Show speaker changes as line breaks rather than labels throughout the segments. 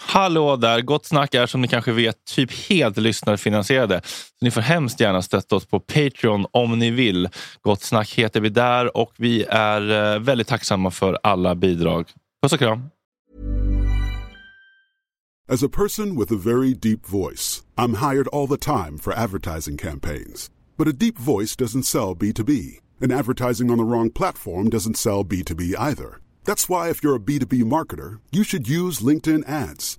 Hallå där! Gott Snack är som ni kanske vet typ helt lyssnarfinansierade. Så ni får hemskt gärna stötta oss på Patreon om ni vill. Gott Snack heter vi där och vi är eh, väldigt tacksamma för alla bidrag. Puss och kram!
As a person with a very deep voice, I'm hired all the time for advertising campaigns. But a deep voice doesn't sell B2B, and advertising on the wrong platform doesn't sell B2B either. That's why, if you're a B2B marketer, you should use LinkedIn ads.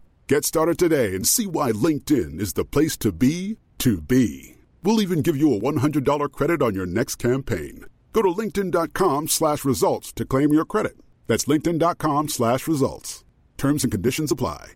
Get started today and see why LinkedIn is the place to be to be. We'll even give you a $100 credit on your next campaign. Go to linkedin.com slash results to claim your credit. That's linkedin.com slash results. Terms and conditions apply.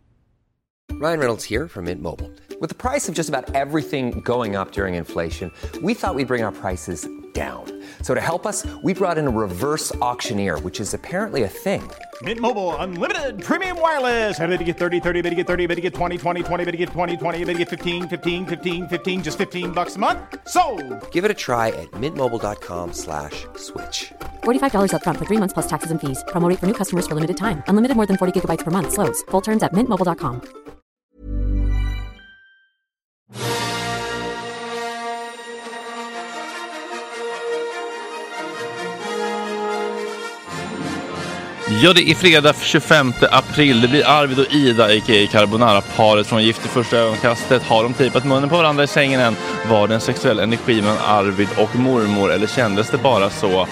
Ryan Reynolds here from Mint Mobile. With the price of just about everything going up during inflation, we thought we'd bring our prices down. So to help us, we brought in a reverse auctioneer, which is apparently a thing.
Mint Mobile unlimited premium wireless. Ready to get 30, 30, bit to get 30, bit to get 20, 20, 20, bit to get 20, 20, bit to get 15, 15, 15, 15 just 15 bucks a month. So,
Give it a try at mintmobile.com slash switch.
$45 up front for three months plus taxes and fees. Promo rate for new customers for limited time. Unlimited more than 40 gigabytes per month. Slows. Full terms at mintmobile.com.
Ja, det är fredag 25 april. Det blir Arvid och Ida, a.k.a. Carbonara-paret från Gift i första ögonkastet. Har de tejpat munnen på varandra i sängen än? Var det en sexuell energi mellan Arvid och mormor eller kändes det bara så?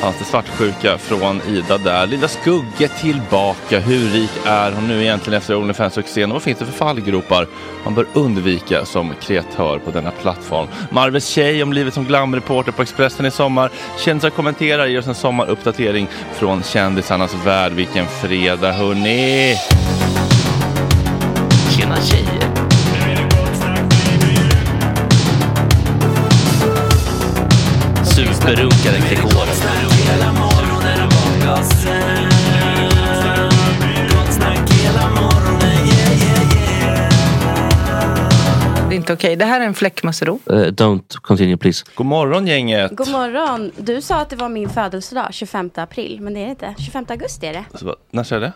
Fanns det svartsjuka från Ida där? Lilla Skugge tillbaka. Hur rik är hon nu egentligen efter Onlyfans-succén? Och vad finns det för fallgropar man bör undvika som kreatör på denna plattform? Marves tjej om livet som glamreporter på Expressen i sommar. Kändisar kommenterar, ger oss en sommaruppdatering från kändisarnas värld. Vilken fredag hörni! Tjena tjejer! Superrunkaren Gregor.
Det är inte okej. Det här är en fläckmussero.
Eh, don't continue please.
God morgon gänget!
God morgon. Du sa att det var min födelsedag, 25 april, men det är det inte. 25 augusti är det.
Så vad- När sa jag det?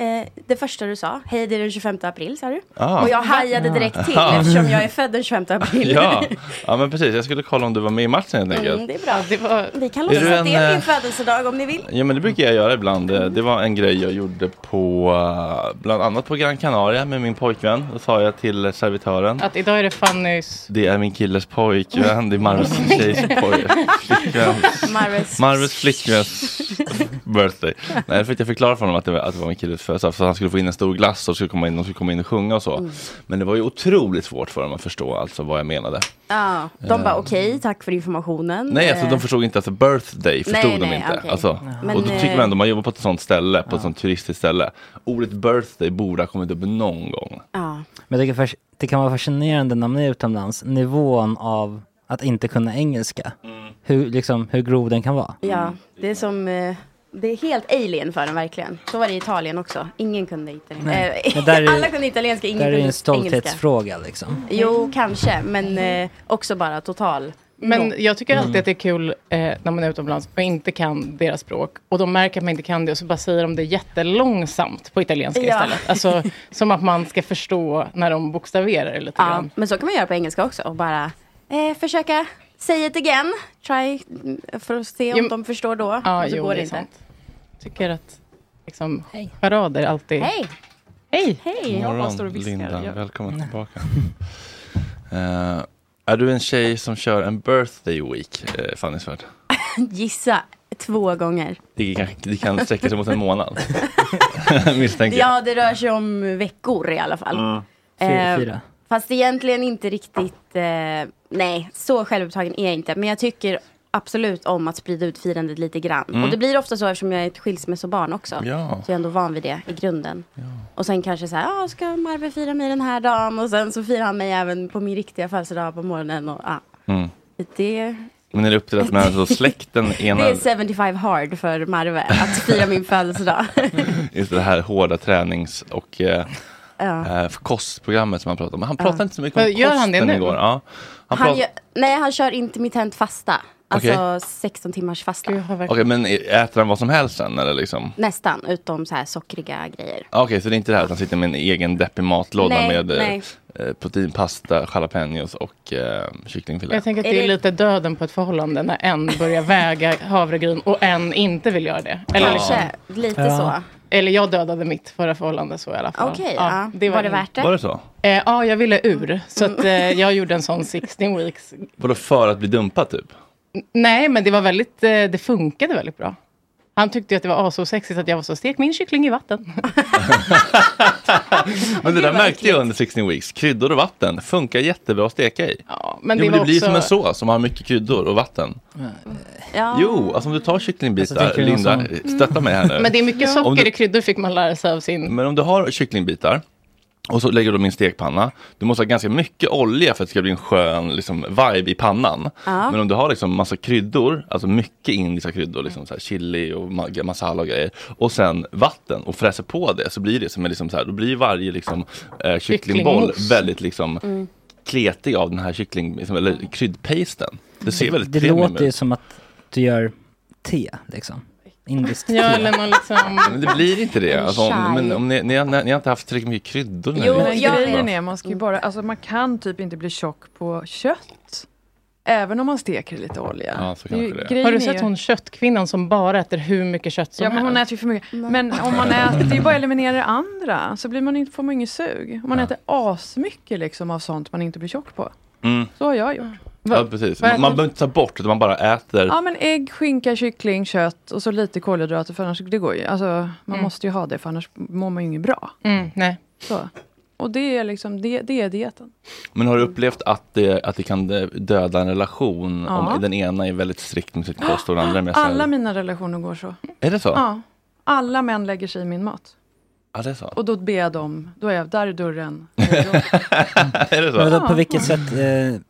Eh, det första du sa, hej det är den 25 april, sa du.
Ah.
Och jag hajade direkt till eftersom jag är född den 25 april.
Ja. ja, men precis. Jag skulle kolla om du var med i matchen helt enkelt.
Mm, det är bra. Vi kan
Är du
låtsas att det
en,
är
eh,
min födelsedag om ni vill.
Ja, men det brukar jag göra ibland. Eh, Det var en grej jag gjorde på, eh, bland annat på Gran Canaria med min pojkvän. Då sa jag till eh, servitören.
Att idag är det Fannys...
Det är min killes pojkvän, det är Marves tjejs pojkvän.
Marves.
Marves flickväns birthday. Nej, då fick jag förklara för honom att det var, att det var min killes födelsedag. Så han skulle få in en stor glass och skulle komma in, de skulle komma in och sjunga och så. Men det var ju otroligt svårt för dem att förstå alltså vad jag menade.
Ja, de bara okej, tack för informationen.
Eh. Nej, alltså de
Eh,
förstod inte, alltså birthday förstod
Nej,
de
nej,
inte.
okej.
Alltså,
Men,
och då tycker man
eh,
ändå, man jobbar på ett sånt ställe, på ett sånt turistiskt ställe. Ordet birthday borde ha kommit upp någon gång.
ja.
Men jag tycker fas- det kan vara fascinerande när man är utomlands, nivån av att inte kunna engelska.
Mm.
Hur, liksom, hur grov den kan vara.
Ja, det är som... eh, Det är helt alien för den verkligen. Så var det i Italien också. Ingen kunde italienska.
Men där är-
Eh, Alla kunde italienska, ingen
Där är
kunde
det en
engelska.
stolthetsfråga liksom.
Jo, kanske, men eh, också bara total.
Men jag tycker
Mm.
alltid att det är kul eh, när man är utomlands och inte kan deras språk. Och de märker att man inte kan det och så bara säger de det jättelångsamt på italienska
Ja.
istället. Alltså, som att man ska förstå när de bokstaverar det lite
Ja,
grann.
men så kan man göra på engelska också. Och bara eh, försöka say it again. Try mm, för att se om
Jo,
de förstår då.
Ja,
och så
jo,
går det
är
inte.
sant. Tycker att liksom, charader alltid...
Hej,
Hej!
hej.
bara
Morgon,
står och viskar.
Linda.
Jag-
Välkommen tillbaka. Eh, är du en tjej som kör en birthday week, uh, Fanny Svärd?
Gissa två gånger.
Det kan, det kan sträcka sig mot en månad. Misstänker jag.
Ja, det rör sig om veckor i alla fall.
Fy-
Eh,
Fyra.
Fast egentligen inte riktigt, eh, nej så självupptagen är jag inte. Men jag tycker absolut om att sprida ut firandet lite grann.
Mm.
Och det blir ofta så eftersom jag är ett skilsmässobarn också.
Ja.
Så jag är ändå van vid det i grunden. Och sen kanske så här, ah, ska Marve fira mig den här dagen? Och sen så firar han mig även på min riktiga födelsedag på morgonen. Och, ah.
Mm.
Det,
Men är det uppdelat mellan så släkten ena...
det är 75 hard för Marve att fira min födelsedag.
Just det här hårda tränings och eh,
Ja.
eh, kostprogrammet som han pratar om. Men han pratar
Ja.
inte så mycket om
Men gör han
kosten
det nu?
igår. Ja.
Han
Han pratar-
gör, nej, han kör intermittent fasta. Alltså
Okej.
16 timmars fasta.
Okej, men äter han vad som helst sen eller liksom?
Nästan, utom så här sockriga grejer.
Okej, så det är inte det här att han sitter med en egen deppig matlåda
Nej,
med eh,
nej.
eh, proteinpasta, jalapenos och eh, kycklingfilé.
Jag tänker att det är lite döden på ett förhållande när en börjar väga havregryn och en inte vill göra det. Eller
Ja.
liksom-
Kanske, lite Ja. så.
Eller jag dödade mitt förra förhållande så i alla fall.
Okej, ja. Var det värt
Var det så?
Eh, ja, jag ville ur. Så att, eh, jag gjorde en sån 16 weeks.
Vadå för att bli dumpad typ?
N- Nej, men det var väldigt, eh, det funkade väldigt bra. Han tyckte ju att det var asosexigt att jag var så stek min kyckling i vatten.
Men det där märkte jag under 16 weeks. Kryddor och vatten funkar jättebra att steka i.
Ja, men
jo,
det
men det
var
blir
också-
som en sås som har mycket kryddor och vatten.
Eh,
Ja.
Jo, alltså om du tar
Alltså,
kycklingbitar,
tänker du någon
Linda, eh,
som-
stötta mig här nu.
Ah. Mm. Men det är mycket
Om
socker
du-
i kryddor fick man lära sig av sin...
Men om du har kycklingbitar och så lägger du dem i en stekpanna. Du måste ha ganska mycket olja för att det ska bli en skön liksom, vibe i pannan.
Ja.
Men om du har liksom massa kryddor, alltså mycket indiska kryddor, liksom så här chili och ma- masala och grejer. Och sen vatten och fräser på det så blir det som en liksom så här, då blir varje liksom, eh, kycklingboll
Kycklingmos.
väldigt liksom
Mm.
kletig av den här kyckling, liksom, eller kryddpasten. Det ser väldigt
Det
premium
låter ju
ut.
som att du gör te liksom. Indiskt
Ja,
te.
eller någon liksom...
Men det blir inte det. Alltså, om,
Chai.
men om ni, ni, har, ni har inte haft tillräckligt mycket kryddor. när
Jo,
ni-
men grejen är, man, ska ju bara, alltså, man kan typ inte bli tjock på kött. Även om man steker i lite olja.
Ja, så
Det är ju-
kanske det är.
grejen
Har du
är
sett
ju-
hon köttkvinnan som bara äter hur mycket kött som
Ja, men hon
helst?
äter ju för mycket. Men om man äter, det är ju bara att eliminera det andra. Så blir man inte, får man ingen sug. Om man äter asmycket liksom av sånt man inte blir tjock på.
Mm.
Så har jag gjort.
Ja, precis. Man,
vad äter
man
du?
behöver inte ta bort, utan man bara äter.
Ja, men ägg, skinka, kyckling, kött och så lite kolhydrater. För annars, det går ju. Alltså, man
Mm.
måste ju ha det, för annars mår man ju inget bra.
Mm, nej.
Så. Och det är liksom, det, det är dieten.
Men har du upplevt att det, att det kan eh, döda en relation
Ja.
om den ena är väldigt strikt med sitt kost och den andra är mer så här-
Ah, Alla mina relationer går så.
Är det så?
Ja. Alla män lägger sig i min mat.
Ja, det är så.
Och då ber jag dem, då är jag, där är dörren.
är det så?
Men vadå, på vilket sätt eh,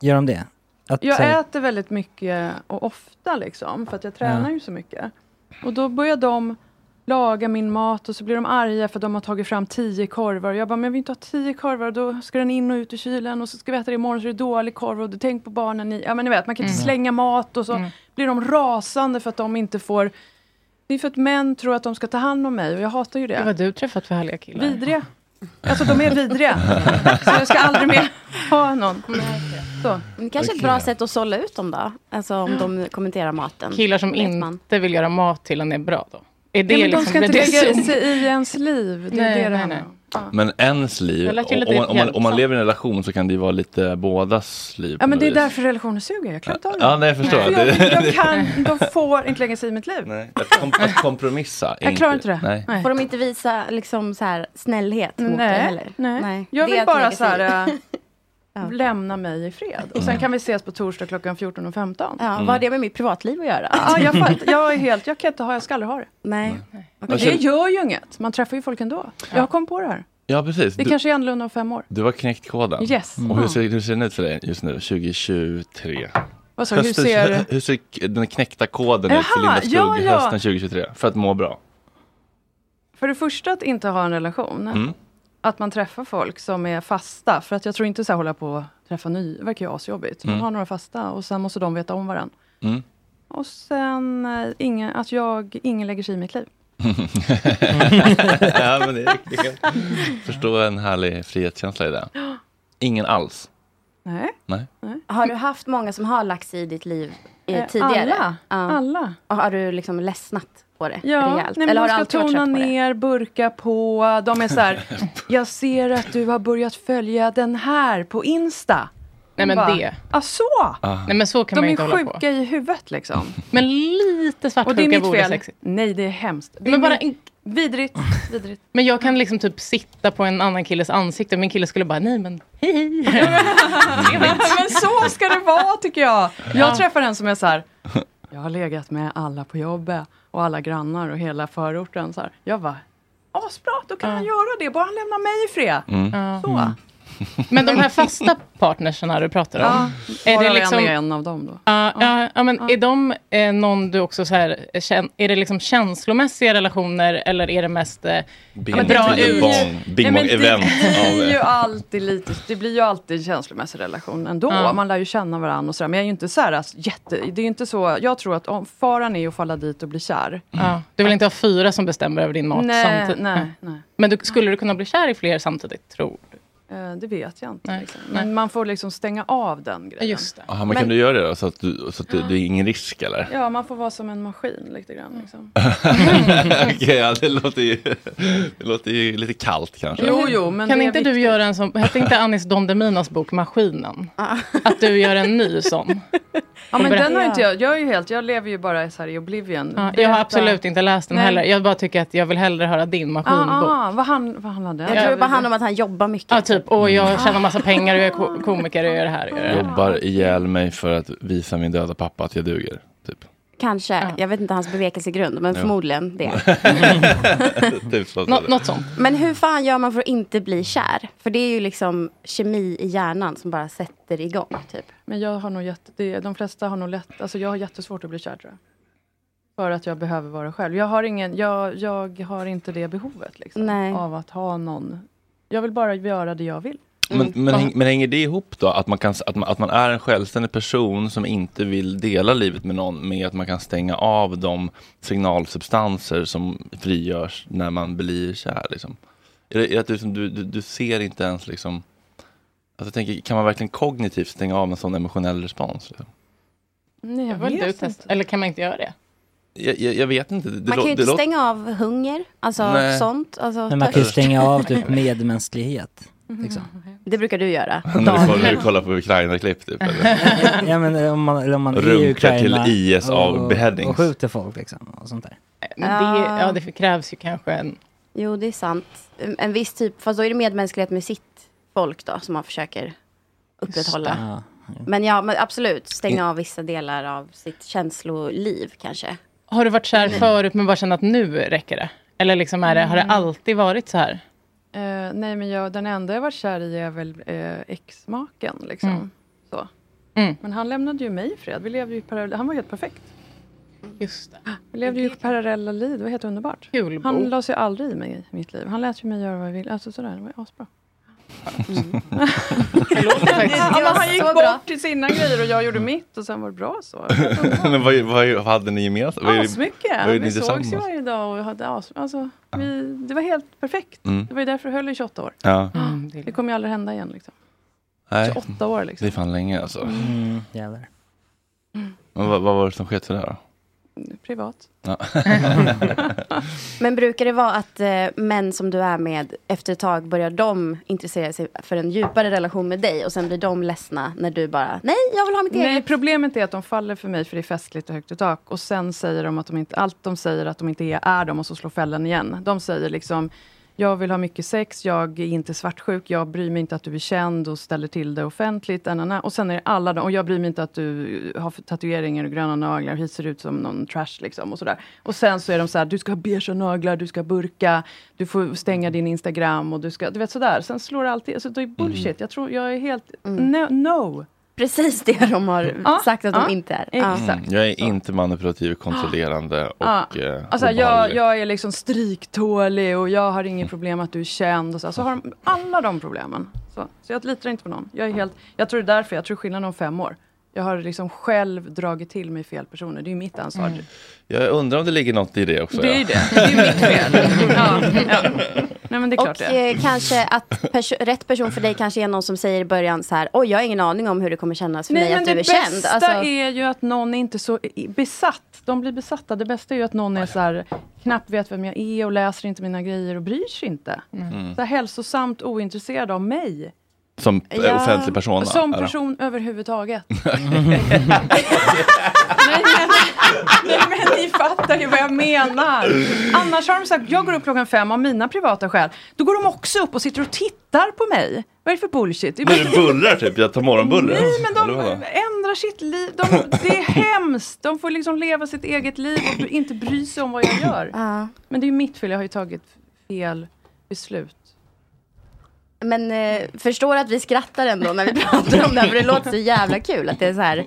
gör de det? Att,
Jag
så här-
äter väldigt mycket och ofta liksom, för att jag tränar
Ja.
ju så mycket. Och då börjar de laga min mat och så blir de arga för att de har tagit fram tio korvar. Och jag bara, men jag vill inte ha tio korvar. Då ska den in och ut i kylen och så ska vi äta det imorgon så är det dålig korv. Och du tänk på barnen i... Ja men ni vet, man kan inte
Mm.
slänga mat och så
Mm.
blir de rasande för att de inte får... Det är för att män tror att de ska ta hand om mig och jag hatar ju det.
Det var du träffat för härliga killar.
Vidriga. Alltså de är vidriga. så jag ska aldrig mer ha någon. Så.
Men det kanske är ett
Verkligen.
bra sätt att sålla ut dem då. Alltså om de kommenterar maten.
Killar som
Vet man.
inte vill göra mat till en är bra då? Är det
Nej, men de
liksom,
ska inte
blir det
lägga
sunt?
sig i ens liv. Det är
Nej,
det det
nej,
handlar
nej.
om.
Men ens liv,
Det
om,
lät ju lite
om, man, om, man, om man
hjälpsamt.
lever i en relation så kan det ju vara lite bådas liv.
Ja,
på
men
något
det är
vis.
därför relationer suger. Jag klarar inte av det.
Ja, nej, Typ jag förstår.
För
Det-
Jag,
det-
jag kan, de får inte lägga sig i mitt liv.
Nej, att, kom, att kompromissa. är
Jag klarar inte det.
Nej.
Får de inte visa liksom så här snällhet mot
Nej,
dig heller?
nej. Jag
Det
vill
är att
bara
lägga sig
så här,
i.
äh, Lämna mig i fred. Och
Mm.
sen kan vi ses på torsdag klockan 14.15.
Ja, vad har det med mitt privatliv att göra?
Ja, jag, fatt, jag är helt, jag kan inte ha, jag ska aldrig ha det.
Nej.
Men
Okej.
det gör ju inget. Man träffar ju folk ändå. Jag kom på det här.
Ja, precis.
Det
Du,
kanske är annorlunda om fem år.
du har knäckt koden.
Yes.
Och hur
Mm.
ser, hur ser den ut för dig just nu, 2023?
Vad sa du, hur
Hösten-
ser-
hur ser den knäckta koden ut för
Jaha,
Linda Skugg
ja, ja.
hösten 2023? För att må bra?
För det första att inte ha en relation.
Mm.
Att man träffar folk som är fasta. För att jag tror inte så här hålla på och träffa ny. Det verkar ju asjobbigt. Man
Mm.
har några fasta och sen måste de veta om varandra.
Mm.
Och sen eh, ingen, att jag, ingen lägger sig i mitt liv.
ja, men det, det kan förstå en härlig frihetskänsla i det. Ingen alls.
Nej.
Nej.
Har du haft många som har lagt sig i ditt liv eh,
Eh,
tidigare?
alla.
Ja.
Alla.
Och har du liksom ledsnat på det
Ja,
rejält?
nej, men
Eller har
de
du alltid
ska
varit
tona
trött på det?
ner, burka på. De är så här, jag ser att du har börjat följa den här på Insta.
Nej, men
Man bara,
det.
Ah, så!
Nej, men så kan
de
man ju inte
är
hålla på.
sjuka i huvudet liksom.
Men lite
Och det är
svartsjuka
mitt
vore
fel.
sexigt.
Nej, det är hemskt. Det
men
är
bara
min-
en,
Vidrigt. Vidrigt.
Men jag kan liksom typ sitta på en annan killes ansikte. Min kille skulle bara, nej men hej hej.
Men så ska det vara tycker jag.
Ja.
Jag träffar en som är så här. Jag har legat med alla på jobbet och alla grannar och hela förorten. Så här. Jag bara, asbra, då kan han göra det. Bara han lämnar mig i fred.
Mm.
Ja. Mm.
Så.
Men de här fasta partnerserna du pratar om.
Ja,
är det
varav
liksom...
en är en av dem då.
Ja, ja, ja, men är de eh, någon du också så här, eh, kän- är det liksom känslomässiga relationer eller är det mest eh,
Bing bong, bing bong, bing bong event
Det
av
blir ju
eh,
alltid lite, det blir ju alltid en känslomässig relation ändå.
Ja.
Man lär ju känna varandra och sådär. Men jag är ju inte så här, alltså, jätte, det är ju inte så, jag tror att om faran är att falla dit och bli kär.
Ja, du vill inte ha fyra som bestämmer över din mat
Nej,
samtidigt?
nej, nej.
Men du, skulle du kunna bli kär i fler samtidigt, tror du?
Eh, Det vet jag inte. liksom.
nej.
Men man får liksom stänga av den grejen.
Just det.
Aha, men kan du göra det då? Så att, du, så att du, det är ingen risk eller?
Ja, man får vara som en maskin lite grann. Liksom.
Okej, ja, det, låter ju, det låter ju lite kallt kanske.
kan
det är
inte du göra en sån, hette inte Anis Don Deminas bok Maskinen? Att du gör en ny sån?
Ja, men
Berätta.
den har inte jag. Jag, är ju helt, jag lever ju bara så här i oblivion.
Ja, jag har absolut inte läst den
Nej.
heller. Jag bara tycker att jag vill hellre höra din maskinbok.
Ah, ah, vad, han, vad handlar den?
Jag tror det bara handlar
om att han jobbar mycket.
Ja, typ. Och jag tjänar massa pengar och jag är ko- komiker och jag gör det här. och jag gör det här.
Jobbar ihjäl mig för att visa min döda pappa att jag duger. Typ.
Kanske. Jag vet inte hans bevekelsegrund, men
Ja.
förmodligen det.
typ så.
sånt.
Men hur fan gör man för att inte bli kär? För det är ju liksom kemi i hjärnan som bara sätter igång. Typ.
Men jag har nog jätte, det, de flesta har nog lätt, alltså jag har jättesvårt att bli kär tror jag. För att jag behöver vara själv. Jag har, ingen, jag, jag har inte det behovet liksom,
Nej.
av att ha någon. Jag vill bara göra det jag vill.
Men, men, häng, men hänger det ihop då? Att man, kan, att, man, att man är en självständig person som inte vill dela livet med någon med att man kan stänga av de signalsubstanser som frigörs när man blir kär? Liksom? Är det, är det att du, liksom, du, du, du ser inte ens liksom... Alltså jag tänker, kan man verkligen kognitivt stänga av en sån emotionell respons? Liksom?
Nej,
jag vill du testa. Eller kan man inte göra det?
Jag, jag, jag vet inte. Det, det
man kan
lå-
ju inte
det låter-
stänga av hunger, alltså
Nej.
sånt. Alltså,
Men man kan ju stänga av typ medmänsklighet. Liksom.
Det brukar du göra.
Nu kollar, nu kollar på Ukraina-klipp typ. Eller?
ja, men eh, om man, eller om man är i
Runkar till
Ukraina
IS av
och,
beheadings.
och skjuter folk liksom. Och sånt där.
Men det, ja, det krävs ju kanske en...
Jo, det är sant. En en viss typ, fast då är det medmänsklighet med sitt folk då, som man försöker
det,
upprätthålla.
ja.
Men ja, men absolut, stänga av vissa delar av sitt känsloliv kanske.
Har du varit kär förut men bara känt att nu räcker det? Eller liksom är det, har det
Mm.
alltid varit så här?
Eh, nej, men jag, den enda jag varit kär i är väl eh, exmaken. Liksom.
Mm.
Så. Men han lämnade ju mig i fred. Vi levde ju parallella, han var helt perfekt.
Just det.
Vi levde ju parallella liv, det var helt underbart.
Kul Bo.
Han la sig aldrig i mig i mitt liv. Han lät ju mig göra vad jag ville. Alltså sådär, det var ju asbra. ja, men han gick bort till sina grejer och jag gjorde mitt och sen var det bra så.
Men vad, vad, vad hade ni gemensamt? Vad är-
Asmycket!
vad är ni
Vi sågs ju
tillsammans?
varje dag och hade as, alltså, vi, Det var helt perfekt.
Mm.
Det var ju därför det höll i 28 år.
Ja.
Det kommer ju aldrig hända igen. Liksom.
Nej.
28 år liksom.
Det är fan länge alltså.
Mm, jävlar.
Men vad, vad var det som skedde där då?
Privat.
Ja.
Men brukar det vara att eh, män som du är med, efter ett tag börjar de intressera sig för en djupare relation med dig och sen blir de ledsna när du bara, nej, jag vill ha mitt
Nej,
eget.
problemet är att de faller för mig för det är festligt och högt i tak. Och sen säger de att de inte, allt de säger att de inte är, är de och så slår fällan igen. De säger liksom, jag vill ha mycket sex, jag är inte svartsjuk, jag bryr mig inte att du är känd och ställer till det offentligt. Anana. Och sen är det alla de, och jag bryr mig inte att du har för tatueringar och gröna naglar, hit ser ut som någon trash liksom och sådär. Och sen så är de så här, du ska ha beigea naglar, du ska ha burka, du får stänga din Instagram och du ska, du vet sådär. Sen slår det alltid, alltså det är bullshit. Jag tror, jag är helt,
Mm.
no. no.
Precis det de har
Ja,
sagt att
ja,
de inte är. Ja.
Exakt.
Mm, jag är inte manipulativ, kontrollerande och
Ja.
eh,
Alltså, jag,
obehaglig.
jag är liksom stryktålig och jag har inget problem att du är känd. Och så. Alltså, har de, alla de problemen. Så, så jag litar inte på någon. Jag, är helt, jag tror det är därför, jag tror skillnaden om fem år. Jag har liksom själv dragit till mig fel personer. Det är ju mitt ansvar.
jag undrar om det ligger något i det också.
Det är ju
ja.
det. Det är mitt fel. Ja, ja. Nej men det är klart
Och
det är.
eh, kanske att perso- rätt person för dig kanske är någon som säger i början så här, oj jag har ingen aning om hur det kommer kännas för mig
Nej, men
att du
det
är
bästa
känd. Alltså,
är ju att någon är inte så i- besatt. De blir besatta. Det bästa är ju att någon är så här, knappt vet vem jag är och läser inte mina grejer och bryr sig inte.
Mm.
Så här, hälsosamt ointresserad av mig.
Som eh, offentlig persona.
Som
är det.
person överhuvudtaget. Nej men, nej men ni fattar ju vad jag menar. Annars har de sagt, jag går upp klockan fem av mina privata skäl. Då går de också upp och sitter och tittar på mig. Vad är det för bullshit? Det är
Blir det bullar typ? Jag tar morgonbullar?
Nej, men de-
Eller vadå?
ändrar sitt liv. De, det är hemskt. De får liksom leva sitt eget liv och inte bry sig om vad jag gör. Men det är ju mitt fel. Jag har ju tagit fel beslut.
Men eh, förstår att vi skrattar ändå när vi pratar om det här, för det låter så jävla kul att det är så här.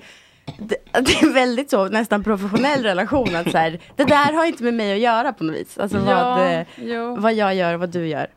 Det, att det är väldigt så, nästan professionell relation att så här, det där har inte med mig att göra på något vis. Alltså vad, eh,
jo.
vad jag gör och vad du gör.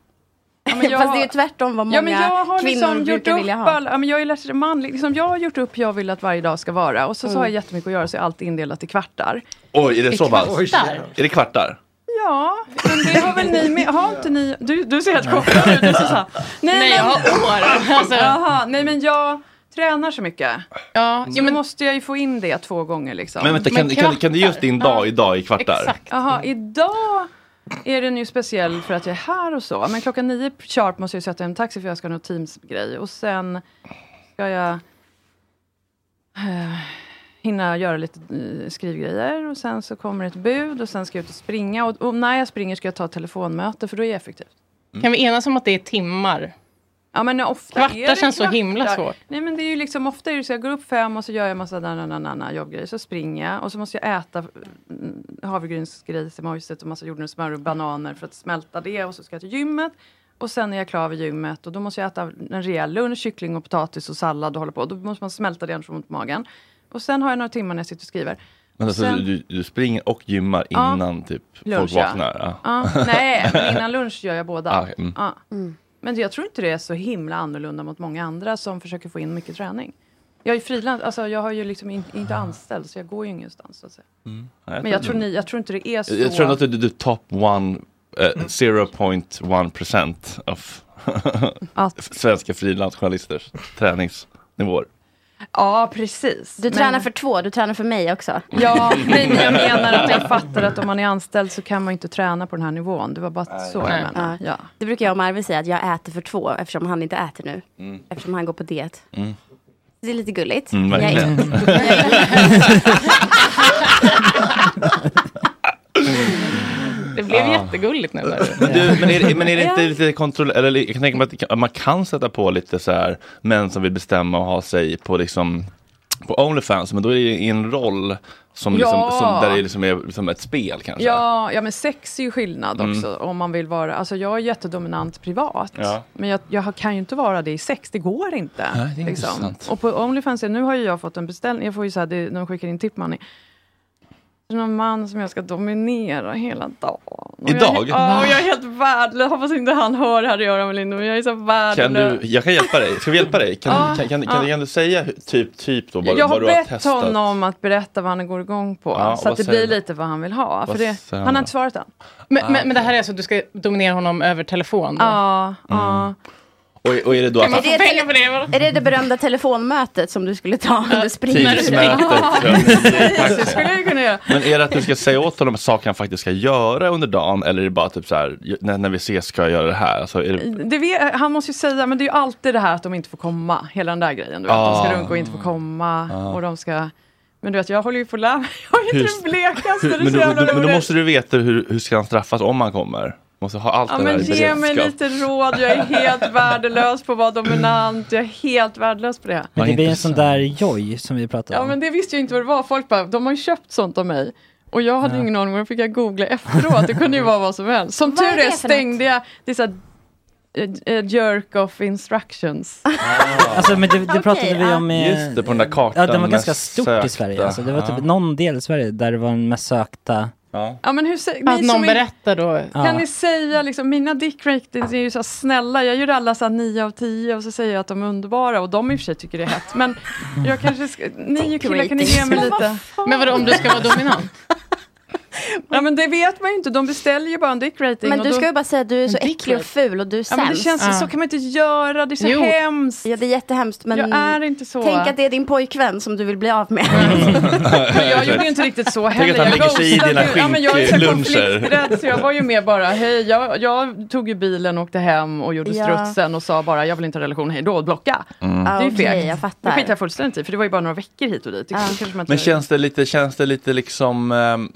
men jag-
Fast det är ju tvärtom vad många
ja, men jag har
kvinnor
liksom gjort
brukar
upp
vilja ha.
All, ja, men jag är lätt manlig. Liksom, jag har gjort upp hur jag vill att varje dag ska vara. Och så, så har jag
Mm.
jättemycket att göra så är allt indelat i kvartar.
Oj, är det så pass?
Kvartar?
Är det kvartar?
Ja, men det har väl ni med? Har inte ni? Du, du ser helt chockad ut. Du ser så här, nej,
Nej, jag har år, alltså.
Jaha, nej men jag tränar så mycket.
Ja,
så men, måste jag ju få in det två gånger liksom.
Men vänta, kan, kan, kan du ge just din dag idag i kvartar?
Jaha, idag är den ju speciell för att jag är här och så. Men klockan nio sharp måste jag sätta en taxi för jag ska ha någon Teams-grej. Och sen ska jag eh, hinna göra lite eh, skrivgrejer. Och sen så kommer ett bud och sen ska jag ut och springa. Och, och när jag springer ska jag ta ett telefonmöte för då är jag effektiv.
Mm.
Kan vi enas om att det är timmar?
Ja, men ofta
Kvartar
är det
känns så himla svårt.
Nej, men det är ju liksom ofta är det så jag går upp fem och så gör jag massa na, na, na, na, na jobbgrejer. Så springer jag och så måste jag äta mm, havregrynsgrejs i morset och massa jordnötssmör och bananer för att smälta det och så ska jag till gymmet. Och sen är jag klar vid gymmet och då måste jag äta en rejäl lunch, kyckling och potatis och sallad och hålla på. Då måste man smälta det annars får man ont i magen. Och sen har jag några timmar när jag sitter och skriver.
Men alltså,
Sen-
du, du springer och gymmar
Ja.
innan typ
Lunch,
folk
ja.
vaknar? Ja.
Ja, nej, men innan lunch gör jag båda.
Ah, mm.
Ja. Men jag tror inte det är så himla annorlunda mot många andra som försöker få in mycket träning. Jag är frilans, alltså jag har ju liksom in, inte anställd så jag går ju ingenstans. Så att säga.
Ja, Mm. jag
men
tror
jag tror,
det.
ni, jag tror inte det är så.
Jag tror att du, du top one, eh, 0.1 procent av svenska frilansjournalisters träningsnivåer.
Ja, precis.
Du
Men-
tränar för två, du tränar för mig också.
Ja, nej, men jag menar att jag fattar att om man är anställd så kan man ju inte träna på den här nivån. Det var bara så jag menar.
Ja. Det brukar jag och Marvin säga, att jag äter för två eftersom han inte äter nu.
Mm.
Eftersom han går på diet.
Mm.
Det är lite gulligt.
Mm,
Jag är-
verkligen.
Det blev
Ja.
jättegulligt nu.
Ah. Men, du, men, är, det- men är det inte
Ja.
lite kontroll... Eller li- jag kan tänka mig att det kan- att man kan sätta på lite så här män som vill bestämma och ha sig på liksom på Onlyfans, men då är det ju i en roll som, liksom,
Ja.
som där det liksom är som ett spel kanske.
Ja, ja, men sex är ju skillnad
Mm.
också. Om man vill vara, alltså jag är jättedominant privat.
Ja.
Men jag, jag har- kan ju inte vara det i sex, det går inte. liksom.
Nej, det är intressant.
Och på Onlyfans, nu har ju jag fått en beställning, jag får ju så här, det, de skickar in tip money. Det är någon man som jag ska dominera hela dagen. Och
Idag?
Jag, ja, och jag är helt värdelös. Hoppas inte han hör här, det gör han väl inte, men jag är så
Kan du,
värdelös.
jag kan hjälpa dig, ska vi hjälpa dig? Kan,
Ja.
kan, kan, kan,
Ja.
kan du säga hur- typ, typ då vad,
jag har
vad du har
bett
testat?
honom att berätta vad han går igång på.
Ja, och
så att
vad
det
säger
blir
du?
lite vad han vill ha.
Vad
För det,
säger
han
han
har
då?
inte svarat än.
Men,
Ah.
men, men det här är alltså att du ska dominera honom över telefon? Då?
Ja,
Mm.
ja.
Och, och är det då att
Är det, tele- är det det berömda telefonmötet som du skulle ta om du springer?
Teamsmötet, tror jag.
Det skulle jag ju kunna göra.
Men är det att du ska säga åt honom saker han faktiskt ska göra under dagen eller är det bara typ så här, när, när vi ses ska jag göra det här? Alltså, är det,
Det vet, han måste ju säga, men det är ju alltid det här att de inte får komma. Hela den där grejen. Du vet, De
Ah.
ska runka och inte få komma.
Ah.
Och de ska... Men du vet, jag håller ju på att lära mig. Jag är ju inte
Hur-
den blekaste.
hur,
det är
men, då,
så jävla
då, men då
roligt.
måste du veta hur, hur ska han straffas om han kommer? Måste ha allt
Ja,
det där
men
i
ge mig
beredskap.
lite råd. Jag är helt värdelös på att vara dominant. Jag är helt värdelös på det.
Men det blir en sån där joj som vi pratade
Ja,
om.
men det visste jag inte vad det var. Folk bara, de har ju köpt sånt av mig. Och jag hade ingen aning, men då fick jag googla efteråt. Det kunde ju vara vad som helst. Som
Vad är
tur
det
är
för
stängde jag, det är så här, eh, eh, jerk off instructions.
Alltså, men det, det pratade vi om i...
Just det, på den där kartan.
Ja, den var
med
ganska stort
sökta.
i Sverige. Alltså, det var typ
Ja.
någon del i Sverige där det var den mest sökta.
Ja.
Ja, men hur, sä-
Att
ni
någon
som är-
berättar då.
Kan ni säga, liksom, mina dick ratings är ju så här snälla, jag gör alla så här 9 av 10 och så säger jag att de är underbara och de i och för sig tycker det är hett. Men jag kanske ska, ni killar kan ni ge mig
Men
lite?
vad Men vadå om du ska vara dominant?
Ja, men det vet man ju inte, de beställer ju bara en dick rating.
Men
och
du
då-
ska ju bara säga att du är så äcklig och ful och du är
Ja, men det
sämst.
känns, så kan man inte göra, det är så
Jo.
hemskt.
Ja, det är jättehemskt. Men
Jag är inte så. Mm.
Tänk att det är din pojkvän som du vill bli av med.
Jag gjorde ju inte riktigt så
Tänk
heller.
att han
Jag
lägger sig i
ghostade
dina
ju- ja, men jag är så
skinkluncher.
konflikträdd, så jag var ju med bara, hej, jag, jag tog ju bilen och åkte hem och gjorde
Ja.
strutsen och sa bara, jag vill inte ha relation, hej då, och blocka.
Mm.
Det är ju
Ah, okej,
fegt.
jag fattar.
Det skiter jag fullständigt i, för det var ju bara några veckor hit och dit. Det kanske man inte-
Men känns det lite, känns det lite liksom ehm,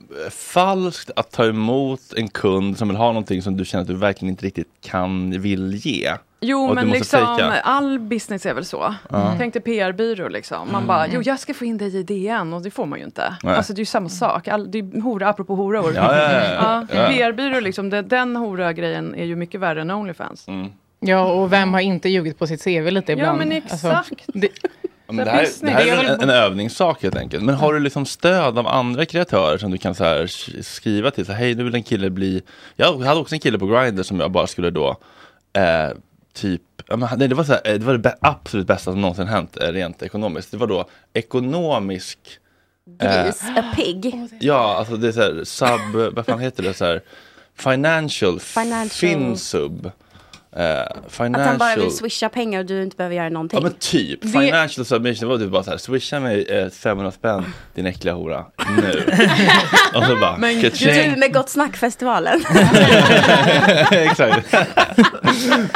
falskt att ta emot en kund som vill ha någonting som du känner att du verkligen inte riktigt kan, vill ge? Och
Jo,
att
men
du måste
liksom
fejka?
all business är väl så.
Mm.
Ja.
Tänk dig PR-byrå liksom. Man
Mm.
bara, jo jag ska få in dig i DN och det får man ju inte.
Nej.
Alltså det är ju samma sak. All, det är hora apropå horor.
Ja, ja, ja, ja. Ja.
PR-byrå liksom, det, den hora-grejen är ju mycket värre än Onlyfans.
Ja, och vem har inte ljugit på sitt CV lite ibland?
men
Alltså,
exakt.
det,
Ja, men det, här, det här
Det är
är
väl-
en, en övningssak helt enkelt. Men har du liksom stöd av andra kreatörer som du kan så här sh- skriva till? Så, här, Hej, nu vill en kille bli... Jag hade också en kille på Grindr som jag bara skulle då... Eh, typ... ja, men han- Nej, det var, så här, eh, det, var det bä- absolut bästa som någonsin hänt eh, rent ekonomiskt. Det var då ekonomisk... eh,
Gris, a pig.
Ja, alltså det är så här, sub, vad fan heter det, så här, financial,
Financial.
finsub. Eh, financial.
Att han bara vill swisha pengar och du inte behöver göra någonting.
Ja men typ,
Det-
financial submission, det var typ bara så här, swisha mig eh, 500 spänn din äckliga hora, nu. Och så alltså, bara,
Men
ka-ching.
du med Gott Snack-festivalen.
Exakt.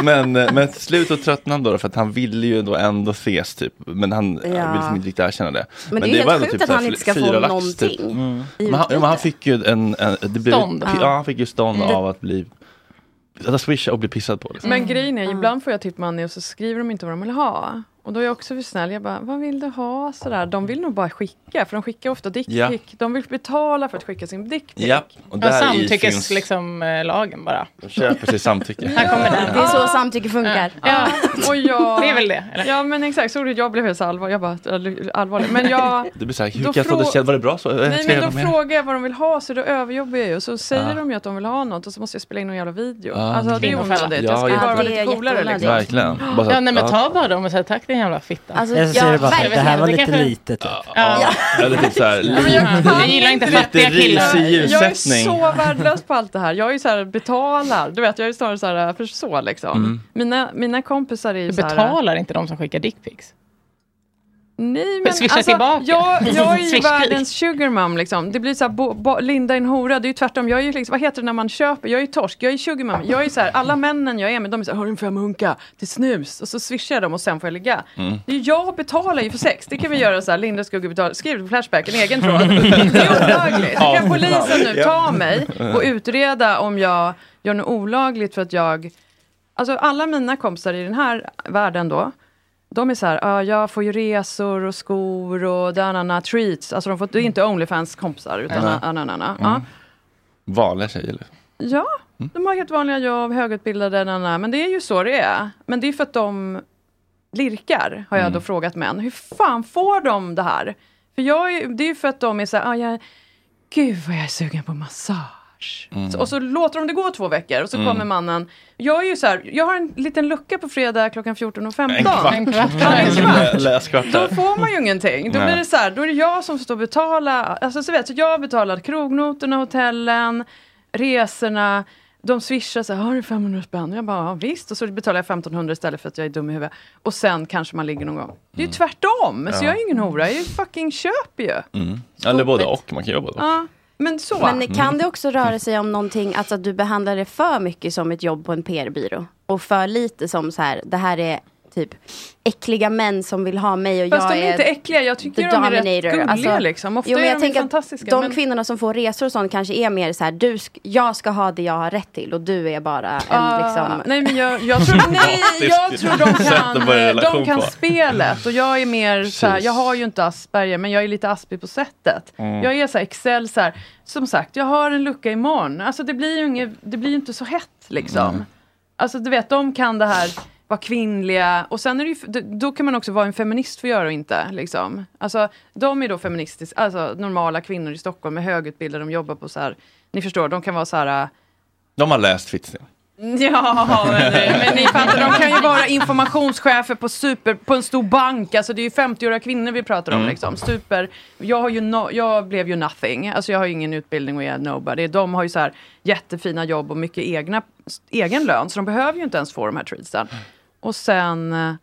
men, eh, men till slut så tröttnade han då, då, för att han ville ju då ändå ses typ. Men han eh,
Ja.
ville liksom inte riktigt erkänna det.
Men det är ju helt
var ändå typ
sjukt att
så här
han inte ska
fl-
få
fyra lax,
någonting
Typ.
i
Mm. Men, han, ja, men han fick ju en, en, det blev,
Stånd.
pi- Ja, han fick ju stånd
Mm.
av att bli, att swisha och bli pissad på. Liksom.
Men grejen är, ibland får jag typ money och så skriver de inte vad de vill ha. Och då är jag också för snäll. Jag bara, vad vill du ha? Sådär. De vill nog bara skicka, för de skickar ofta dickpic.
Ja.
De vill betala för att skicka sin dickpic.
Ja,
ja,
och där i
samtyckes
finns,
liksom, eh, lagen bara.
de köper sig samtycke.
Här kommer den.
Det är så samtycke funkar.
Ja, och jag...
Det är väl det,
Ja, men exakt. Så jag blev helt så allvar, jag bara, all- allvarlig. Men jag...
Det blir så här, hur
Då
kan jag få
frå-
det känd? Var det bra så? Eh,
Nej,
ska jag
men
göra
då
något mer?
frågar jag vad de vill ha, så då överjobbar jag ju. Så säger
Ah.
de ju att de vill ha något och så måste jag spela in någon jävla video.
Ah.
Alltså det är
Kvinnofälla.
onödigt.
Ja,
Jag ska ju
ja.
bara vara
Det är
lite coolare
jätteonödigt.
liksom.
Verkligen. Bara så
Ja,
att-
nej, men
ja.
ta bara dem och säg tack din jävla fitta.
Alltså,
Jag säger bara,
verkligen.
det här var
Det
lite
kanske-
lite typ.
liksom.
Ja.
Eller typ så här,
Mm. Jag gillar inte fattiga killar.
risig
Jag är
ljussättning.
så värdelös på allt det här. Jag är ju så här betalar. Du vet, jag är snarare så här för så liksom.
Mm.
Mina, mina kompisar är ju
Du
så här.
betalar inte de som skickar dickpics.
Nej, men alltså,
Swisha tillbaka.
Jag, jag är ju
Swish-klick.
världens sugar mom liksom. Det blir så här, bo, bo, Linda är en hora. Det är ju tvärtom. Jag är ju liksom, vad heter det när man köper? Jag är ju torsk. Jag är sugar mom. Jag är så här, alla männen jag är med, de är så här, har du en femhunka till snus? Och så swishar jag dem och sen får jag ligga.
Mm.
Det är ju jag betalar ju för sex. Det kan vi göra så här, Linda Skugge betalar. Skriv på Flashback, en egen tråd. Det är olagligt. Då kan polisen nu ta mig och utreda om jag gör något olagligt för att jag... Alltså alla mina kompisar i den här världen då, de är så här, "Ah, jag får ju resor och skor och danana treats. Alltså de får, det är inte Onlyfans-kompisar utan
Nej.
ananana.
Mm.
Ja.
Vanliga tjejer. eller?
Ja,
Mm.
de har helt vanliga jobb, högutbildade, nanana. men det är ju så det är. Men det är för att de lirkar, har jag
Mm.
då frågat män. Hur fan får de det här? För jag är, ju- det är ju för att de är så här, ah, jag,
Mm.
gud vad jag är sugen på massage.
Mm.
Så, och så låter de det gå två veckor och så
Mm.
kommer mannen. Jag är ju så här, jag har en liten lucka på fredag klockan 14.15.
En kvart. En kvart.
Ja, en kvart.
Lä- Läskvart
Då
där.
får man ju ingenting. Då
Nej.
blir det så här, då är det jag som står och betalar. Alltså, så vet, så jag betalar krognotorna, hotellen, resorna. De swishar så här, har du 500 spänn? Jag bara, ja, visst. Och så betalar jag 1500 istället för att jag är dum i huvudet. Och sen kanske man ligger någon gång. Det är ju tvärtom. Så
Mm. Ja.
jag är ju ingen hora, jag är ju fucking köper ju.
Mm. Eller både och, man kan jobba både och.
Ja, men så.
Men
Mm.
kan det också röra sig om någonting, alltså att du behandlar det för mycket som ett jobb på en PR-byrå? Och för lite som så här, det här är typ äckliga män som vill ha mig och
Fast
jag
de är
är Alltså,
inte äckliga, jag tycker de är rätt gulliga liksom. Ofta
men
är
jag
de ju
tänker att
fantastiska,
De
men-
kvinnorna som får resor och sånt kanske är mer så här, du sk- jag ska ha det jag har rätt till och du är bara en
Ah,
liksom.
Nej men jag, jag tror, nej, jag tror de
Sätt att
kan,
börja en relation
de kan
på.
spelet och jag är mer så här, jag har ju inte Asperger men jag är lite Aspig på sättet.
Mm.
Jag är så här Excel så här, som sagt jag har en lucka imorgon. Alltså det blir ju, inget, det blir ju inte så hett liksom.
Mm.
Alltså du vet, de kan det här vara kvinnliga och sen är det ju, d- då kan man också vara en feminist för att göra och inte. Liksom. Alltså, de är då feministiska, alltså normala kvinnor i Stockholm med högutbildade, de jobbar på så här, ni förstår, de kan vara så här äh,
De har läst Fitzing.
Ja, men, men ni fattar, de kan ju vara jävla informationschefer på, super, på en stor bank. Alltså det är ju 50-åriga kvinnor vi pratar om.
Mm.
Liksom. Super. Jag, har ju no, jag blev ju nothing. Alltså jag har ju ingen utbildning och jag är nobody. De har ju så här jättefina jobb och mycket egna, egen lön. Så de behöver ju inte ens få de här treatsen. Och sen eh,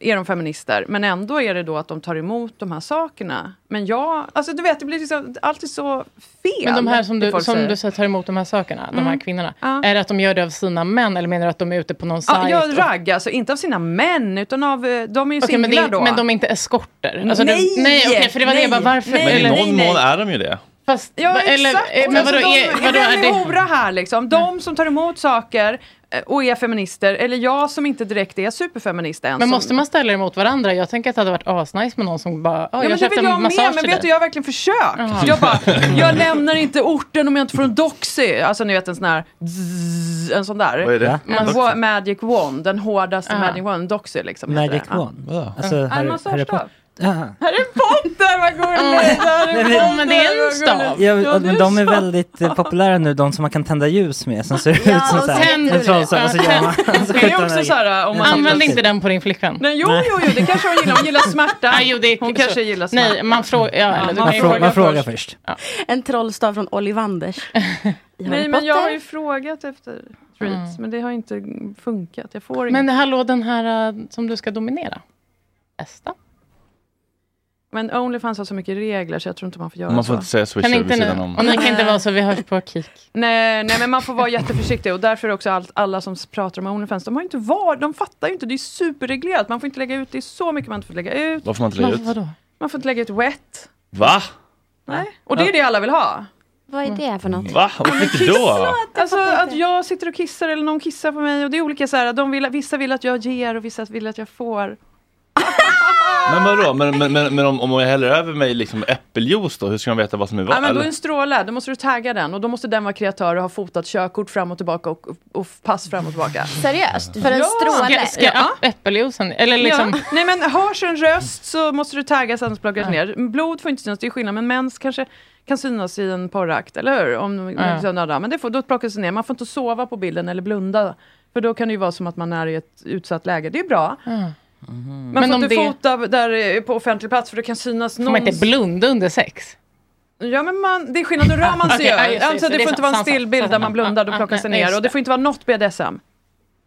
är de feminister. Men ändå är det då att de tar emot de här sakerna. Men jag, alltså du vet, det blir liksom alltid så fel.
Men de här som
det
du,
folk
som
säger.
du säger tar emot de här sakerna, de här
Mm.
kvinnorna. Är det att de gör det av sina män eller menar du att de är ute på någon
Ja,
sajt?
jag
och-
ragg, alltså inte av sina män, utan av, eh, de är ju
Okej, men,
singlar
det är,
då.
men de är inte eskorter? Alltså, det-
Nej!
nej okej, för det var det jag bara, varför?
Nej,
Men i
eller-
någon mån är de ju det.
Fast,
Ja,
va- eller,
exakt.
eh, Men
Alltså,
vadå,
de,
är, vadå,
vem är,
är det, Mm.
hora här liksom? De som tar emot saker eh, och är feminister, eller jag som inte direkt är superfeminist än.
men
som,
måste man ställa det mot varandra? Jag tänker att det hade varit asnice med någon som bara,
Ja,
oh, jag
men det
köpte
vill jag
en massage
med,
till
men
dig.
vet du, jag har verkligen försökt. Jag bara, jag lämnar inte orten om jag inte får en doxy. Alltså ni vet en sån här, zzz, en sån där.
Vad är det?
En
Doxy?
wa- magic wand, den hårdaste
Ah.
magic wand, en doxy liksom. heter
Magic
det. Ja.
Wand? Alltså,
En
Harry, Harry
massagestav.
Potter? Jaha.
Harry Potter, vad gulligt! Harry
Nej,
Potter,
men-
men det är en
vad
stav.
gulligt.
Ja,
Ja, det
men
är
de är
så.
väldigt eh, populära nu, de som man kan tända ljus med som ser ut som
och
så här,
tänder
en trollstav.
det.
Och så gör man... och så
Men det är
skjuter man
också
iväg.
så här, om man-
Använd inte den på din flickvän.
Nej, jo, jo, jo, det kanske hon gillar. Hon gillar smärta.
Nej, jo, det,
Hon kanske gillar smärta.
Nej, man frågar... Ja, eller, du
Man,
kan ju
frå-
fråga
man frågar
först.
först.
En trollstav från Ollivanders.
Nej, men jag har ju frågat efter treats, men det har inte funkat. Jag får
Mm. Men
inget.
hallå, den här eh, som du ska dominera. Esta.
Men Onlyfans har så mycket regler så jag tror inte man får göra
Man
så.
får inte säga swisher vid sidan om.
Och ni kan inte vara så, vi hörs på kik.
Nej, nej, men man får vara jätteförsiktig och därför är också allt, alla som pratar om Onlyfans, de har ju inte var, de fattar ju inte, det är superreglerat. Man får inte lägga ut, det är så mycket man inte får lägga ut.
Vad får man inte lägga ut? Vadå?
Man får inte lägga ut wet.
Va?
Nej. Och det är det alla vill ha.
Vad är det för något?
Va? Varför då?
Alltså att jag sitter och kissar eller någon kissar på mig och det är olika så här, de vill, vissa vill att jag ger och vissa vill att jag får.
Men vadå? Men, men, men, men om, om jag häller över mig liksom äppeljuice då, hur ska man veta vad som är vad?
Ja, men då är
eller?
en stråle, då måste du tagga den och då måste den vara kreatör och ha fotat körkort fram och tillbaka och, och, och pass fram och tillbaka.
Seriöst? För en
Ja.
stråle?
Ska- ska- Ja.
Äppeljuicen, eller liksom...
Ja. Nej men hörs en röst så måste du taggas annars plockas ner. Blod får inte synas, det är skillnad. Men mens kanske kan synas i en porrakt, eller hur? Om de
Ja.
liksom dödar. Men det får, då plockas det ner. Man får inte sova på bilden eller blunda. För då kan det ju vara som att man är i ett utsatt läge. Det är bra.
Mm-hmm.
Man
Mm. Men
får
om
inte
det-
fota där eh, på offentlig plats för det kan synas
Får man inte
någons...
blunda under sex?
Ja men man, det är skillnad, då rör man sig
Okej,
ju.
ja, just det, just
alltså,
det.
det,
Det är
får
sant,
inte vara en
sant, sant,
stillbild
sant,
där
sant.
man blundar, då
Ah,
plockas det
nej,
ner.
just
Och det får inte vara något BDSM.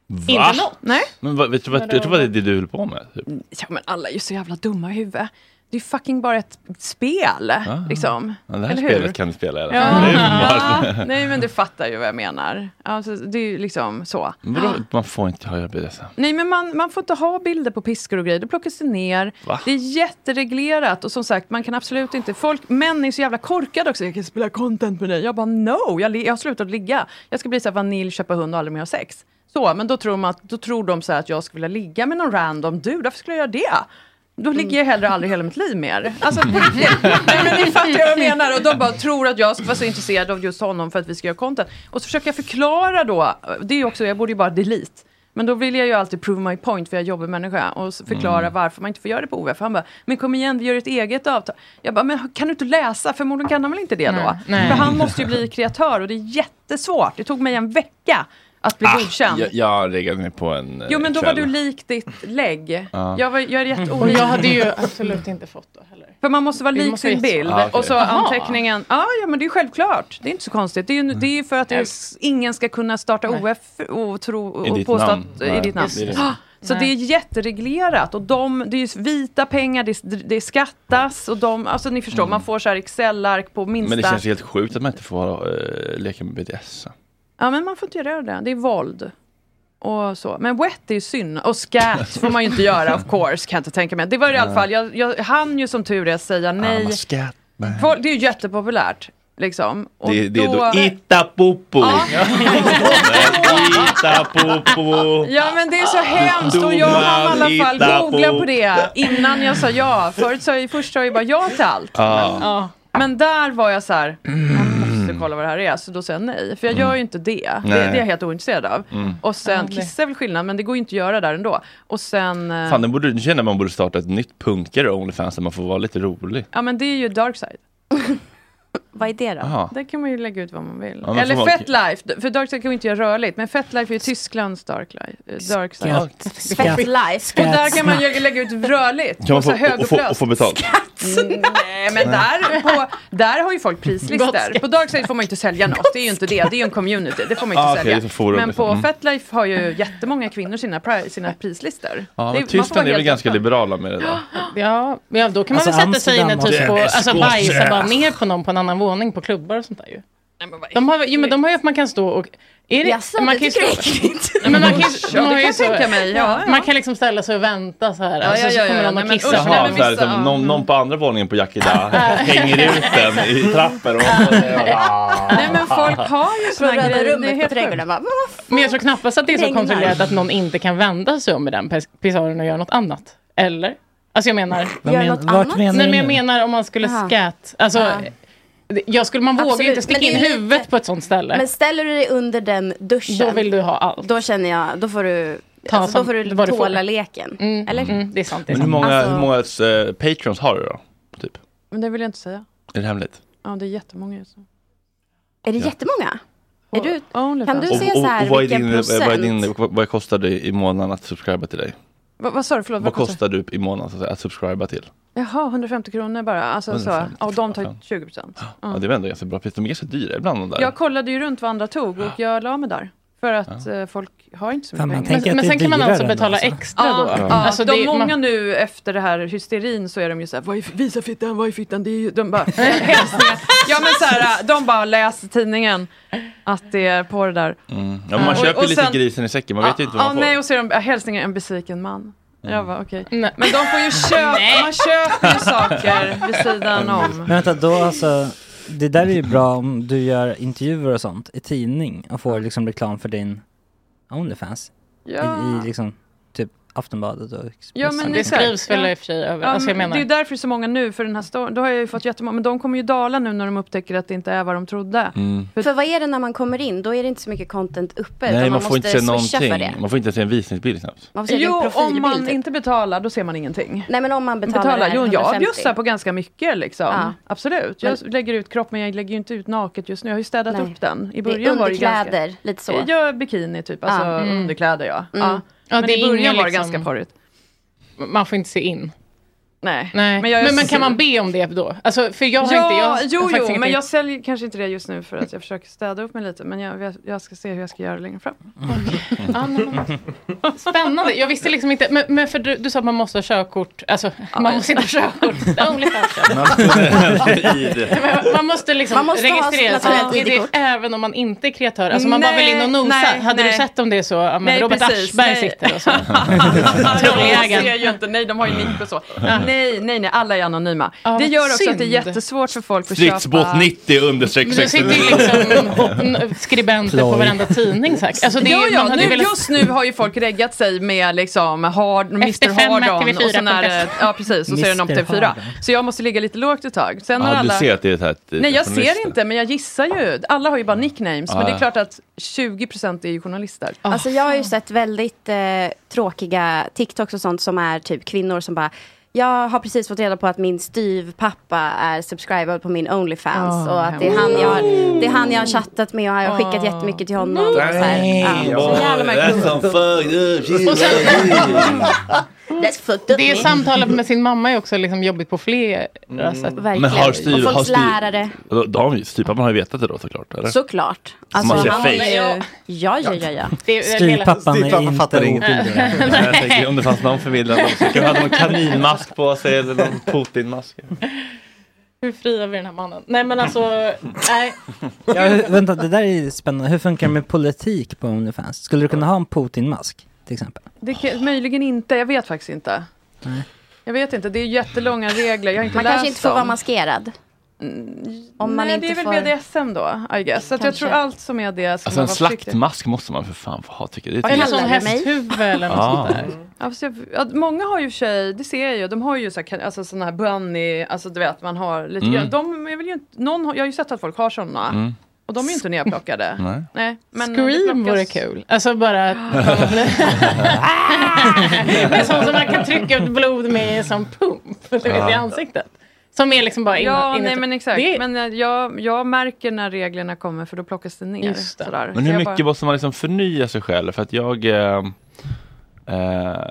Va?
Inte något. Nej.
Men vad, vet du vad, vet du vad det är det du höll på med? Typ?
Ja men alla är ju så jävla dumma i huvudet. Det är fucking bara ett spel, liksom.
Ah. Ja, det här
Eller hur?
spelet kan du spela i alla
Ja.
fall. Det är ju
Ja,
bara-
nej men du fattar ju vad jag menar. Alltså, det är ju liksom så.
Men vadå? Man får inte höra BDSM.
Nej men man, man får inte ha bilder på piskor och grejer, det plockas det ner.
Va?
Det är jättereglerat och som sagt man kan absolut inte, folk, män är så jävla korkade också, jag kan spela content med dig. Jag bara no, jag, li- jag har slutat ligga. Jag ska bli så här vanilj, köpa hund och aldrig mer ha sex. Så, men då tror, man, att- då tror de så här att jag skulle vilja ligga med någon random dude, varför skulle jag göra det? Då ligger jag hellre aldrig i hela mitt liv mer. Alltså på riktigt. Nej, men ni fattar vad jag menar. Och de bara tror att jag ska vara så intresserad av just honom för att vi ska göra content. Och så försöker jag förklara då, det är ju också, jag borde ju bara delete. Men då vill jag ju alltid prove my point, för jag jobbar människa och s- förklara
Mm.
varför man inte får göra det på OF. Han bara, men kom igen, vi gör ett eget avtal. Jag bara, men kan du inte läsa? Förmodligen kan han väl inte det då?
Nej, nej.
För han måste ju bli kreatör och det är jättesvårt. Det tog mig en vecka att
Ah,
bli godkänd.
Ah, jag, jag reggade mig på en eh,
Jo men då var
kväll.
du lik ditt lägg.
Ja.
Jag, var, jag är jätteolik.
Och jag hade ju absolut inte fått då heller.
För man måste vara
Vi
lik
måste
sin
vara
bild.
jättesmå. Ah, okej.
Och så
Jaha.
anteckningen. Ja, ja, men det är självklart. Det är inte så konstigt. Det är ju
Mm.
det är ju för att det är, ingen ska kunna starta OF och, tro,
I
och
ditt
påstå
namn.
att,
Nej,
i ditt namn.
det är det.
Ah, Så
Nej.
det är jättereglerat. Och de, det är ju vita pengar, det, det skattas och de, alltså ni förstår,
Mm.
man får så här Excel-ark på minsta...
Men det känns helt sjukt att man inte får eh, leka med BDSM.
Ja, men man får inte göra det. Det är våld. Och så. Men wet är ju synd. Och scat får man ju inte göra, of course, kan jag inte tänka mig. Det var i alla
Nej.
fall, jag, jag hann ju som tur är
Ah,
säga nej.
I'm a scat
Folk, det är ju jättepopulärt. Liksom. Och
Det, det är då Itapopo. Itapopo.
Ja men det är så hemskt och jag har i alla fall
Dumma
googlat på det
lita
innan jag sa ja. Förut sa jag, först sa jag bara ja till allt.
Ja.
Ja. Men där var jag så här, jag måste kolla vad det här är, så då sa jag nej. För jag gör ju inte det. Det, det
Nej.
är jag helt ointresserad av.
Mm.
Och sen,
Aldrig.
kissa är väl skillnad, men det går ju inte att göra där ändå. Och sen, eh,
Fan, det borde, nu känner jag att man borde starta ett nytt punkare Onlyfans där man får vara lite rolig.
ja men det är ju dark side.
Vad är det då?
Aha.
Där kan man ju lägga ut vad man vill.
Ja, men får
Eller
man-
Fetlife, för Dark Side kan vi inte göra rörligt. Men Fetlife är ju Tysklands Dark, li- eh, dark Side.
Skatt.
Fetlife. Och där kan man ju lägga ut rörligt.
Kan man
och så
få- och- och få-
högupplöst.
och få betalt?
Nej, men där, på, där har ju folk prislistor. På Dark Side får man ju inte sälja något. Det är ju inte det. Det är ju en community. Det får man ju
Ah,
inte
okej,
sälja.
det är för forum,
men på
liksom. Mm.
Fetlife har ju jättemånga kvinnor sina, pri- sina prislistor.
Ja,
Det-
men
man får vara
Tyskland är väl
helt
ganska liberala med det där.
Ja, men ja, då kan man
Alltså,
väl sätta sig in
Amsterdam
och typ
har-
på,
Det är
alltså
skåp.
bajsa bara ner på någon på en annan våning på klubbar och sånt där ju. De har, jo, men de har ju att man kan stå och... Är det,
Jaså, det
kan ju
tycker
stå-
jag är äckligt.
Nej, men man kan, ju-
Ja,
man
det
har ju
kan jag
så-
tänka mig, ja, ja.
Man kan liksom ställa sig och vänta så här.
Ja,
alltså,
ja,
så
ja,
kommer
ja,
någon
nej,
och
men
kissar.
usch, nej,
Jaha,
men
så här,
vissa-
liksom, någon, någon på andra våningen på Yakida hänger ut den
Mm.
i trappor. Och
Alltså- Nej men folk har ju såna
Från röda
grejer.
rummet på trädgården,
Men jag tror knappast att det är så
Regnar.
kontrollerat att någon inte kan vända sig om i den pes- pissoaren och göra något annat. Eller? Alltså jag menar...
Vad Gör men- något vart annat? menar
Nej,
du
men jag
nu?
menar om man skulle
Jaha.
scat. Alltså,
Ja.
det- jag skulle, man vågar ju
Absolut,
inte sticka
men
in
det är lite-
huvudet på ett sånt ställe.
Men ställer du dig under den duschen. Då vill
du ha allt.
Då känner jag, då får du,
Ta
alltså, då
som-
får du
vad du får. Mm,
tåla leken. Eller?
det är sant.
Men hur många, hur många eh, patrons har du då? Typ?
Men det vill jag inte säga.
Är det hemligt?
Ja, det är jättemånga just nu.
Är det
Ja.
jättemånga? Är du, kan du
och,
se
och,
så här
och vad, är
vilken
din,
procent?
vad, är din, vad kostar det i månaden att subscriba till dig?
Va, vad sa du? Förlåt,
Vad kostar du i månaden så att, säga, att subscriba till?
Jaha, 150 kronor bara. Alltså,
150,
så. Och de tar 20 procent.
Ja. det är väl ändå ganska bra pris. De är ganska dyra ibland de där.
Jag kollade ju runt vad andra tog och jag la mig där. För att eh, folk har inte så mycket
Fan, man
pengar.
tänker att Men- men det är sen kan man dyrare alltså ändå, betala alltså. extra
ja,
då.
Ja.
Ja. Alltså,
de
det-
många
man-
nu efter det här hysterin så är de ju så här, vad är, visa fittan, vad är fittan? Det är ju, de bara, hälsningar. ja men så här, de bara läser tidningen att det är på det där.
Mm. Ja, man
Och-
köper
och
lite
sen-
grisen i säcken, man vet ju inte vad
Ja,
man får. Mm.
nej, och så är de, hälsningar en besviken man. Jag bara okej.
Men
de får ju köpa, man köper ju saker vid sidan
Mm.
om.
Men vänta, då alltså, det där är ju bra om du gör intervjuer och sånt i tidning och får liksom reklam för din Onlyfans.
Ja.
I, I liksom typ Aftonbladet och Expressen.
Ja, men
Det
exakt.
skrivs väl
ja.
i och för sig över.
Ja,
alltså, jag
men
menar.
Det är ju därför så många nu, för den här storyn, då har jag ju fått jättemånga, men de kommer ju dala nu när de upptäcker att det inte är vad de trodde.
Mm.
För, vad är det när man kommer in? Då är det inte så mycket content uppe. utan
Nej, man får
måste
inte se
swisha för
någonting.
det.
Man får inte se en visningsbild knappt.
Man får se din
Jo,
profilbild.
om man
typ.
inte betalar då ser man ingenting.
Nej men om man betalar, det här
Jo, jag
150.
bjussar på ganska mycket liksom.
Ja.
Absolut. Jag
Men-
lägger ut kropp men jag lägger ju inte ut naket just nu. Jag har ju städat
Nej.
upp den.
Det är
I början var det ju
underkläder,
ganska...
lite så.
Ja, bikini typ.
Ja.
Alltså
Mm.
underkläder ja.
Mm.
ja.
Ja,
men
det
i
är
början
ingen,
var det
liksom-
ganska porrigt.
Man får inte se in.
Nej.
Nej. Men,
jag-
men, kan man be om det då? Alltså, för jag har
ja,
inte... Jag, har
jo,
faktiskt
jo,
inget
men jag
riktigt-
säljer kanske inte det just nu för att jag försöker städa upp mig lite. Men jag, vet- jag ska se hur jag ska göra längre fram.
Mm. Ja, nej, men- Spännande. Jag visste liksom inte. Men, men för du, du sa att man måste ha körkort. Alltså, man måste inte ha körkort. Only Men man måste liksom
Man måste ha
registrera sig.
nationellt
Det är det
ID-kort.
Även om man inte är kreatör. Alltså man bara
Nej,
vill in och nosa.
nej,
Hade du
nej.
sett om det är så? Ja, men
Nej,
Robert
precis,
Aschberg
nej.
sitter och så.
jag
Trolljägaren.
ser ju inte, nej de har ju nick och så. Nej, nej, nej, alla är anonyma.
Ja,
det
vad
gör också att det är
synd.
jättesvårt för folk att
Stridsbåt
köpa...
90 understreck
Men du sitter ju liksom skribenter på
Ploj.
varenda tidning säkert. Alltså, det är,
ja,
man
ja,
hade
nu,
ju velat-
just nu har ju folk reggat sig med liksom hard, Mr
fem
Hard On
TV4
och sen är det,
punkt se.
ja precis, och så är det någon på
Mr.
TV4.
Hard
Så jag måste ligga lite lågt ett tag. Sen har
Ja, du
alla...
ser att det är ett här...
Nej jag ser inte men jag gissar ju. Alla har ju bara nicknames
Ja,
men det
ja.
är klart att 20% är ju journalister.
Alltså jag har ju sett väldigt eh, tråkiga TikToks och sånt som är typ kvinnor som bara jag har precis fått reda på att min styvpappa är subscribad på min Onlyfans
Ah,
och att det är, han jag har, det är han jag har chattat med och jag har skickat jättemycket till honom. Och så här, ja, så jävla märkligt.
Det är samtalet med sin mamma är också liksom jobbigt på flera sätt.
Mm. Men har styr, har styr, Då, då har ju- styrpappan har ju vetat det då såklart, eller?
Såklart.
Alltså, man ser
han
face.
är ju... Ja, ja, ja. ja.
Det är- Styvpappan
är Styvpappan fattar inte ingenting. oskyldig.
Nej, jag tänker om det fanns någon förmedlad också. Kanske hade någon kaninmask på sig eller någon Putin-mask.
Hur friar vi den här mannen? Nej men alltså, nej.
Ja, hur, vänta, det där är ju spännande. Hur funkar det med politik på Onlyfans? Skulle du kunna ha en Putin-mask till exempel?
Det kan, möjligen inte, jag vet faktiskt inte.
Nej.
Jag vet inte, det är jättelånga regler. Jag har inte
Man
läst
kanske inte får
dem.
vara maskerad. Mm, Om man
Nej,
inte
det är väl
får...
BDSM då, I guess. Så att jag
Kanske.
tror allt som är det ska
Alltså
man
en
vara försiktig.
slaktmask måste man för fan få ha tycker jag. Det är
Eller
ett-
sån hästhuvud eller något
Ah.
sånt där.
Ja, fast Alltså, jag, ja, många har ju i och för sig, det ser jag ju, de har ju så här, kan- alltså, såna här bunny, alltså du vet man har lite
Mm.
grann. De är väl ju inte, någon, har- jag har ju sett att folk har sådana.
Mm.
Och de är ju inte nerplockade.
Nej.
Nej, men
Scream vore kul. Alltså bara... Men sånt som man kan trycka ut blod med som pump du vet, i
Ja.
ansiktet. Som är liksom bara innan-
Ja,
inuti-
nej men exakt.
Det är-
Men eh, jag, jag märker när reglerna kommer för då plockas det ner.
Just det.
Sådär.
Men
Så
hur
jag
mycket
bara,
måste man liksom förnya sig själv? För att jag, eh, eh,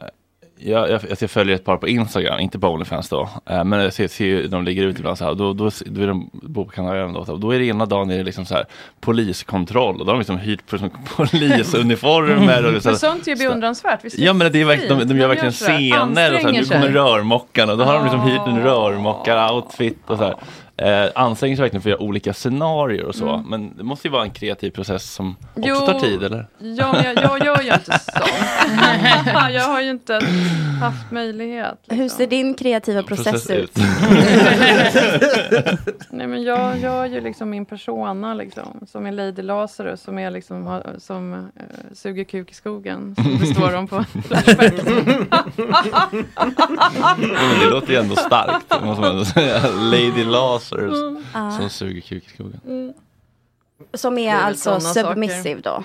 jag, jag, jag följer ett par på Instagram, inte på Onlyfans då. Eh, men jag ser, ser ju, de ligger ute ibland så här. Då, då, då är de bokhandlare ändå. Och då är det ena dagen är det liksom så här poliskontroll. Och då har de liksom hyrt på, som,
Mm.
polisuniformer. Och så
men
här,
sånt är ju beundransvärt. Visst är
Ja men det är verkligen, de,
fint?
de gör verkligen
sådär.
scener och så här,
Anstränger
nu kommer
sig.
rörmokaren och då har de liksom hyrt en rörmokar-outfit och så här. Eh, anstränger sig verkligen för att göra olika scenarier och så.
Mm.
Men det måste ju vara en kreativ process som också
Jo,
tar tid eller?
Ja, men jag, jag gör ju inte sånt. jag har ju inte haft möjlighet.
Hur ser din kreativa process,
Process
ut?
ut.
Nej men jag gör ju liksom min persona liksom, som är Lady Lazarus som, är liksom, har- som eh, suger kuk i skogen. Som det står om på Flashback.
Men det låter ju ändå starkt, det måste man ändå säga. Lady Lazarus
Mm. Ja.
som suger kuk i skogen.
Som
Det
är,
är väl
alltså
såna
submissive då?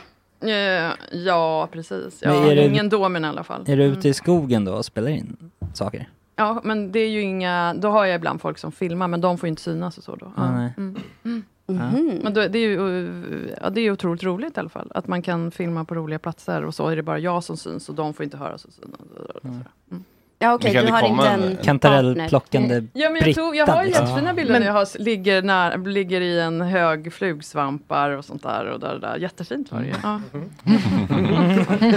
Eh, ja, precis. Ja,
Men är det-
ingen domen i alla fall. Mm.
Är du ute i skogen då och spelar in saker?
Ja, men det är ju inga, då har jag ibland folk som filmar, men de får ju inte synas och så då.
Ah, nej.
Mm.
Mhm.
Men då, det, är ju, eh, ja, det är ju otroligt roligt i alla fall, att man kan filma på roliga platser och så är det bara jag som syns och de får inte höras och synas.
Mm.
Alltså. Ja
okej, Men kan du det har komma inte en- en kantarellplockande
partner. Ja, men jag, tog, jag har ju
Britta, liksom.
jättefina bilder
Men-
när jag har, s- ligger, när, ligger i en hög flugsvampar och sånt där. Och där, där. Jättefint var det ju.
Mm.
Ja.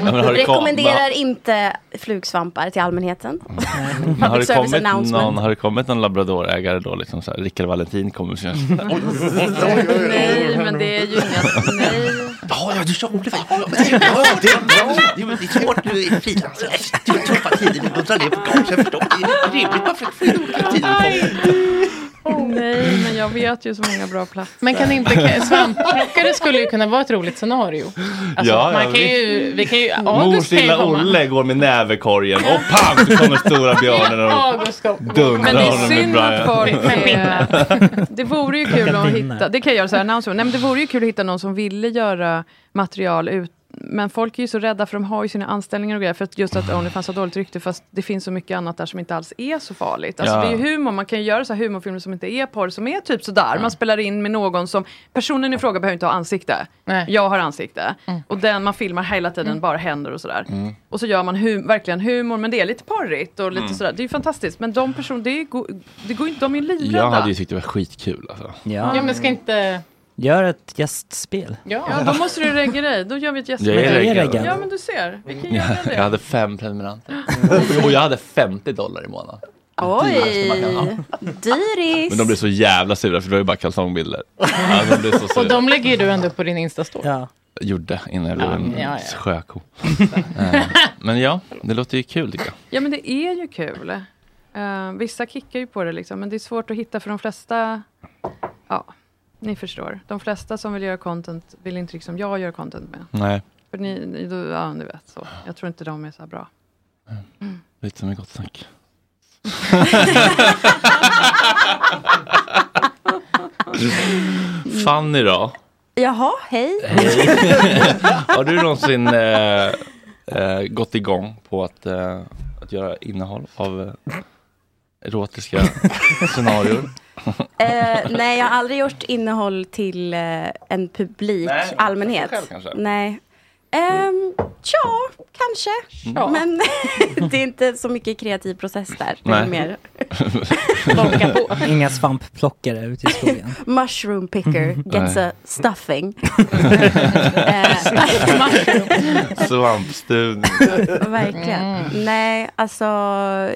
men har det kom-
Rekommenderar
va-
inte flugsvampar till allmänheten.
Mm. Men har,
Public
det
service
kommit
announcement.
någon, har det kommit någon labradorägare då, liksom så här, Rickard Valentin kommer och säger så här, oj,
Nej, men det är ju inget... Nej.
Ja, ja, du sa Olle. Ja, ja, det är bra. Det är bra. Det är- det är Alltså, svårt nu i frilansare. Det är tuffa tider. men De drar ner på gagen. Jag förstår. Det är rimligt. Man får ju olika tider.
Nej, men jag vet ju så många bra platser.
Men kan inte kan- svampplockare skulle ju kunna vara ett roligt scenario. Alltså,
Ja, ja,
man kan
visst.
ju, vi kan ju,
Mors
August kan ju
lilla
komma.
Olle går med näverkorgen och pang så kommer stora björnen och
August kom.
Men det
dundrar
är
honom med
synd att folk
Brian.
är, Det vore ju kul att
Pinnar.
hitta, det kan jag göra så här announcement. Nej, men det vore ju kul att hitta någon som ville göra material ut men folk är ju så rädda för de har ju sina anställningar och grejer för att just att Onlyfans har dåligt rykte fast det finns så mycket annat där som inte alls är så farligt. Alltså
Ja.
det är ju humor, man kan ju göra så här humorfilmer som inte är porr som är typ sådär. Man spelar in med någon som, personen i fråga behöver inte ha ansikte. Jag har ansikte.
Mm.
Och den man filmar hela tiden bara händer och sådär. Och så gör man hu- verkligen humor, men det är lite porrigt och lite
Mm.
sådär. Det är ju fantastiskt. Men de personer, det är go- det går inte, de är ju livrädda.
Jag hade ju tyckt det var skitkul alltså.
Ja.
Ja, men
ska inte...
Gör ett gästspel.
Ja, då måste du regga dig. Då gör vi ett gästspel.
Jag är reggad.
Ja, men du ser. Vi kan
Ja,
göra det.
Jag hade fem prenumeranter. Och jag hade 50 dollar i månaden.
Oj, dyris.
Men de blev så jävla sura för det var ju bara kalsongbilder. Alltså, de blev så
Och
sura.
de lägger ju du ändå upp på din Insta-story.
Gjorde innan jag blev
Ja,
en
ja, ja.
sjöko. Eh, Men ja, det låter ju kul tycker jag.
Ja, men det är ju kul. Eh, vissa kickar ju på det, liksom, men det är svårt att hitta för de flesta... Ja, ni förstår. De flesta som vill göra content vill inte liksom jag gör content med.
Nej.
För ni, ni då, ja, ni vet så. Jag tror inte de är så här bra.
Lite som en gott snack. Fanny då?
Jaha, hej.
Har du någonsin eh, eh, gått igång på att, eh, att göra innehåll av eh, erotiska scenarier?
Eh, nej, jag har aldrig gjort innehåll till eh, en publik
Nej,
allmänhet.
själv kanske.
Nej. Ehm, tja, kanske.
Ja.
Men det är inte så mycket kreativ process där. Det är
Nej.
mer
Inga svampplockare ute i skogen.
mushroom picker gets
Nej.
a stuffing. Eh,
Svampstuvning.
Verkligen.
Mm.
Nej, alltså,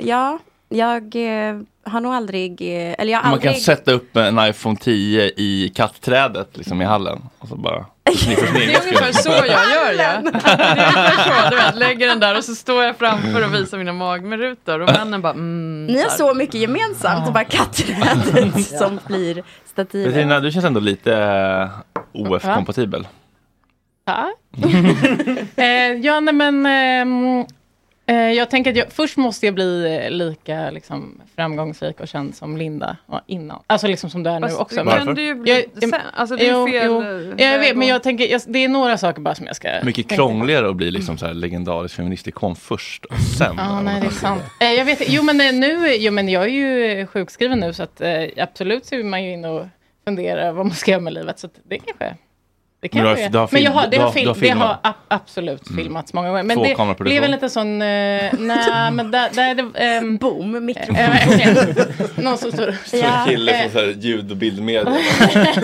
ja. Jag eh, har nog aldrig, eh, eller jag har
Man
aldrig...
kan sätta upp en iPhone 10 i kattträdet liksom i hallen och så bara sniffa
Det är ungefär så jag gör. Ja. Det är ungefär så, du vet, lägger den där och så står jag framför och visar mina magmerutor och männen bara mm.
Ni har
där.
så mycket gemensamt, och bara katträdet typ som blir stativet.
Petrina, du känns ändå lite eh, OF-kompatibel.
Tack. eh, ja, nej men... ehm, Eh, jag tänker att jag, först måste jag bli eh, lika liksom, framgångsrik och känd som Linda var innan. Alltså liksom som du är nu
Fast
också.
det kan Varför? du ju bli sen. Alltså, det är
jo,
fel,
jo.
eh,
Jag
väg
vet, men
att-
jag tänker, jag, det är några saker bara som jag ska...
Mycket
tänka på.
krångligare att bli liksom så här legendarisk feminist. Det kom först och sen.
Ja, nej, det är sant. Eh, jag vet, jo, men eh, nu, jo, men jag är ju eh, sjukskriven nu, så att, eh, absolut så är man ju inne och funderar vad man ska göra med livet. Så att det kanske... Det kan
Men du har-
jag göra.
du har
men jag har,
film-
det
du
har,
har-
film,
du har
det har
filmat.
ab- absolut
Mm.
filmats många gånger. Men
Två
det
kameraproduktion.
blev väl lite sån... eh, nej, men där... där det, um,
Boom, mikrofon.
någon som står...
Som en kille
Eh,
från så här ljud och bildmedia.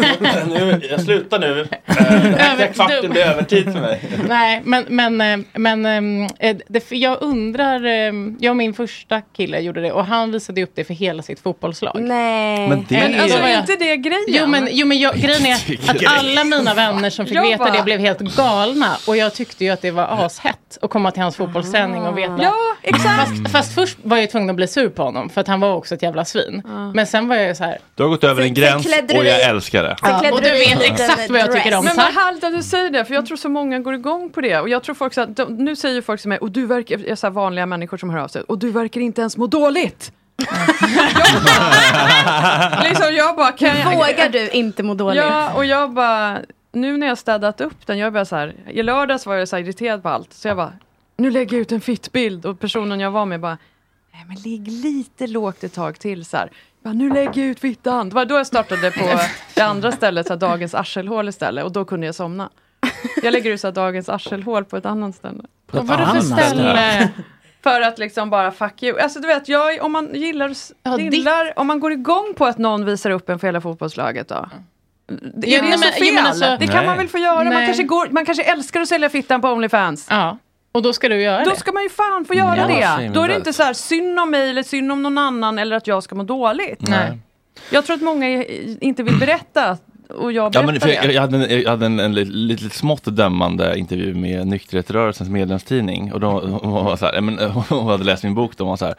nu, jag slutar nu. Eh, Den här
Över-
kvarten blir övertid för mig.
Nej, men, men, eh, men ehm, eh, det, jag undrar... ehm, Jag och min första kille gjorde det och han visade ju upp det för hela sitt fotbollslag.
Nej.
Men det
Men alltså,
Då var
är
jag-
inte det grejen?
Jo men, jo, men jag, grejen
Det
är
är
att
grejen.
alla mina vänner som fick
Jag
veta
bara-
det blev helt galna. Och jag tyckte ju att det var ashett att komma till hans fotbollsträning och veta.
Ja,
exakt. Fast, fast först var jag ju tvungen att bli sur på honom för att han var också ett jävla svin. Men sen var jag ju så här.
Du har gått över en gräns
klädde du
och jag
dig-
älskar det.
Ja, och du vet exakt vad jag tycker om.
Men vad
Tack.
härligt att du säger det, för jag tror så många går igång på det. Och jag tror folk, så att de, nu säger ju folk till mig, och du verkar, jag är så här vanliga människor som hör av sig, och du verkar inte ens må dåligt. liksom jag bara, kan jag,
Vågar du inte må dåligt?
Ja, och jag bara, nu när jag städat upp den, jag bara så här, i lördags var jag så här irriterad på allt, så jag bara, nu lägger jag ut en fittbild och personen jag var med bara, nej men ligg lite lågt ett tag till så här. Jag Bara, nu lägger jag ut fittan. Det var då jag startade på det andra stället, så här, dagens arselhål istället, och då kunde jag somna. Jag lägger ut så här, dagens arselhål på ett annat ställe.
På ett Vad var det för annat ställe? ställe?
För att liksom bara fuck you. Alltså du vet, jag, om man gillar, gillar om man går igång på att någon visar upp en för hela fotbollslaget då. Det,
Ja,
är det
nej,
så
men- jo,
fel?
men alltså-
det kan
Nej.
man väl få göra? Man
Nej.
kanske, går, man kanske älskar att sälja fittan på Onlyfans.
Ja, och då ska du göra
då
det. Mm.
Då ska man ju fan få göra
Ja,
det.
shame
Då är det
belt.
inte så här synd om mig eller synd om någon annan eller att jag ska må dåligt.
Nej.
Jag tror att många i- inte vill berätta och jag
Ja,
berättar
men för jag,
det.
jag hade en, jag hade en, en lite, lite smått dömande intervju med Nykterhetsrörelsens medlemstidning. Och då, hon, var så här, men, eh, hon hade läst min bok då, och var så här,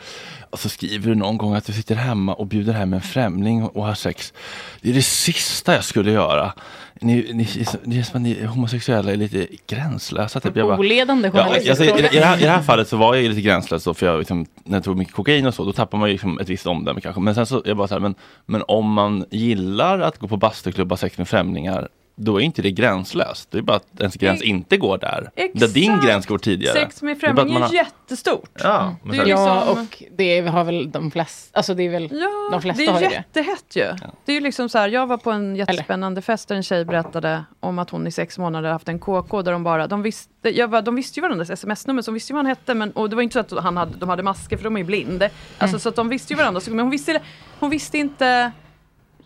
och så skriver du någon gång att du sitter hemma och bjuder hem en främling och har sex. Det är det sista jag skulle göra. Ni, ni, ni, är som att ni homosexuella är lite gränslösa. Typ. Jag bara,
Oledande
Ja,
journalist.
alltså, i, i, det här, I det här fallet så var jag ju lite gränslös då, för jag, liksom, när jag tog mycket kokain och så, då tappar man ju liksom ett visst omdöme kanske. Men sen så, jag bara så här, men, men om man gillar att gå på bastuklubb och ha sex med främlingar, då är inte det gränslöst. Det är bara att ens gräns
Ex-
inte går där. Där
Exakt.
din gräns går tidigare.
Sex med
Det är bara att
främling
man
är
har-
ju jättestort.
Ja, men
Det är
så-
Mm. Ja,
liksom-
och det har väl de flesta. Alltså det är väl de flesta
det är
har ju det.
jättehett ju. Det är ju liksom så här, jag var på en jättespännande fest där en tjej berättade om att hon i sex månader haft en KK där de bara, de visste, jag bara, de visste ju varandras sms-nummer, så de visste ju vad han hette, men, och det var inte så att han hade, de hade masker för de är ju blind. Alltså så att de visste ju varandra, så- men hon visste, hon visste inte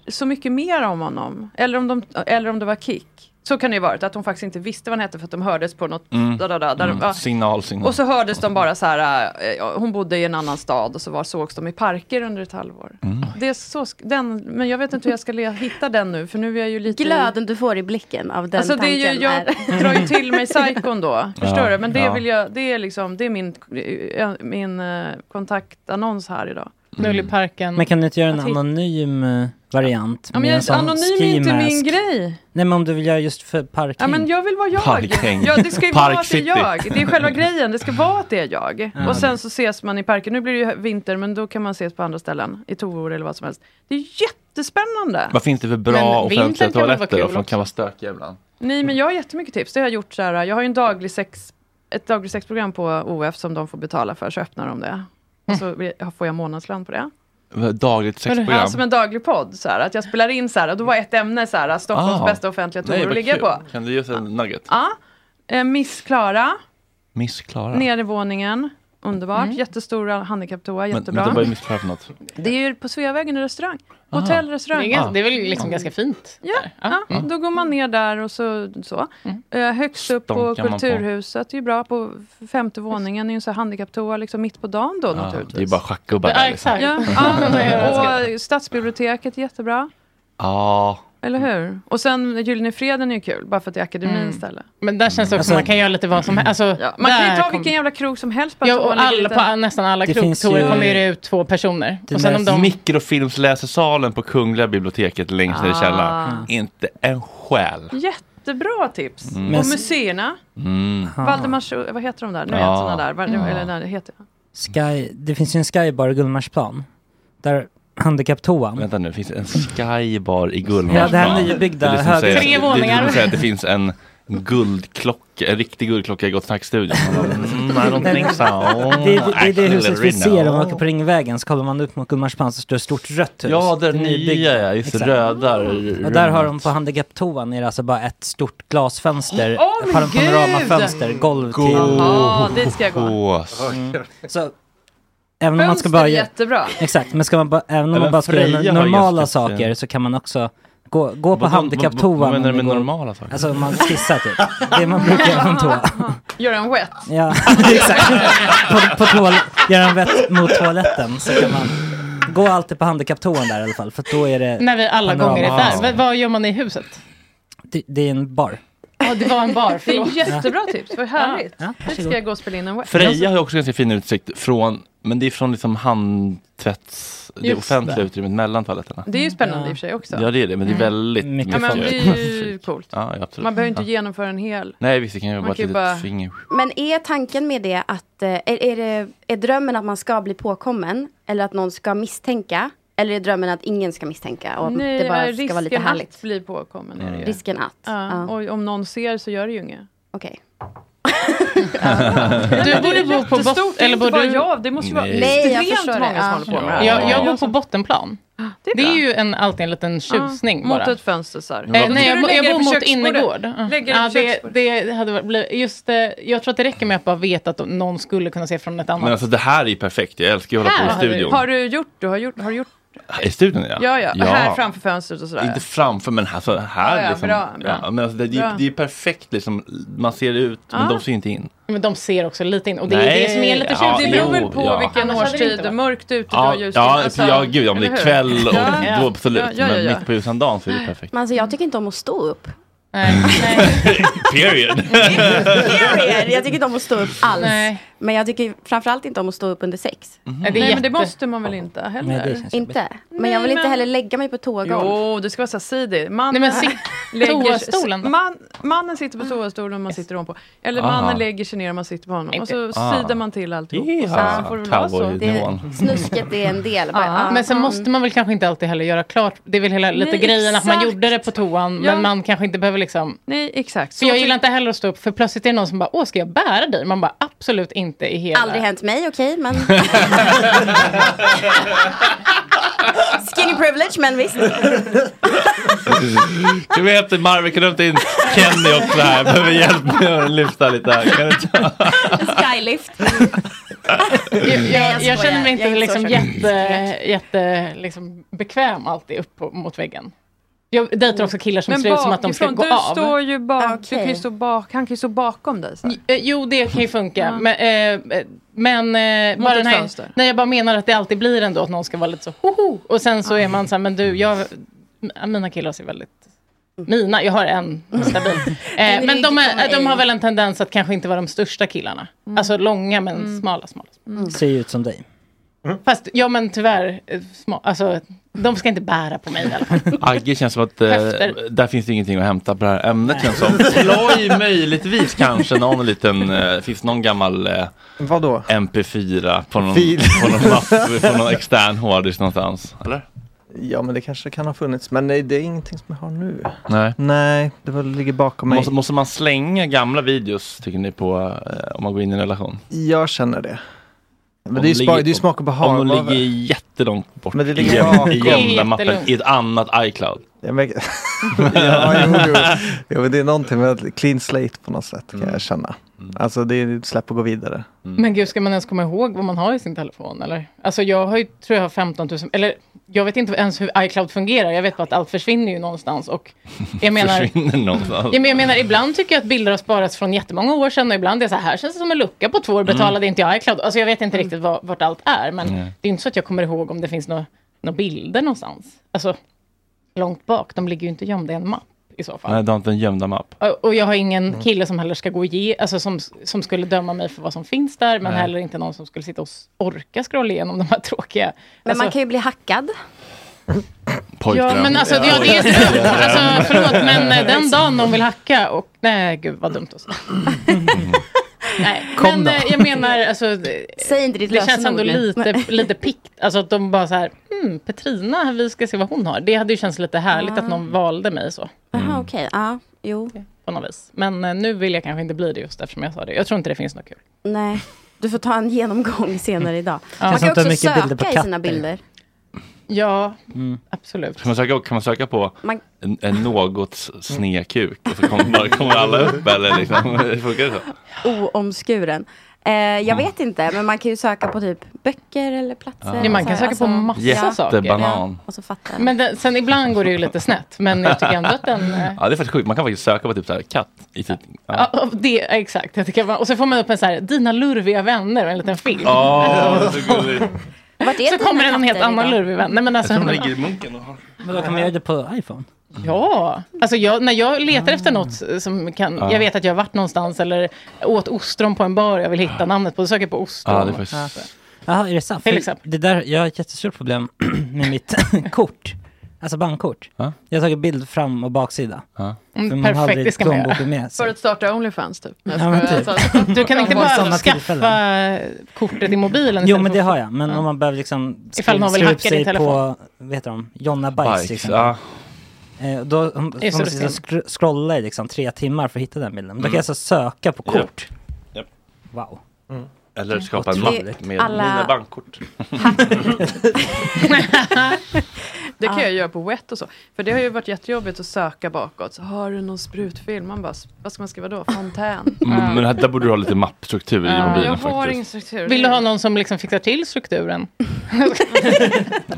så mycket mer om honom. Eller om, de, eller om det var Kick. Så kan det ju ha varit, att hon faktiskt inte visste vad han hette för att de hördes på något...
Mm.
Da, da, da, där,
Mm.
ja.
Signal, signal.
Och så hördes de bara så här, eh, ja, hon bodde i en annan stad och så var, sågs de i parker under ett halvår.
Mm.
Det är så, sk- den, men jag vet inte hur jag ska le- hitta den nu, för nu är jag ju lite... i-
Glöden du får i blicken av den
Alltså det är
tanken
ju, jag
är...
drar ju till mig psykon då, förstår
Ja,
du? Men det
ja.
vill jag, det är liksom, det är min, eh, min eh, kontaktannons här idag.
Mm.
Knull i parken.
Men kan du inte göra en
Att hitta-
anonym eh, variant?
Ja, men
med en
jag,
sån
anonym är
ski
inte min
mask?
grej.
Nej men om du vill göra just för parking.
Ja, men jag vill vara jag.
Parkhäng.
Ja, det ska ju
Park
vara att det är
City.
jag. Det är själva grejen. Det ska vara att det är jag.
Ja,
och sen
det-
så ses man i parken. Nu blir det ju vinter, men då kan man ses på andra ställen. I Tor eller vad som helst. Det är jättespännande.
Vad finns det för
Men
bra
vintern
offentliga
kan väl vara
toaletter då?
kul
För de
också.
kan vara stökiga ibland.
Nej, men jag har jättemycket tips. Det har jag gjort så här. Jag har ju en daglig sex, ett daglig sexprogram på OF som de får betala för, så öppnar de det. Och så får jag månadslön på det.
Dagligt sexprogram.
Ja, som en daglig podd. Så här, att jag spelar in så här, och då var ett ämne så här, Stockholms
Ah.
bästa offentliga
Nej,
tour att
vad
ligga
kul.
på. Ah.
Kan du ge oss en nugget?
Ja, eh, Miss Klara.
Miss Klara. Mm.
Nedervåningen, underbart. Jättestora handikapptoa,
Men, men
jättebra.
det var ju Miss Klara för något.
det är ju på Sveavägen en restaurang.
Aha.
Hotellrestaurang.
Det är ganska- det är väl liksom ganska fint.
Ja, ja.
Mm.
då går man ner där och så. så. Eh, högst upp på
Stånkar Mm. man på.
Kulturhuset, det är ju bra. På femte våningen är ju en sån här handikapptoa liksom mitt på dagen då
Ja,
naturligtvis.
det är bara schackgubbar där liksom.
Ja, ja. Och Stadsbiblioteket, är jättebra.
Ja.
Eller
Mm.
hur? Och sen Gyllene Freden är ju kul, bara för att det är akademin istället.
Men där känns det också
Alltså-
man kan göra lite vad som helst. Alltså,
Ja, man kan
där
ju ta
kom-
vilken jävla krog som helst. bara
Ja,
så
och
man ligger
alla,
lite-
på, nästan alla
Det finns
krogtorer
ju-
kommer ju det ut två personer.
Den
Och sen om
där
de...
Mikrofilmsläsesalen på Kungliga biblioteket längst ner i källaren.
Ah.
Inte en själ.
Jätte jättebra tips.
Mm.
Och
Men-
museerna.
Mm.
Valdemars, vad heter de där? Nu
Ja.
ja. såna där. Vad-
Ja.
Eller nej, det heter
Sky, det finns ju en skybar i Gullmarsplan. Där handikapptoan.
Vänta nu, finns det en skybar i Gullmarsplan?
Ja, det här nybyggda
Det är det som
höghuset.
säger-
Tre
det- Det, är det,
våningar.
som säger att det finns en guldklocka, en riktig guldklocka i Gott Snack-studion. Man bara, Mm, I don't think so.
Det, är- det är det huset vi
Actually,
ser om
no.
man åker på Ringvägen. Så kollar man upp mot Gullmarsplan så står det ett stort rött hus.
Ja, det
nybyggda.
nya, ja, just det,
Exakt.
röda
Och där har de på handikapptoan är det alltså bara ett stort glasfönster,
Åh, men
pano-
gud!
panoramafönster, golv till...
Jaha, dit ska jag gå.
Mm.
Så,
Även om man ska
Fönster
bara...
är jättebra.
Exakt, men ska man bara, även om
Även
man bara ska
Freja
göra
har
normala
just ett, eh,
saker så kan man också gå, gå på
Vad- vad-
handikapptoan.
vad
om
menar du
det
med
går-
normala saker?
Alltså om man skissar typ. Det man brukar göra på en toa.
Gör en wet.
Ja, exakt. På, på toal- göra en vett mot toaletten så kan man gå alltid på handikapptoan där i alla fall. För då är det...
När vi alla
panorama.
gånger är där.
Ah.
V- vad gör man i huset?
Det, det är en bar.
Ja, det typ. var en bar.
Det är
Förlåt.
jättebra tips, vad härligt. dit
varsågod.
ska jag gå och spela in en wet.
Freja har ju också ganska fin utsikt från, men det är från liksom handtvätts, det
Just
offentliga
det.
utrymmet mellan toaletterna.
Det är ju spännande i och för sig också. Mm.
Ja det är det, men det är väldigt mycket.
Ja, men det är ju coolt.
Ja, ja, absolut.
Man behöver inte
ja.
genomföra en hel.
Nej visst, det kan ju
Man
vara ett
kan ju
litet
bara-
finger.
Men är tanken med det att, eh, är, är, det, är drömmen att man ska bli påkommen? Eller att någon ska misstänka? Eller är drömmen att ingen ska misstänka? Och att
Nej,
det bara
eh,
ska vara lite
risken att
härligt?
bli påkommen är det ju.
Risken att.
Mm. Ja, Och om någon ser så gör det ju inget.
Okej.
Du borde bo på botten.
Jättestort, det är inte bara jag. Det måste ju vara
Nej.
extremt
Nej, jag förstår
många
det.
som
Ja.
håller på med det här.
Jag, jag bor på bottenplan.
Det är,
ju en, alltid en liten tjusning
Ja,
bara.
Mot ett fönster så här.
Eh, nej, jag, bo- jag bor mot innergård.
Ja.
Ja.
Lägger
Ja,
det på
det,
köksbordet.
det hade varit, bli- just, eh, jag tror att det räcker med att bara veta att någon skulle kunna se från ett annat.
Men alltså det här är ju perfekt, jag älskar ju att hålla på i studion.
Har du gjort, du har gjort, har du gjort,
I studion ja.
ja ja, här framför fönstret och sådär.
Inte framför men här, så här
Ja, ja,
liksom.
bra, bra.
Ja, men alltså, det, är ju-
Bra.
det är ju perfekt liksom, man ser ut men
Ja.
de ser ju inte in.
Men de ser också lite in. Och det
Nej,
är det som är lite
ja,
tjusigt.
Det beror väl jo, på ja.
vilken
Annars hade det
årstid,
inte varit-
mörkt ute,
Ja,
bra ljus.
ja,
alltså,
ja, gud ja, om det
eller
är
hur?
kväll och
Ja.
då absolut.
Ja, ja, ja,
Men
ja.
mitt på ljusan dagen så är det perfekt.
Men alltså jag tycker inte om att stå upp.
Period.
Period. jag tycker inte om att stå upp alls.
Nej.
Men jag tycker framförallt inte om att stå upp under sex.
Mhm.
Nej, det är Mm. Nej, men det jätte- måste man väl inte heller? Nej, det känns
inte. Men jag vill
Nej,
inte
men-
heller lägga mig på toagolv.
Jo, det ska vara så här sidig. Man äh,
Nej, men sit- toastolen då? Mm.
Man, mannen sitter på toastolen och man sitter ovanpå. Eller
Aha.
mannen lägger sig ner och man sitter på honom. Och så
Ah.
sidar man till alltihop. Och
Jaha,
sen så får det vara så.
cowboynivån.
Mm.
Snusket är en del. Bara,
Ja,
ah,
Men sen måste man väl kanske inte alltid heller göra klart. Det är väl hela lite
Alltså, mm. Nej,
grejen att man
exakt.
gjorde det på toan.
Ja.
Men man kanske inte behöver liksom.
Nej, exakt.
För jag gillar inte heller att stå upp. För plötsligt är det någon som bara, åh ska jag bära dig? Man bara, absolut inte i hela.
Aldrig hänt mig, okej, men... Skinny privilege, men visst.
Kan vi hämta Marvin, kan du hämta in Kenny också här? Behöver hjälp med att lyfta lite här. Kan du ta?
Skylift.
Jag, jag, jag känner mig inte
Mm. Jag är
liksom
så
jätte, jätte liksom, bekväm alltid upp på- mot väggen. Jag dejtar också killar som
Oh. Men
ser ut som att de ska
bakifrån,
gå
du
av.
står ju bak, du kan ju stå bak, han kan ju stå bakom dig. Så här.
Eh, Jo, det kan ju funka. Men, eh, eh, men eh,
Mot
bara
ett
den här,
fönster.
nej, jag bara menar att det alltid blir ändå att någon ska vara lite så hoho. Och sen så är man så här, men du, jag, m- mina killar ser väldigt... Mina, jag har en stabil. Eh,
En
men de,
rygg
är,
som
de har
är-
väl en tendens att kanske inte vara de största killarna.
Mm.
Alltså långa men smala, smala.
Ser ju ut som dig.
Fast, ja men tyvärr, eh, små, alltså, de ska inte bära på mig i alla fall.
Agge känns som att eh,
Höfter.
där finns det ingenting att hämta på det här ämnet känns som. Ploj möjligtvis kanske någon liten, eh, finns någon gammal eh,
Vadå?
MP4 på någon,
Fil.
på någon, mapp, på någon extern hårddisk någonstans. Eller?
Ja men det kanske kan ha funnits men nej, det är ingenting som jag har nu.
Nej.
Nej, det var, ligger bakom mig.
Måste, måste man slänga gamla videos tycker ni på eh, om man går in i en relation?
Jag känner det. Men
Om
det är ju
de
spa-
ligger-
det är ju smak och behag.
Om de
Vad-
ligger jättelångt bort
Men det
i,
ligger
göm-
bakom.
i gömda mappen
Jättelångt.
i ett annat iCloud.
Jag märker- ja, jo, jo. jo, men det är någonting med att clean slate på något sätt kan
Mm.
jag känna. Alltså det är släpp och gå vidare.
Mm.
Men gud, ska man ens komma ihåg vad man har i sin telefon eller? Alltså jag har ju, tror jag har 15 000, eller jag vet inte ens hur iCloud fungerar. Jag vet bara att allt försvinner ju någonstans och jag menar...
Försvinner någonstans.
Ja, men jag menar, ibland tycker jag att bilder har sparats från jättemånga år sedan och ibland är det så här, här känns det som en lucka på två år, betalade inte jag iCloud? Alltså jag vet inte riktigt var, vart allt är, men
Mm. Nej.
det är inte så att jag kommer ihåg om det finns några nå bilder någonstans. Alltså, långt bak, de ligger ju inte gömda i en mapp i så fall.
Nej, du har inte en gömda mapp.
Och- Och jag har ingen
Mm.
kille som heller ska gå ge, alltså som, som skulle döma mig för vad som finns där, men
Nej.
heller inte någon som skulle sitta och s- orka scrolla igenom de här tråkiga...
Men
alltså,
man kan ju bli hackad.
Pojkdröm.
Ja, men alltså, det, ja, det är så, alltså, förlåt, men eh, den dagen någon vill hacka och... Nej, gud vad dumt också. Nej,
Mm. Kom
men
då.
eh, jag menar, alltså, det,
Säg inte ditt
det känns
lösenord
ändå
nu.
lite,
Nej.
lite pikt. Alltså att de bara så här, hmm, Petrina, vi ska se vad hon har. Det hade ju känts lite härligt
Ah.
att någon valde mig så.
Jaha, okej. Ja, jo.
På något vis. Men eh, nu vill jag kanske inte bli det just eftersom jag sa det. Jag tror inte det finns något kul.
Nej, du får ta en genomgång senare idag.
Ja.
Man
Känns
kan
som att du har
också
mycket
söka
bilder på
i
katter.
sina bilder.
Ja,
Mm.
absolut.
Kan man söka, kan man söka på
Man-
en, en något snekuk och så kommer, kommer alla upp eller liksom, funkar det så?
Oomskuren. Eh, jag
Mm.
vet inte, men man kan ju söka på typ böcker eller platser.
Ja, man
Alltså,
kan
söka på massa saker. Jättebanan.
Ja, och så fattar jag.
Men den, sen ibland går det ju lite snett. Men jag tycker ändå att den... eh,
Ja det är faktiskt sjukt, man kan faktiskt söka på typ så här katt i typ,
Ja,
ja.
och det, ja, exakt. Jag tycker man, och så får man upp en så här, dina lurviga vänner och en liten film.
Åh, Ah, så gulligt.
så kommer det en helt annan lurvig vän. Nej, men alltså,
i munken och har.
Men då kan man göra det på iPhone?
Ja, alltså jag, när jag letar efter något som kan,
Ah.
jag vet att jag har varit någonstans eller åt ostron på en bar, jag vill hitta namnet på, då söker jag på ostron.
Ja, det är faktiskt- Jaha, är det sant?
Till
För
exempel.
Det där, jag har ett jättestort problem med mitt kort. Alltså bankkort. Jag har tagit bild fram och baksida.
Mm,
För man har
perfekt, det
aldrig
ska man göra.
plånboken med sig.
För att starta Onlyfans typ. Jag
Ja, men
skojar,
typ.
alltså.
Du kan inte
Bara
bara
sådana
skaffa kortet i mobilen
Jo
istället
men
för-
det har jag, men
Ja.
om man behöver liksom
Ifall någon vill
skriva upp
hacka din
sig
telefon.
på, vad heter de, Jonna Bajs
Bikes,
liksom.
ja.
Eh, och Då hon-
det,
får man sitta och
synd.
skr- scrolla i liksom tre timmar för att hitta den bilden. Men Då kan
Mm.
jag alltså söka på
Ja.
kort.
Japp.
Wow.
Mm.
Mm.
Eller skapa en
Otroligt.
mapp med
Alla-
mina bankkort.
Det kan jag göra på wet och så. För det har ju varit jättejobbigt att söka bakåt. Så, har du någon sprutfilm? Man bara, vad ska man skriva då? Fontän?
Mm, Men här, där borde du ha lite mappstruktur i
Ja, jag
mobilen
har
faktiskt.
ingen struktur.
Vill du ha någon som liksom fixar till strukturen?
det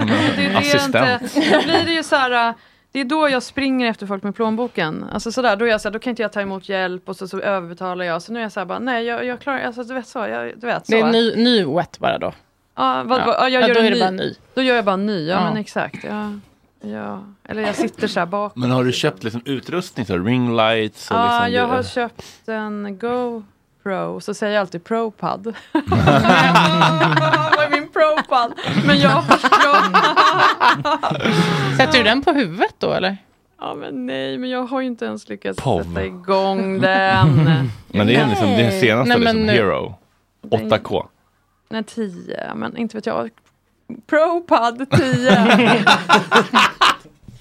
är det jag inte, då blir det ju så här, äh, det är då jag springer efter folk med plånboken. Alltså sådär, då är jag så här, då kan inte jag ta emot hjälp och så, så överbetalar jag. Så nu är jag så här bara, nej jag, jag klarar, alltså du vet så, jag, du vet så.
Det är en ny, ny wet bara då.
Ja, vad,
Ja.
vad, ja, jag
Ja,
gör
då
en
är det bara ny.
Då gör jag bara en ny, ja,
Ja.
men exakt. Ja, ja. Eller jag sitter så här bak.
Men har du köpt liksom utrustning, så här, ring lights och
Ja,
liksom
jag
grejer?
har köpt en GoPro, så säger jag alltid ProPad. Vad är min ProPad? Men jag, jag...
Sätter du den på huvudet då eller?
Ja men nej, men jag har ju inte ens lyckats
Pov.
sätta igång den.
Men det är liksom din senaste
Nej,
liksom,
men nu-
Hero. 8K.
Nej, 10, men inte vet jag. ProPad 10.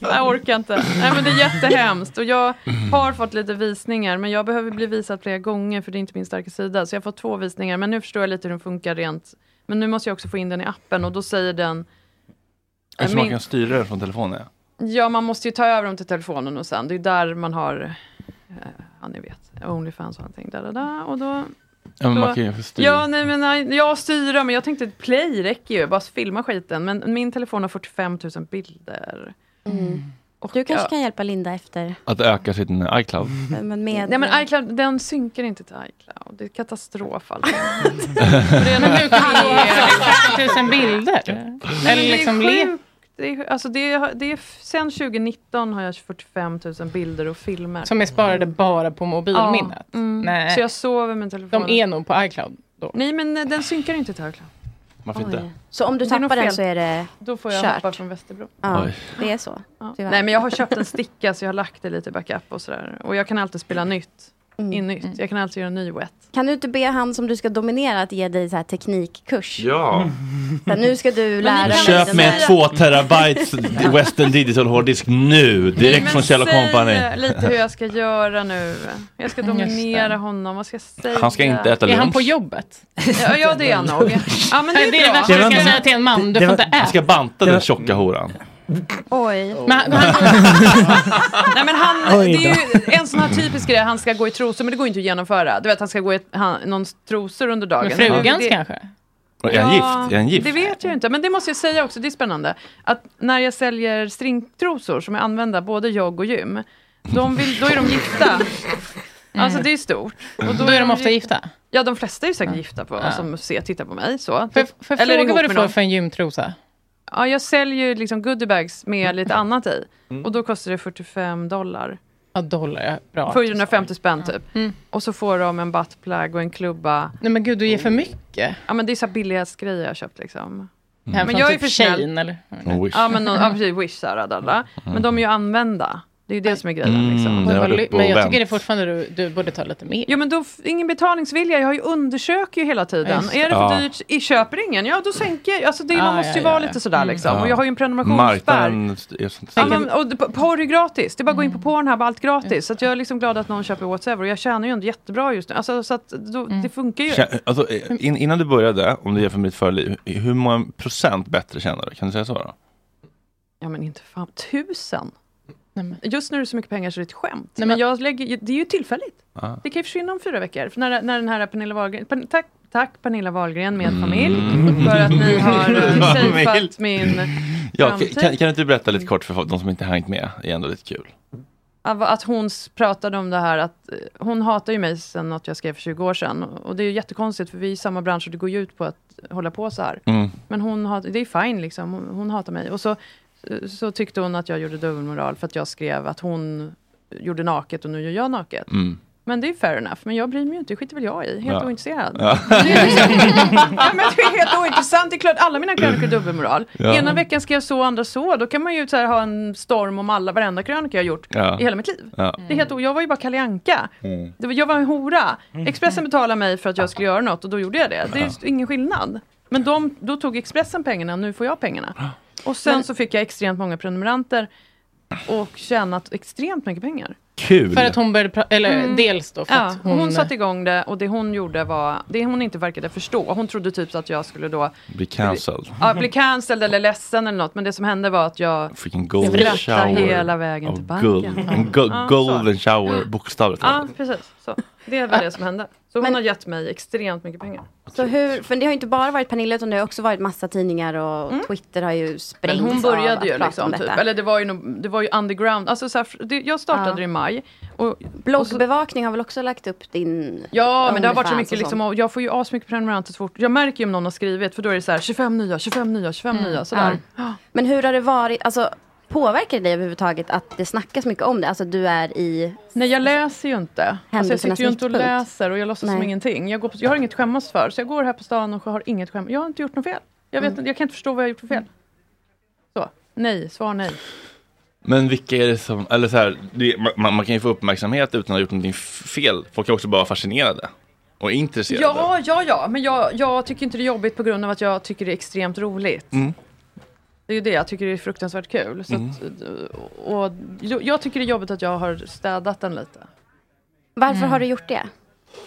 Jag orkar inte. Nej men det är jättehemskt. Och jag har fått lite visningar men jag behöver bli visad flera gånger för det är inte min starka sida. Så jag har fått två visningar men nu förstår jag lite hur den funkar rent. Men nu måste jag också få in den i appen och då säger den
Är det så man
Min-
kan styra den från telefonen?
Ja, man måste ju ta över dem till telefonen och sen. Det är ju där man har, eh, ja ni vet, Onlyfans och allting. Da, da, da, och då...
Ja, men
då-
man kan ju få styra.
Ja, nej, men nej, jag styra, men jag tänkte att play räcker ju, bara filma skiten. Men min telefon har 45 000 bilder.
Du kanske
ja.
kan hjälpa Linda efter.
Att öka sin iCloud?
Men med...
Nej men iCloud, den synkar inte till iCloud. Det är katastrof alltså. För det är
Men
nog-
hur kan det ge 5000 alltså, bilder?
Nej,
Eller
men
liksom
det är
le?
sjukt. Det är, alltså det är, det är, sen 2019 har jag 45 000 bilder och filmer.
Som är sparade bara på mobilminnet?
Ja, mm.
Nej.
Så jag sover med telefonen.
De är nog på iCloud då.
Nej, men eh, den synkar inte till iCloud.
Varför inte?
Så om du
Det är nog
tappar den
fel.
så är det
Då får jag
kört.
hoppa från Västerbro.
Ja,
Oj.
det är så. tyvärr.
Nej, men jag har köpt en sticka så jag har lagt det lite i backup och sådär. Och jag kan alltid spela
Mm.
nytt. In nytt. Jag kan alltid göra en ny wet.
Kan du inte be han som du ska dominera att ge dig så här teknikkurs?
Ja.
Så här, nu ska du lära dig
Köp
den
med
här-
två terabytes Western Digital hårddisk nu, direkt från Kjell Company.
lite hur jag ska göra nu. Jag ska
det.
dominera honom. Vad ska jag säga?
Han ska inte äta Är han lunch. på
jobbet?
Ja, ja det är han nog. Ja, men det är,
Det är det
bra.
värsta du kan säga till en man, du får inte
Han
äta.
ska banta den tjocka horan.
Oj.
Men
Nej men han,
Oh. Oj
det
då.
är ju en sån här typisk grej, han ska gå i trosor men det går inte att genomföra. Du vet han ska gå i ett, han, någons trosor under dagen.
Men frugans
Det-
kanske?
Och Är han gift? Är han gift?
Det vet jag inte, men det måste jag säga också, det är spännande. Att när jag säljer stringtrosor som är använda både jogg och gym, de vill, då är de gifta. Alltså det är stort. Och
Då är de ofta gifta?
Ja, de flesta är ju säkert gifta på,
Ja.
som ser, tittar på mig. Så.
Får- Får jag
Eller
fråga
ihop
vad du
med
får
någon.
för en gymtrosa?
Ja, jag säljer ju liksom goodiebags med lite annat i.
Mm.
Och då kostar det 45 dollar.
Ja, dollar. Ja, bra.
450 spänn typ. Och så får de en buttplug och en klubba.
Nej Mm. men gud, du ger för mycket.
Ja men det är så här billigaste grejer jag har köpt liksom.
Hem
Men
från
jag är
typ
för snäll.
Shein eller?
Och Mm. Wish.
Ja, men någon, ja, precis, Wish, så här, dadada. Men de är ju använda. Det är ju det som är grejen. Liksom.
Mm, det har varit uppe och
men jag
vänt.
tycker det är fortfarande du, du borde ta lite mer.
Jo men då, f- ingen betalningsvilja, jag har ju undersöker ju hela tiden.
Just det.
Är det för
Ja.
dyrt, i köper ingen, ja då sänker jag. Alltså det,
Ah,
man måste ju
ja,
vara
ja, ja.
lite sådär liksom. Och jag har ju en prenumerationsspärr.
Ah. Mm. Marknaden är sånt.
Ja, men, och d- p- porr är gratis, det är bara att gå in
Mm.
på Pornhub, allt gratis. Så att jag är liksom glad att någon köper whatever. Och jag tjänar ju ändå jättebra just nu. Alltså, så att då,
Mm.
det funkar ju.
Kä- Alltså, eh, in, innan du började, om du jämför med ditt förliv, hur många procent bättre känner du? Kan du säga så? Då?
Ja men inte fan, tusen. Just nu är det så mycket pengar så det är ett skämt.
Nej,
Nej,
men-
men jag lägger, ju- det är ju tillfälligt.
Ah.
Det kan ju försvinna om fyra veckor. För när, när den här Pernilla Wahlgren, Pen, tack, tack Pernilla Wahlgren med familj. För att ni har eh,
Mm. Familj.
safeat min
Ja,
framtid.
kan, kan inte du berätta lite kort för folk- de som inte hängt med? Det är ändå lite kul.
Av Att hon s- pratade om det här att eh, hon hatar ju mig sen något jag skrev för 20 år sedan. Och det är ju jättekonstigt för vi är i samma bransch och det går ju ut på att hålla på så här.
Mm.
Men hon hat, det är fine liksom, hon, hon hatar mig. Och så, så tyckte hon att jag gjorde dubbelmoral för att jag skrev att hon gjorde naket och nu gör jag naket.
Mm.
Men det är fair enough, men jag bryr mig ju inte, det skiter väl jag i. Helt
Ja.
ointresserad.
Ja.
Det är liksom- Nej, men det är helt ointressant, det är klart alla mina krönikor är dubbelmoral.
Ja.
Ena veckan ska jag så, andra så. Då kan man ju så här, ha en storm om alla, varenda krönika jag gjort
Ja.
i hela mitt liv.
Ja.
Det är helt, o- jag var ju bara Kalle Anka.
Mm.
Det var- Jag var en hora. Expressen betalade mig för att jag skulle göra något och då gjorde jag det. Det är just ingen skillnad. Men de, då tog Expressen pengarna och nu får jag pengarna. Och sen så fick jag extremt många prenumeranter och tjänat extremt mycket pengar. Mm.
Kul!
För att hon började pra- eller dels då för
ja,
att hon...
hon... satte igång det och det hon gjorde var, det hon inte verkade förstå, hon trodde typ så att jag skulle då
Bli cancelled.
ja, bli cancelled eller ledsen eller något, men det som hände var att jag
Freaking golden
skrattade
shower.
hela vägen
av
till banken.
Guld. En go-
Ja, så.
golden shower, bokstavligt
Ja, precis. Så. Det var det som hände. Så hon har gett mig extremt mycket pengar.
Så hur, för det har ju inte bara varit Pernilla utan det har också varit massa tidningar och Twitter har ju
Mm. Men
sprängts
hon
av att
började ju
prata om
liksom, typ,
detta.
eller det var ju, nog- det var ju underground, alltså så här, det, jag startade
Ja.
i maj. Och,
Bloggbevakning har väl också lagt upp din
Ja, men det har varit så
Onlyfans
mycket
och
liksom,
sånt.
och jag får ju asmycket prenumeranter så fort, jag märker ju om någon har skrivit för då är det så här 25 nya, 25 nya, 25 nya sådär.
Mm. Ja. Men hur har det varit, alltså påverkar det dig överhuvudtaget att det snackas mycket om det? Alltså du är i...
Nej jag läser ju inte. Alltså jag
Händelsernas
sitter ju inte och
mittpunkt.
läser och jag låtsas som
Nej.
ingenting. Jag, går på, jag har inget att skämmas för. Så jag går här på stan och har inget skäm. Jag har inte gjort något fel. Jag,
Mm.
vet, inte- jag kan inte förstå vad jag har gjort för fel. Så, nej, svar nej.
Men vilka är det som, eller så här, det, man, man kan ju få uppmärksamhet utan att ha gjort någonting f- fel. Folk är också bara fascinerade och intresserade.
Ja, ja, ja. Men jag, jag tycker inte det är jobbigt på grund av att jag tycker det är extremt roligt.
Mm.
Det är ju det, jag tycker det är fruktansvärt kul. Så
Mm.
att, och, och, jag tycker det är jobbigt att jag har städat den lite. Mm.
Varför har du gjort det?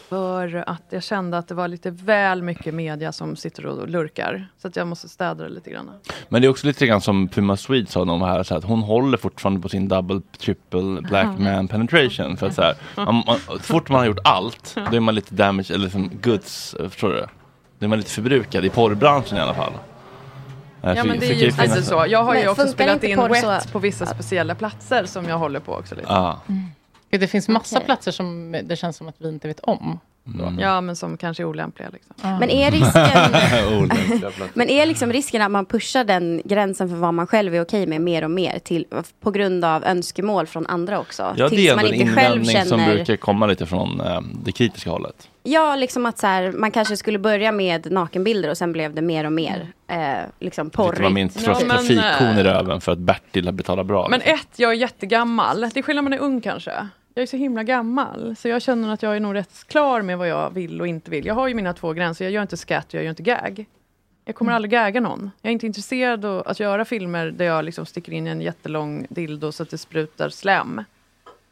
För att jag kände att det var lite väl mycket media som sitter och lurkar. Så att jag måste städa det lite grann.
Men det är också lite grann som Puma Swede sa någon var här, så här, att hon håller fortfarande på sin double, triple black man penetration. För att så här, man, man, så fort man har gjort allt, då är man lite damage, eller liksom goods, eh, förstår du? Då är man lite förbrukad i porrbranschen i alla fall. Eh,
Ja
så-
men
så
det är
kan ju
ju lite
finnas-
så. Jag har ju
Men
också
funkar
spelat
inte
in
porr
wet
så-
på vissa speciella platser som jag håller på också lite.
Ja.
Gud, Mm. Det finns massa
Okej.
platser som det känns som att vi inte vet om.
Mm.
Ah.
Ja men som kanske är olämpliga liksom.
Men är risken-
Oh, Olämpliga platser.
Men är liksom risken att man pushar den gränsen för vad man själv är okej med mer och mer till, på grund av önskemål från andra också?
Ja, det
Tills
är
man
ändå en
inte själv
invändning som
känner-
brukar komma lite från eh, det kritiska hållet.
Ja, liksom att så här, man kanske skulle börja med nakenbilder och sen blev det mer och mer eh, liksom porrigt.
Sitter man med en
Ja,
tröst
men,
trafikkon i
eh,
röven för att Bertil har betalat bra. liksom.
Men ett, jag är jättegammal. Det är skillnad om man är ung kanske. Jag är så himla gammal, så jag känner att jag är nog rätt klar med vad jag vill och inte vill. Jag har ju mina två gränser, jag gör inte skat och jag gör inte gag. Jag kommer aldrig gaga någon. Jag är inte intresserad av att göra filmer där jag liksom sticker in en jättelång dildo så att det sprutar slem.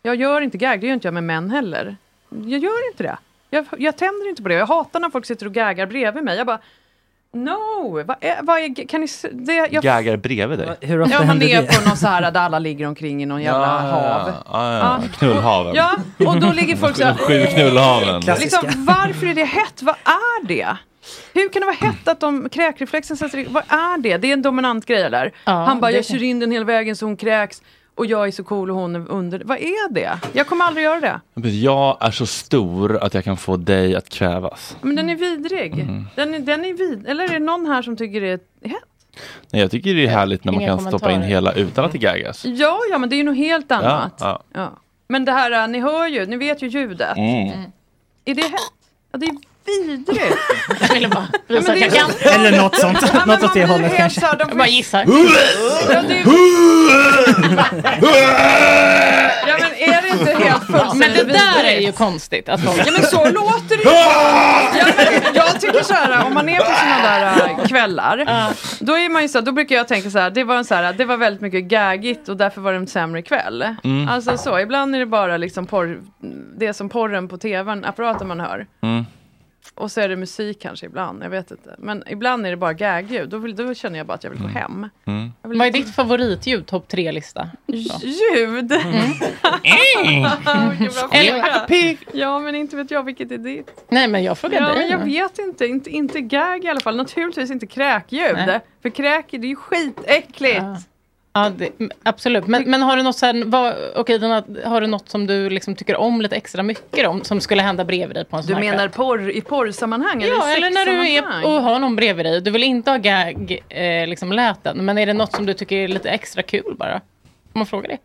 Jag gör inte gag, det gör inte jag med män heller. Jag gör inte det. Jag, jag tänder inte på det. Jag hatar när folk sitter och gagar bredvid mig. Jag bara, no! Vad är, vad är, kan ni, se- det, jag
Gaggar bredvid dig.
Hur
ja, man är på någon så här där alla ligger omkring i någon jävla hav.
Ja, ja, ja. Knullhaven.
Ja, och då ligger folk så
De sju
här.
knullhaven.
Liksom, varför är det hett? Vad är det? Hur kan det vara hett att de kräkreflexen sätter in? Vad är det? Det är en dominant grej eller? Han bara,
det-
jag kör in den hela vägen så hon kräks och jag är så cool och hon är under. Vad är det? Jag kommer aldrig göra det.
Jag är så stor att jag kan få dig att krävas.
Men den är vidrig.
Mm.
Den, är- den är vid... Eller är det någon här som tycker det är hett?
Nej, jag tycker det är härligt när man
Inga
kan stoppa in
kommentarer.
hela utan att det gaggas.
Ja, ja, men det är ju något helt
Ja,
annat.
ja.
Ja. Men det här, äh, ni hör ju, ni vet ju ljudet.
Mm.
Är det hett? Ja, det är
vidrigt.
Jag ville bara visa att jag kan.
Eller något sånt. Ja, men Något åt det man blir hållet helt kanske. så här, de
Jag bara gissar.
Ja, det- Ja, men är det inte helt fullständigt
Men det där
vidrigt?
är ju konstigt. Att folk...
Ja men så låter det ju.
Ah!
Jag, jag tycker så här, om man är på sådana där äh, kvällar. Då är man ju så här, då brukar jag tänka så här, det var, en så här, det var väldigt mycket gaggigt och därför var det en sämre kväll.
Mm.
Alltså så, ibland är det bara liksom porr, det som porren på tvn, apparaten man hör.
Mm.
Och så är det musik kanske ibland, jag vet inte. Men ibland är det bara gagljud, då, vill, då känner jag bara att jag vill gå hem.
Mm.
Vad är ditt favoritljud, topp tre-lista?
Ljud!
Mm. Eller
pig. Ja, men inte vet jag vilket är ditt.
Nej, men jag frågar
ja,
dig.
men Jag vet inte, inte, inte gag i alla fall. Naturligtvis inte kräkljud.
Nej.
För kräk, det är ju skitäckligt.
Ja, det, m- absolut. Men, men har du något så här, vad, okej, den här- har du något som du liksom tycker om lite extra mycket om, som skulle hända bredvid dig på en sån
Du
här
menar
kväll?
porr i porrsammanhang?
Ja,
i
eller när du är
sexsammanhang?
och har någon bredvid dig. Du vill inte ha gag, eh, liksom läten, men är det något som du tycker är lite extra kul bara? Om man frågar det.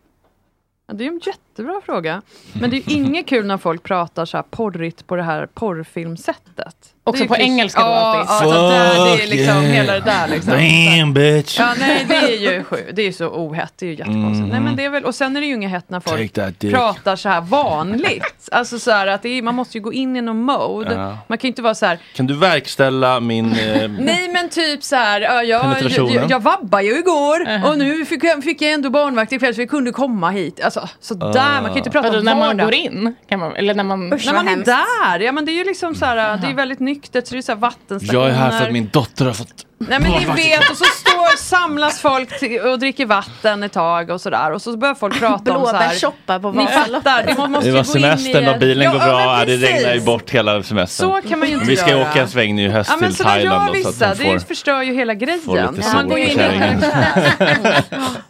Ja, det är ju en jättebra fråga. Men det är ju inget kul när folk pratar så här porrigt på det här porrfilmsättet.
Också
Det är
på
ju klysch-
engelska då
ja,
alltid.
Ja, så där, det är liksom
Fuck yeah.
hela det där liksom.
Damn bitch!
Ja, nej, det är ju sju. Det är ju så ohett. Det är ju jättekonstigt.
Mm.
Nej, men det är väl, och sen är det ju inget hett när
Take
folk
that dick.
pratar så här vanligt. Alltså så här att det är, man måste ju gå in i någon mode.
Ja.
Man kan ju inte vara så här,
Kan du verkställa min... Eh,
nej men typ så här, ja, jag,
Penetrationen.
jag, jag vabbar ju igår och nu fick jag, fick jag ändå barnvakt ikväll så vi kunde komma hit. Alltså så
Ah.
där, man kan ju inte prata
Vadå,
om
när man
vardag.
går in? Kan man, eller när man...
när man är där, ja men det är ju liksom så här, det är ju väldigt nyktert så det är så här vattenstationer.
jag är här för att min dotter har fått...
Nej men ni
Barnvakt.
vet, och så står, samlas folk till, och dricker vatten ett tag och sådär. Och så börjar folk prata om så här.
Blåbärssoppa på
Ni fattar, det må- måste
Det
ju
var
gå in i
semestern
ett-
och bilen
Ja,
går
ja, men
bra. Ja, det
precis.
regnar ju bort hela semestern.
Så kan man ju inte
Vi ska
göra.
åka en sväng nu i höst
Ja men
till
sådär gör
Thailand. då, så
vissa,
att man får...
det förstör ju hela
får lite
grejen.
sol
man går
på
in i
kärringen.
karaktär.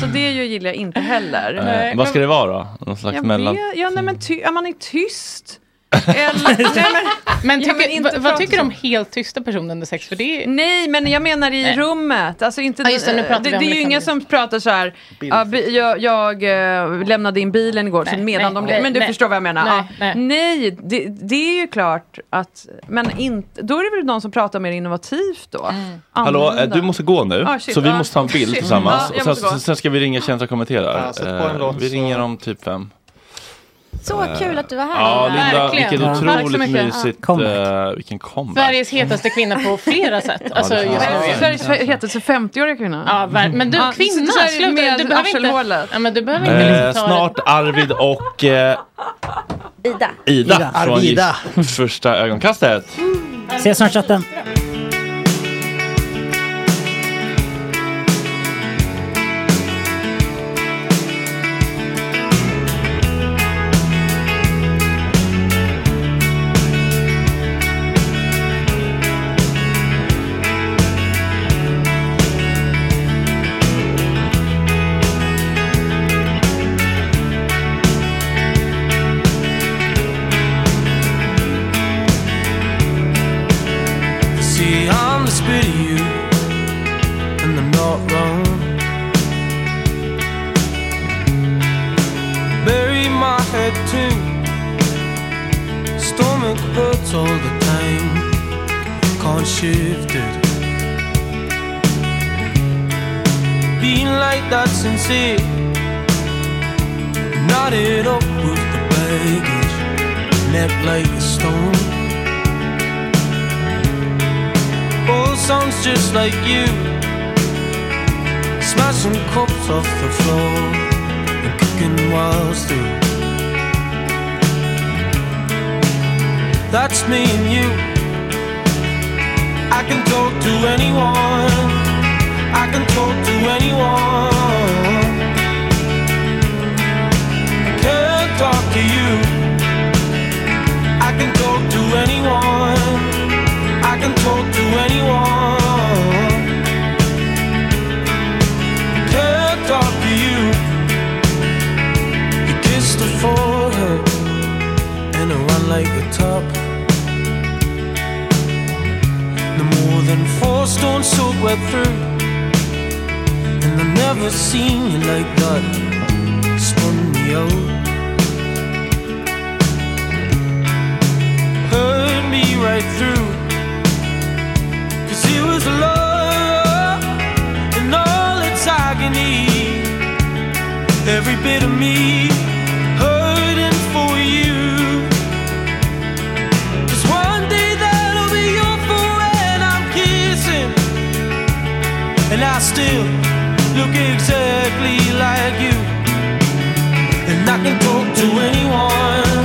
Så det ju gillar jag inte heller.
Eh, vad ska det vara då? Någon slags
Jag
mellan...
vet- Ja, nej, men ty- ja, man är tyst. Eller, nej, men,
Men, tycker,
inte
vad, vad
prata
tycker du om
så.
helt tysta personer under sex? För det är...
Nej, men jag menar i
Nej.
rummet. Alltså inte,
Ja, just det, nu pratar
det,
vi
det
om
är ju
liksom-
ingen som pratar så här,
Bild.
ja, bi- jag, jag eh, lämnade in bilen igår
Nej,
så medan
nej,
de
nej,
Men du
nej.
förstår vad jag menar.
Nej,
Nej, ja. nej det, det är ju klart att, men inte, då är det väl någon som pratar mer innovativt då.
Mm.
Hallå, eh,
Annorlunda.
du måste gå nu.
Ah, shit,
så vi
ah,
måste ta en bild
shit.
tillsammans.
Ja, jag
och
måste
sen,
gå.
sen ska vi ringa Tjänst och kommenterar.
Ja, sätt på en
Eh,
låt,
vi ringer om typ fem. Eh,
Så kul att du var här.
Ja,
Linda.
Linda,
Verkligen.
vilket
Ja. Tack så
otroligt
mycket.
mysigt. eh, vilken comeback.
Sveriges hetaste kvinna på flera sätt. Alltså,
det
just
känns
nu.
så.
Sveriges hetaste 50-åriga kvinna.
Ja, ver- men du
Ja,
kvinna,
så- så är det
sluta.
med
Du behöver inte...
arselhålet.
Ja, men du behöver inte
Eh,
liksom ta det.
snart Arvid och eh,
Ida.
Ida,
Ida.
från
Arvida.
Gift första ögonkastet.
Ses snart chatten.
See, I'm the spit of you, and I'm not wrong. Bury my head too. Stomach hurts all the time. Can't shift it. Been like that since it. Knotted up with the baggage, left like a stone. all sounds just like you. Smashing cups off the floor and kicking walls through. That's me and you. I can talk to anyone. I can talk to anyone. I can talk to you. I can talk to anyone. I can talk to anyone. Can't talk to you. You kissed her forehead and it ran like a top. No more than four stones soaked wet through. And I've never seen you like that. Spun me out. Heard me right through. Cause he was love in all its agony. Every bit of me hurting for you. Cause one day that'll be over when I'm kissing. And I still look exactly like you. And I can talk to anyone.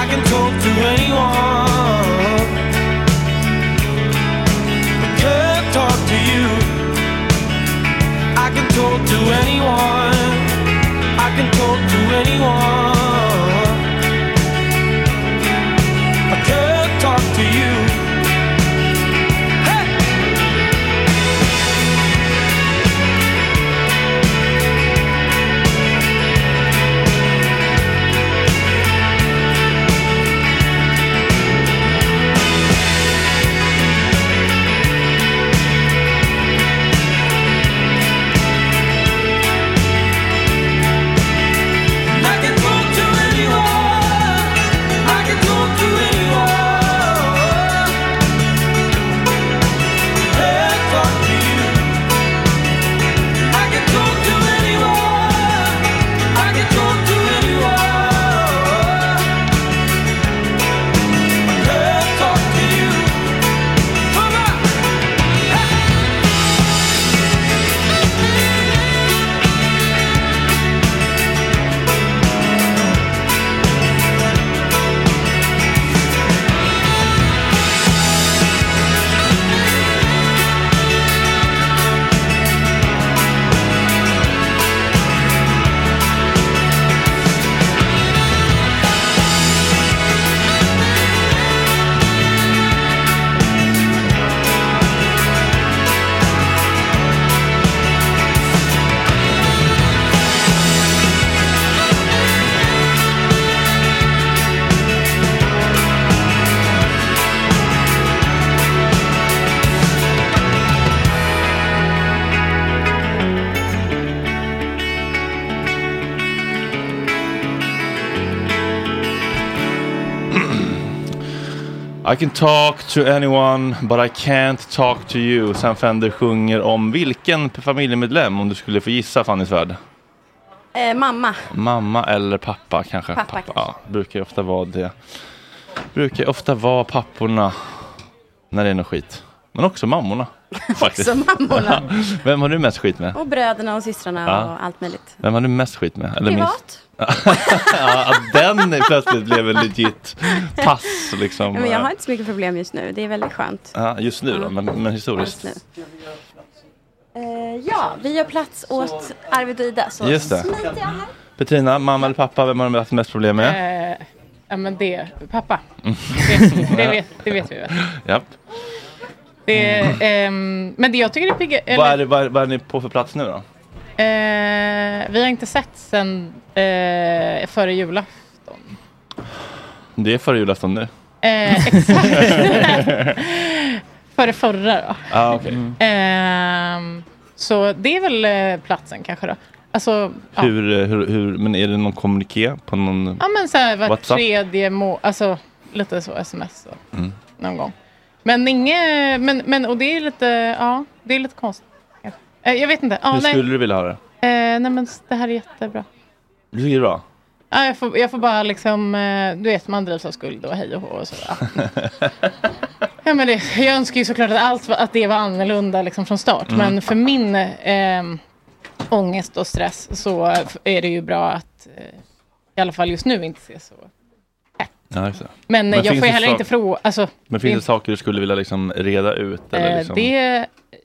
I can talk to anyone. I can talk to you. I can talk to anyone. I can talk to anyone. I could talk to you. Hey! I can talk to anyone. I can talk to anyone. Hey, talk to you. I can talk to anyone. I can talk to anyone. Hey, talk to you. Come on.
I can talk to anyone but I can't talk to you. Sam Fender sjunger om vilken familjemedlem om du skulle få gissa Fanny Svärd?
Eh, mamma.
Mamma eller pappa kanske?
Pappa kanske.
Ja, brukar ju ofta vara det. Brukar ju ofta vara papporna när det är något skit. Men också mammorna. Faktiskt.
Också mammorna.
Vem har du mest skit med?
Och bröderna och systrarna
Ja.
och allt möjligt.
Vem har du mest skit med?
Privat.
ja, att den är plötsligt blev en legit pass liksom.
Men jag har inte så mycket problem just nu. Det är väldigt skönt.
ja, just nu då, men, men historiskt.
Just nu. Eh, ja, vi gör plats åt Arvid och Ida. Så
Just det.
smiter jag här.
Petrina, mamma eller pappa, vem har du haft mest problem med?
Eh, ja, men det, pappa. Det, det, vet, det vet vi väl.
Japp.
Det, ehm, men det jag tycker är pigga...
Vad, är, det- vad, är- vad är ni på för plats nu då?
Eh, vi har inte sett sen eh, före julafton.
Det är före julafton nu.
Eh, exakt. före förra då.
Ah, okay.
Ehm, så det är väl eh, platsen kanske då. Alltså, ja.
hur, eh, hur, hur, men är det någon kommuniké på någon?
Ja men så här var
WhatsApp?
tredje må... Alltså lite så sms då,
Mm.
någon gång. Men inget... Men, men och det är lite... Ja, det är lite konstigt. kanske. Eh, Jag vet inte. Ja,
hur
nej.
skulle du vilja ha det?
Eh, nej men s- det här är jättebra.
Du tycker det är bra?
Ja, jag, får, jag får bara liksom... Eh, du vet man drivs av skuld och hej och hå och sådär. Ja, men det, jag önskar ju såklart att, allt, var- att det var annorlunda liksom från start.
Mm.
Men för min eh, ångest och stress så är det ju bra att eh, i alla fall just nu inte se så.
Ja, just det.
Men, eh, jag
finns
får
det
ju heller
sak-
inte fråga. Alltså,
Men finns det
det-
saker du skulle vilja liksom reda ut? Eller
eh,
liksom
det-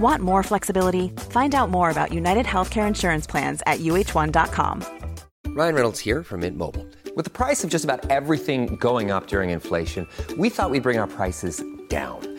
Want more flexibility? Find out more about United Healthcare Insurance Plans at uh1.com.
Ryan Reynolds here from Mint Mobile. With the price of just about everything going up during inflation, we thought we'd bring our prices down.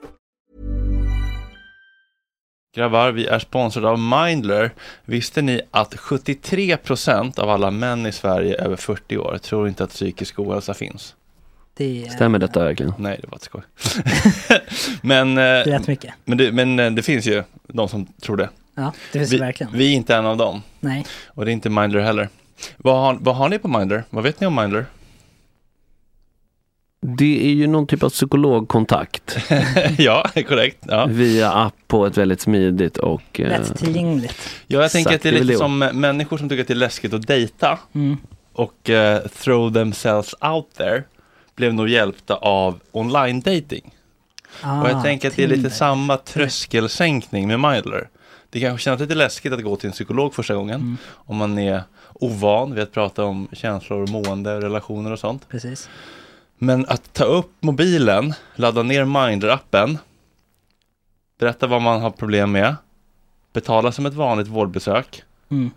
Grabbar, vi är sponsrade av Mindler. Visste ni att 73% av alla män i Sverige över 40 år tror inte att psykisk ohälsa finns?
Det är...
Stämmer detta verkligen?
Nej, det var ett skoj. men, eh,
Rätt mycket.
Men, det, men eh, det finns ju de som tror det.
Ja, det finns
vi,
det verkligen.
Vi är inte en av dem.
Nej.
Och det är inte Mindler heller. Vad har, vad har ni på Mindler? Vad vet ni om Mindler?
Det är ju någon typ av psykologkontakt
ja, korrekt. Ja.
via app på ett väldigt smidigt och... eh,
Lättillgängligt.
Ja, jag tänker
Exakt,
att det är
det är väl
lite
det.
som eh, människor som tycker att det är läskigt att dejta
Mm.
och eh, throw themselves out there blev nog hjälpta av online dating. och jag tänker att det är
Ah, Tinder.
lite samma tröskelsänkning med Mindler. Det kanske känns lite läskigt att gå till en psykolog första gången
Mm.
om man är ovan vid att prata om känslor, mående, relationer och sånt.
Precis.
Men att ta upp mobilen, ladda ner Mindr-appen, berätta vad man har problem med, betala som ett vanligt vårdbesök,
Mm.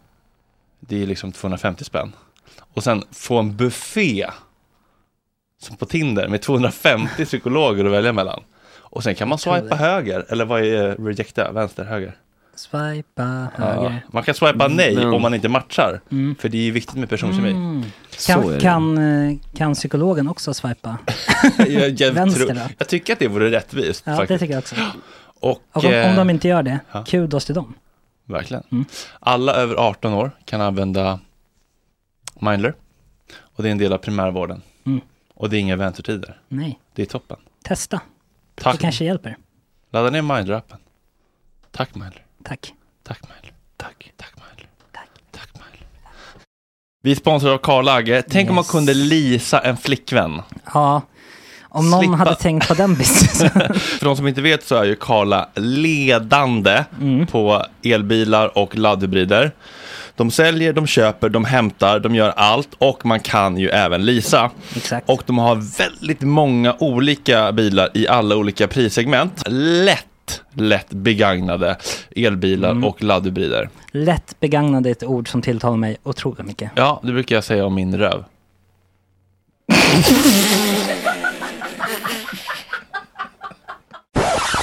det är liksom 250 spänn. Och sen få en buffé, som på Tinder, med 250 psykologer att välja mellan. Och sen kan man
tror
swipa
det.
höger, eller vad är eh, rejecta, vänster, höger?
Swipa
Ja.
höger.
Man kan swipa nej
Men-
om man inte matchar,
Mm.
för det är ju viktigt med personkemi.
Mm.
Så är
Kan,
det.
kan, eh, kan psykologen också swipa?
jag, jag,
Vänster
tror,
då?
jag tycker att det vore rättvist
Ja, det
faktiskt.
tycker jag också.
Och,
Och om, om
eh,
de Mm. inte gör det,
ja.
kudos till dem.
Verkligen. Alla över 18 år kan använda Mindler. Och det är en del av primärvården.
Mm.
Och det är inga väntetider.
Nej,
Det är toppen.
testa.
Tack.
Det kanske hjälper.
Ladda ner Mindler-appen. Tack Mindler.
Tack.
Tack Mindler. Tack. Tack Mindler. Tack Mindler. Vi är sponsrade av Karl Agge. Tänk om man
Yes.
kunde lisa en flickvän.
Ja, om någon
Slippa-
hade tänkt på den businessen.
För de som inte vet så är ju Karla ledande på elbilar och laddhybrider. De säljer, de köper, de hämtar, de gör allt och man kan ju även leasa. Och de har väldigt många olika bilar i alla olika prissegment. Lätt, lätt begagnade elbilar och laddhybrider.
Lätt begagnade är ett ord som tilltalar mig otroligt mycket.
Ja, det brukar jag säga om min röv.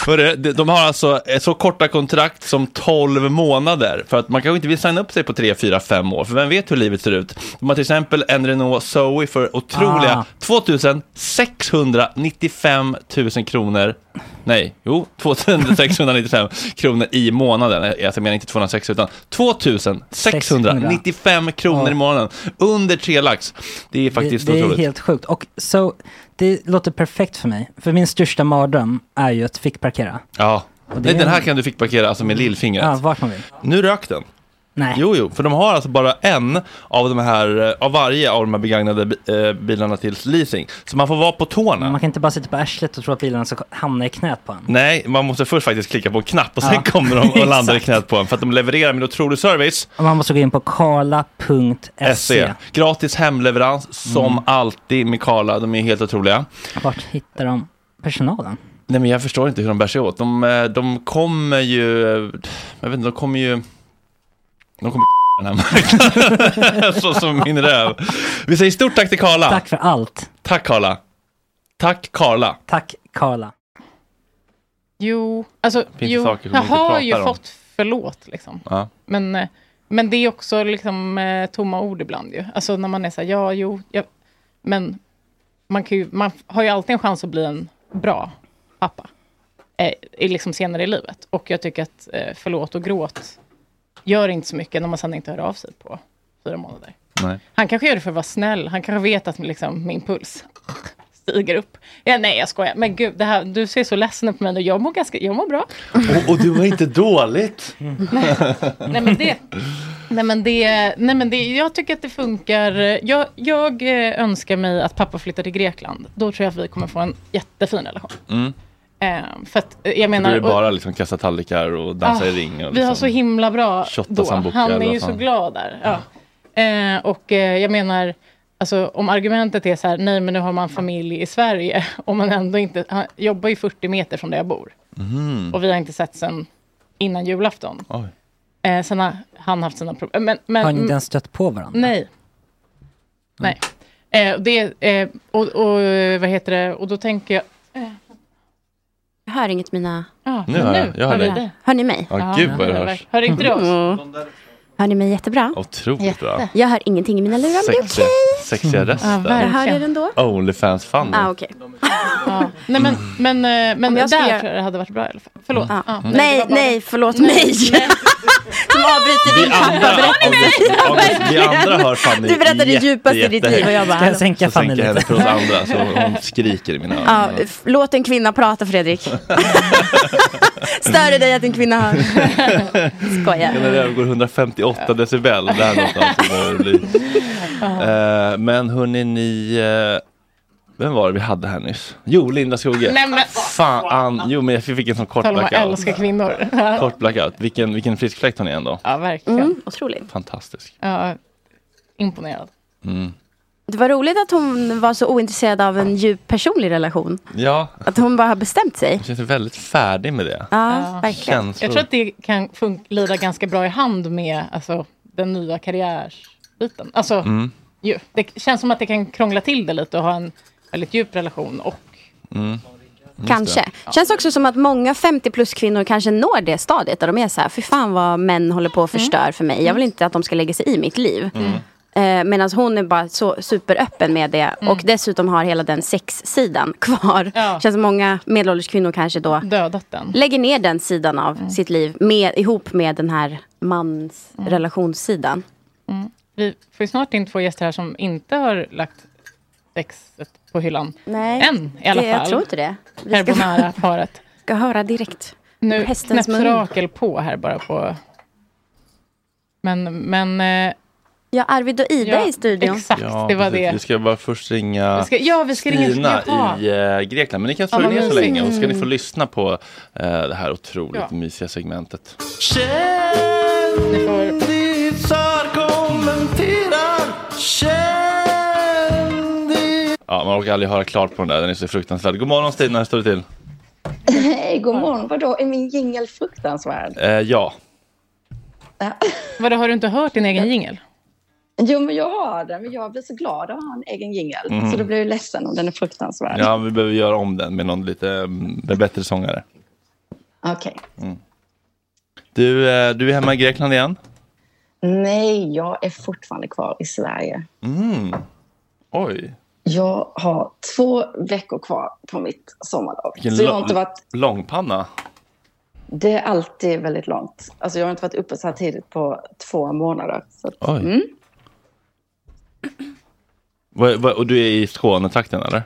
För det- de de har alltså eh, så korta kontrakt som 12 månader. För att man kanske inte vill signa upp sig på 3, 4, 5 år. För vem vet hur livet ser ut. De har till exempel en Renault Zoe för otroliga
Ah.
2695 000 kronor. Nej, jo, 2695 kronor i månaden. Nej, Jag menar inte 206 utan 2695 kronor i månaden. Under tre lax. Det är faktiskt
det, det
otroligt.
är helt sjukt. Och så, det låter perfekt för mig. För min största mardröm är ju att fick parkera.
Ja.
det
Nej,
är-
den här kan du fick parkera alltså med lillfingret.
Ja, vart man vill.
Nu rök den.
Nej.
Jo, jo, för de har alltså bara en av de här, eh, av varje av de här begagnade bi- eh, bilarna till leasing. Så man får vara på tårna.
Man kan inte bara sitta på arslet och tro att bilarna ska hamna i knät på en.
Nej, man måste först faktiskt klicka på en knapp och sen
Ja.
kommer de och landar i
Exakt.
knät på en. För att de levererar med otrolig service.
Och man måste gå in på karla.se.
SE. Gratis hemleverans som
E. Mm.
alltid med Karla. De är helt otroliga.
Vart hittar de personalen?
Nej, men jag förstår inte hur de bär sig åt. De, eh, de kommer ju... Jag vet inte, de kommer ju... De kommer den här marknaden. Så som min röv. Vi säger stort tack till Karla.
Tack för allt.
Tack Karla. Tack Karla.
Tack Karla.
Jo, alltså,
finns
jo,
saker som
jag
vi inte
har
pratar
ju
om.
fått förlåt liksom.
Ja.
Men, eh, men det är också liksom eh, tomma ord ibland ju. Alltså när man är så här, ja, jo, ja. men man, kan ju, man har ju alltid en chans att bli en bra pappa. Eh, i- liksom senare i livet. Och jag tycker att eh, förlåt och gråt gör inte så mycket när man sedan inte hör av sig på fyra månader.
Nej.
Han kanske gör det för att vara snäll. Han kanske vet att liksom, min puls stiger upp. Ja, nej, jag skojar. Men gud, det här, du ser så ledsen ut på mig nu. Jag mår, ganska, jag mår bra.
Och, och du var inte dåligt.
Nej, men det... Nej men, det, nej men det, jag tycker att det funkar. Jag, jag eh, önskar mig att pappa flyttar till Grekland. Då tror jag att vi kommer få en jättefin relation.
Mm.
Eh, för att, eh, jag menar,
då blir det
och-
bara liksom kasta tallrikar och dansa i
Ah,
ring. Och
Vi har
liksom.
så himla bra
shotta
då.
sambuca
Han
eller
är ju
vad
så
fan.
glad där. Ja. Eh, och eh, jag menar, alltså, om argumentet är så här, nej men nu har man familj i Sverige. Om man ändå inte, han jobbar ju 40 meter från där jag bor.
Mhm.
Och vi har inte sett sen innan julafton.
Oj.
Eh, sen har han haft sina problem. Men, men, Mm.
Har ni
mm.
inte ens stött på varandra?
Nej. Nej. Eh, och det, eh, och, och, eh, vad heter det, och då tänker jag...
Jag hör inget mina...
Ja,
Nu hör jag. Jag hör
hör,
dig.
hör ni mig? Mm.
Ja, gud vad det hörs.
Hör inte du oss?
Hör ni mig jättebra?
Otroligt bra.
Jag hör ingenting i mina lurar, men det är
Sexiga,
okej.
sexiga röster.
Jag hörde den då.
Onlyfans fan.
Ah, okej.
Ja. Nej, men,
Mm.
men, eh, men
Om
där
jag skulle göra-
tror jag det hade varit bra i alla fall. Förlåt.
Ja.
Ja, det
Nej,
var bara- Mm.
nej, förlåt mig. Som avbryter
Vi
din
andra, August, August, vi andra hör Fanny
Du berättar det
jätte,
djupaste i ditt liv och jag bara, Ska jag hallå? sänka
Så
Fanny
sänker jag henne för oss andra så hon skriker i mina öron.
Ja, f- låt en kvinna prata Fredrik. Stör det dig att en kvinna hör? Skojar.
När det övergår 158 decibel. Det här är någonstans som det blir. Eh, men hörni, ni... eh, vem var det vi hade här nyss? Jo, Linda Skoge.
Nej, men-
Fan, jo men jag fick en sån kort
Tala om att
blackout.
älska kvinnor. Ja,
Kort blackout. Vilken, vilken frisk fläkt hon är ändå.
ja verkligen.
otroligt.
Fantastisk.
Ja, imponerad.
Mm.
Det var roligt att hon var så ointresserad av en djup personlig relation.
Ja,
Att hon bara har bestämt sig.
hon känns väldigt färdig med det.
Ja, verkligen.
Känslor.
Jag tror att det kan fun- lida ganska bra i hand med alltså, den nya karriärsbiten. Alltså,
Mm.
ju, det känns som att det kan krångla till det lite och ha en väldigt djup relation. Och,
Mm. Just
Kanske.
det.
Känns också som att många 50 plus kvinnor kanske når det stadiet där de är så här, fy fan vad män håller på att förstör för mig. Jag vill inte att de ska lägga sig i mitt liv.
Mm.
Eh, Medan hon är bara så superöppen med det
Mm.
och dessutom har hela den sexsidan kvar. Känns som många medelålders kvinnor kanske då
Dödat den. Mm.
lägger ner den sidan av sitt liv med, ihop med den här mans relationssidan.
Vi får ju snart in två gäster här som inte har lagt sexet på hyllan.
Nej,
Än i alla
det,
fall.
jag tror inte det. Vi ska-
Carbonara-paret.
Ska höra direkt.
Nu
Hästens
knäpps
mun.
Rakel på här bara på... Men, men... eh,
Ja, Arvid och Ida
Ja,
i studion.
exakt.
Ja,
det var
precis.
det.
Vi ska bara först ringa
Vi ska- ja, vi ska ringa-
Stina
jaha.
i eh, Grekland. Men ni kan stå
Ja, vad
ner så
mysigt.
länge och så ska ni
Mm.
få lyssna på eh, det här otroligt
Ja.
mysiga segmentet.
Kändisar kommenterar kändisar
Ja, man orkar aldrig höra klart på den där, den är så fruktansvärd. God morgon Stina, hur står det till?
Hej, god morgon. Vadå, är min jingel fruktansvärd?
Eh, ja,
Vadå, har du inte hört din egen jingel?
Jo, men jag har den, men jag blir så glad att ha en egen jingel.
Mm.
Så då blir jag ju ledsen om den är fruktansvärd.
ja, vi behöver göra om den med någon lite mm, med bättre sångare.
Okej.
Mm. Du, eh, du är hemma i Grekland igen?
Nej, jag är fortfarande kvar i Sverige.
Mm. Oj,
Jag har två veckor kvar på mitt sommarlov.
vilken
så jag har
lång-
inte varit,
långpanna.
det är alltid väldigt långt. Alltså, jag har inte varit uppe så här tidigt på två månader. Så att,
Oj.
Mm.
Vad- vad- Och du är i Skånetrakten eller?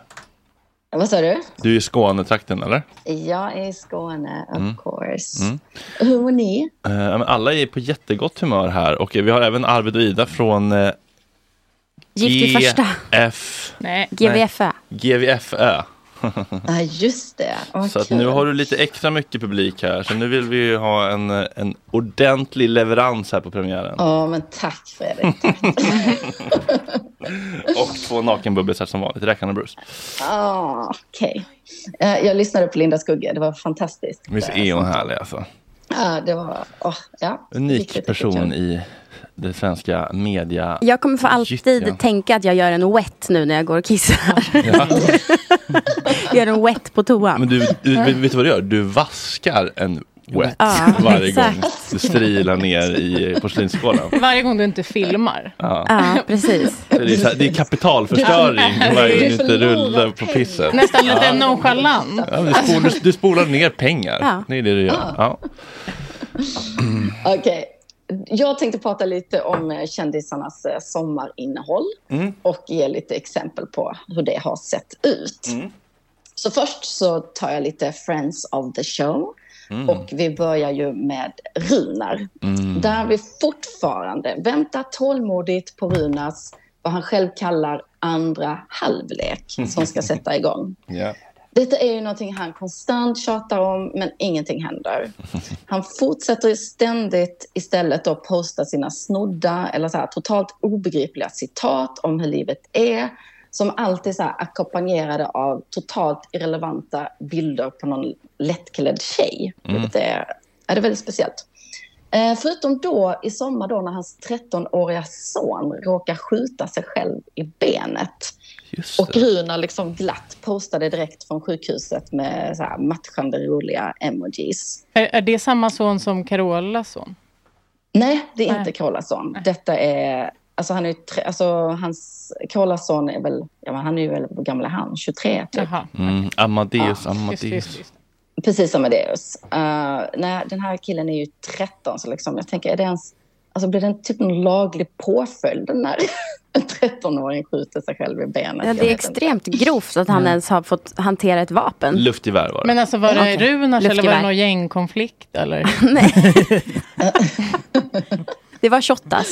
Vad sa du?
Du är i Skånetrakten eller?
Jag är i Skåne.
Mm.
course.
Mm.
Hur mår ni?
Eh, men Alla är på jättegott humör här och vi har även Arvid och Ida från eh,
Gift i första.
GF...
Nej.
GVFÖ.
GVFÖ.
Ja, just det. Vad
så att
kul.
nu har du lite extra mycket publik här, så nu vill vi ju ha en, eh, en ordentlig leverans här på premiären.
Ja, men tack Fredrik. Tack.
Och två nakenbubbisar som vanligt, Räkan och Bruce.
Ah, Okej. Eh, Jag lyssnade på Linda Skugge. Det var fantastiskt.
Visst är hon härlig alltså?
Ja, det var... åh, ja.
Unik person i det svenska media...
Jag kommer för alltid
gyttjan.
tänka att jag gör en wet nu när jag går och kissar.
Ja.
jag gör en wet på toan.
Men du, du, vet vet du vad du gör? Du vaskar en wet
Ja,
varje
exakt.
gång du strilar ner i porslinsskålen.
Varje gång du inte filmar.
Ja.
precis.
Så Det är, så här, det är kapitalförstöring
Ja.
varje
Du
gång du inte rullar på pisset.
Nästan lite
Ja.
nonchalant.
Ja, men du, spol, du, du spolar ner pengar.
Ja.
Det är det du gör. Ja.
Okej. Jag tänkte prata lite om eh, kändisarnas eh, sommarinnehåll och ge lite exempel på hur det har sett ut. Så först så tar jag lite Friends of the show.
Mm.
Och vi börjar ju med Runar.
Mm.
Där vi fortfarande väntar tålmodigt på Runars, vad han själv kallar andra halvlek, som ska sätta igång.
Ja.
Detta är ju någonting han konstant tjatar om, men ingenting händer. Han fortsätter ju ständigt istället att posta sina snodda eller så här, totalt obegripliga citat om hur livet är, som alltid så här, ackompanjerade av totalt irrelevanta bilder på någon lättklädd tjej.
Mm.
Vilket är, är det är väldigt speciellt. Eh, förutom då i sommar då när hans 13-åriga son råkar skjuta sig själv i benet. och Runar liksom glatt postade direkt från sjukhuset med så här matchande roliga emojis.
Är, är det samma son som Carolas son?
Nej, det är
Nej.
inte Karlasson. Detta är... Alltså, han är ju tre, alltså hans... Karlasson är väl... Ja, men han är ju väl hur gammal är han? 23, typ.
Mm, Amadeus,
Ja.
Amadeus.
Precis som Amadeus. Uh, nej, den här killen är ju 13, så liksom, jag tänker, är det ens... Alltså blir det en typ någon laglig påföljd när en 13-åring skjuter sig själv i benet?
Ja,
Jag
det är
vet inte.
extremt grovt att han ens har fått hantera ett vapen.
Luftgevär var det.
Men alltså var det
Okej.
Runars eller var det
Luftgevär.
någon gängkonflikt eller?
Det var 28.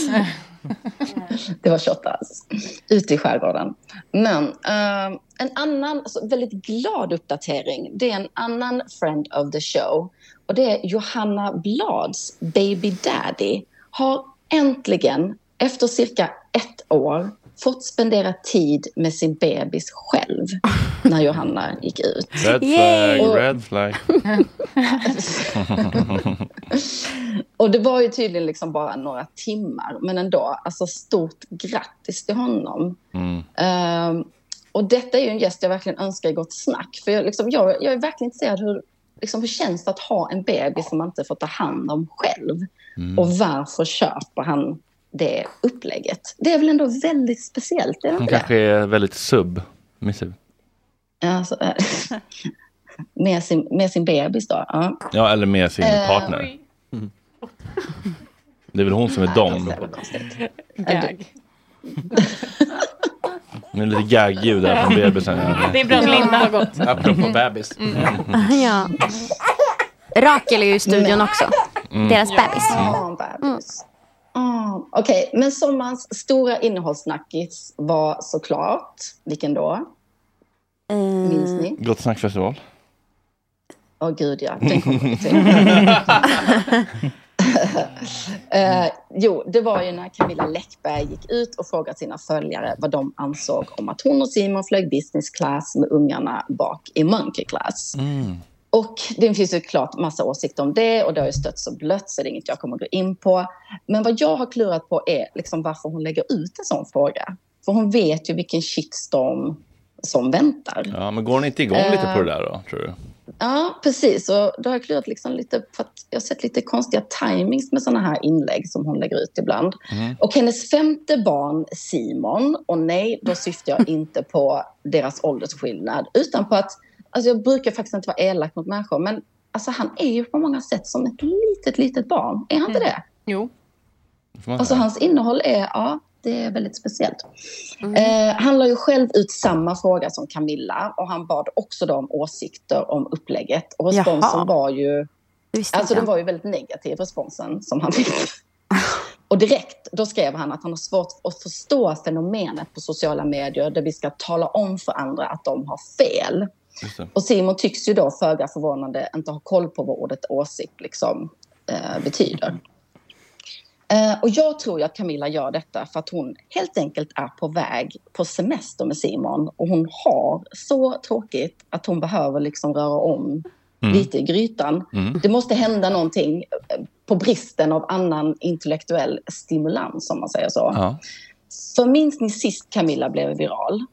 Det var 28 alltså. Ute i skärgården. Men eh, en annan alltså, väldigt glad uppdatering, det är en annan friend of the show. Och det är Johanna Blads baby daddy. Har äntligen, efter cirka ett år, fått spendera tid med sin bebis själv. När Johanna gick ut.
Red flag, red flag.
Och det var ju tydligen liksom bara några timmar, men ändå. Alltså stort grattis till honom.
Mm.
Ehm, och detta är ju en gäst jag verkligen önskar i Gott Snack. För jag, liksom, jag, jag är verkligen intresserad hur, liksom, hur känns det att ha en bebis som man inte får ta hand om själv?
Mm.
Och varför köper han det upplägget? Det är väl ändå väldigt speciellt, är det
Hon
inte det?
kanske är väldigt submissiv.
Alltså, eh, med, sin, med sin bebis då? Ja.
Ja, eller med sin
Eh,
partner. Mm. Det är väl hon som är dom.
Gag.
Med lite gag-ljud där från bebisen.
Det är bra att Linda har gått.
Mm.
Apropå bebis.
Mm.
ja. Rakel är ju i studion också. Deras bebis.
Mm. Ja, bebis. Ah, Okej, men sommarens stora innehållssnackis var såklart, vilken då? Minns ni?
Gott snackfestival.
Åh gud ja, den kommer vi till. Eh, jo, det var ju när Camilla Läckberg gick ut och frågade sina följare vad de ansåg om att hon och Simon flög business class med ungarna bak i monkey class.
Mm.
Och det finns ju klart massa åsikter om det och det har ju stötts och blötts så det är inget jag kommer gå in på. Men vad jag har klurat på är liksom varför hon lägger ut en sån fråga. För hon vet ju vilken shitstorm som väntar.
Ja, men går hon inte igång lite på det där då, tror du?
Ja, precis. Och då har jag klurat liksom lite för att jag har sett lite konstiga timings med såna här inlägg som hon lägger ut ibland. Och hennes femte barn, Simon, och nej, då syftar jag inte på deras åldersskillnad, utan på att, alltså jag brukar faktiskt inte vara elak mot människor, men alltså han är ju på många sätt som ett litet, litet barn. Är han inte det?
Jo.
Alltså hans innehåll är, ja, det är väldigt speciellt.
Mm.
Eh, han la ju själv ut samma fråga som Camilla och han bad också då om åsikter om upplägget. Och responsen
Jaha.
var ju...
visste
Alltså
inte
den
jag.
var ju väldigt negativ, responsen som han fick. Och direkt då skrev han att han har svårt att förstå fenomenet på sociala medier där vi ska tala om för andra att de har fel.
Just det.
Och Simon tycks ju då föga förvånande inte ha koll på vad ordet åsikt liksom, eh, betyder. Eh, och jag tror ju att Camilla gör detta för att hon helt enkelt är på väg på semester med Simon. Och hon har så tråkigt att hon behöver liksom röra om
Mm.
lite i grytan.
Mm.
Det måste hända någonting eh, på bristen av annan intellektuell stimulans, om man säger så.
Ja.
För minns ni sist Camilla blev viral?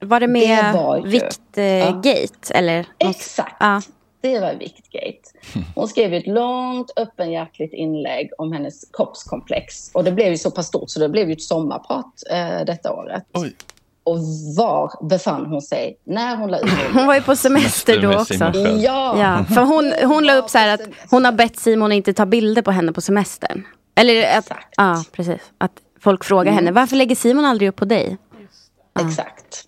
Var det med
Det var ju-
viktgate? eh, Eller
Exakt. Det var Viktgate. Hon skrev ju ett långt, öppenhjärtligt inlägg om hennes kroppskomplex. Och det blev ju så pass stort så det blev ju ett sommarprat eh, detta året. Och var befann hon sig när hon la ut
Hon var ju på semester då
Semester med Simon
också.
själv. Ja.
ja. För hon, hon la upp så här att hon har bett Simon inte ta bilder på henne på semestern. Eller att, ja, precis. Att folk frågar
Mm.
henne, varför lägger Simon aldrig upp på dig?
Exakt.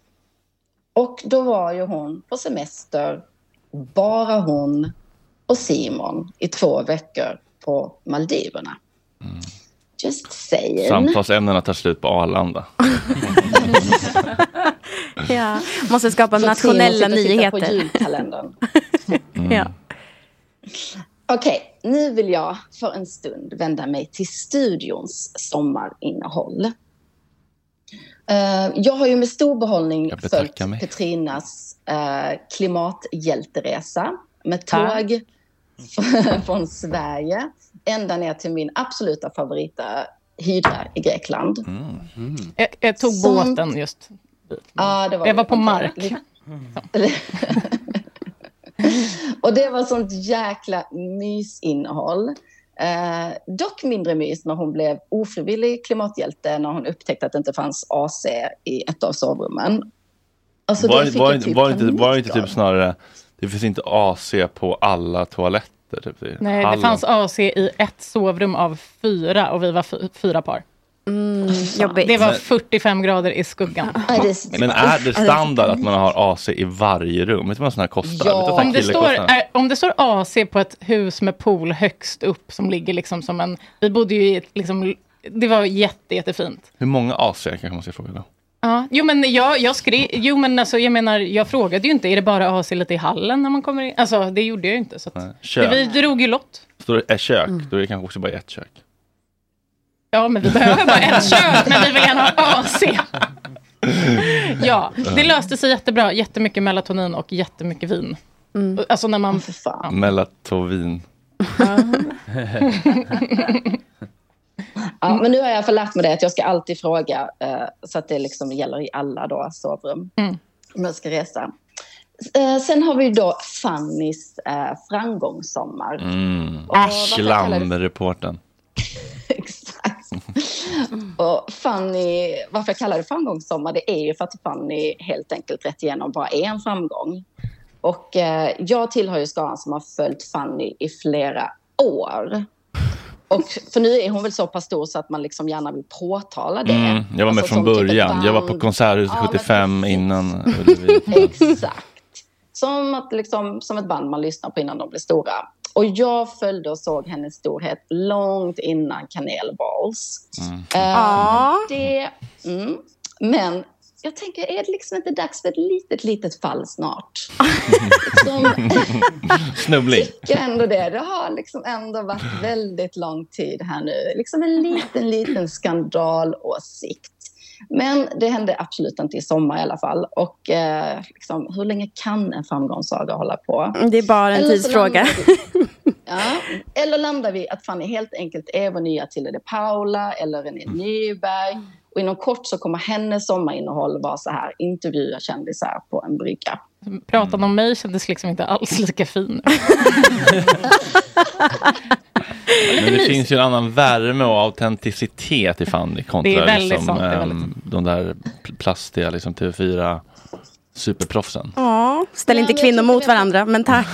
Och då var ju hon på semester, bara hon och Simon i två veckor på Maldiverna. Just saying.
Samtalsämnena tar slut på Arlanda.
Alltså,
Ja. Måste skapa
Så att Simon
nationella
sitter och tittar på
nyheter.
julkalendern.
Mm.
Ja.
Okej, nu vill jag för en stund vända mig till studions sommarinnehåll. Eh, Jag har ju med stor behållning
Jag betackar
följt
mig.
Petrinas eh, klimathjälteresa med
Tack.
tåg från Sverige ända ner till min absoluta favorita hydra i Grekland.
Mm.
Jag, jag tog
Som-
båten just.
Ja, det var
Jag var
det.
på mark.
Mm.
Och det var sånt jäkla mysinnehåll. Eh, dock mindre mys när hon blev ofrivillig klimathjälte när hon upptäckte att det inte fanns AC i ett av sovrummen. Alltså,
var
det fick
var,
jag typ
var, inte, var
panik
inte typ
av.
snarare, det finns inte AC på alla toaletter? Typ, i
Nej, det
hallen.
fanns AC i ett sovrum av fyra och vi var fy- fyra par.
jobbigt.
Det var
Men-
45 grader i skuggan.
Men är Mm, det standard att man har AC i varje rum? Vet du vad sådana här kostar? Vet du vad sån här
Om det,
kille
står,
kostar?
är, om det står AC på ett hus med pool högst upp som ligger liksom som en... Vi bodde ju i ett, liksom... Det var jätte, jättefint.
Hur många AC kanske man ska fråga då?
Ja, jo men jag, jag skrev... Jo men alltså jag menar, jag frågade ju inte, är det bara AC lite i hallen när man kommer in? Alltså det gjorde jag ju inte. Så att,
Nej.
det,
Kök.
vi drog ju lott.
Står det är kök,
Mm.
då är det kanske också bara ett kök.
Ja men vi behöver bara ett kök, men vi vill gärna ha AC. Ja, det löste sig jättebra. Jättemycket melatonin och jättemycket vin.
Mm.
Alltså när man... Ja.
Melatonin.
Ja, men nu har jag i alla fall lärt mig det att jag ska alltid fråga eh, så att det liksom gäller i alla då, sovrum
Mm.
om jag ska resa. Eh, sen har vi ju då Fannys eh, framgångssommar.
Mm.
Och vad kallar vi-
Slamreportern.
Mm. Och Fanny, varför jag kallar det framgångssommar, det är ju för att Fanny helt enkelt rätt igenom bara är en framgång. Och eh, jag tillhör ju skaran som har följt Fanny i flera år. Och för nu är hon väl så pass stor så att man liksom gärna vill påtala det.
Mm. Jag var med
Alltså
från
som typ ett
början. Jag var på
band.
Konserthuset
Ja, men
75 innan Ullevi.
Exakt. Som, att liksom, som ett band man lyssnar på innan de blir stora. Och jag följde och såg hennes storhet långt innan Kanelballs.
Mm.
Eh, det, mm, men jag tänker, är det liksom inte dags för ett litet, litet fall snart? liksom,
Snubbling.
tycker ändå det. Det har liksom ändå varit väldigt lång tid här nu. Liksom en liten, liten skandalåsikt. Men det hände absolut inte i sommar i alla fall. Och eh, liksom, hur länge kan en framgångssaga hålla på?
Det är bara en
Eller så
tidsfråga.
Ja. Eller landar vi att Fanny helt enkelt är vår nya Tilde de Paula eller René
Mm.
Nyberg. Och inom kort så kommer hennes sommarinnehåll vara så här, intervjua kändisar på en brygga.
Pratan om mig kändes liksom inte alls lika fin.
Men det finns ju en annan värme och autenticitet i Fanny kontra
Det är väldigt
liksom,
sant, det är
ehm, de där pl- plastiga liksom, TV4 superproffsen.
Ja, ställ inte kvinnor mot varandra, men tack.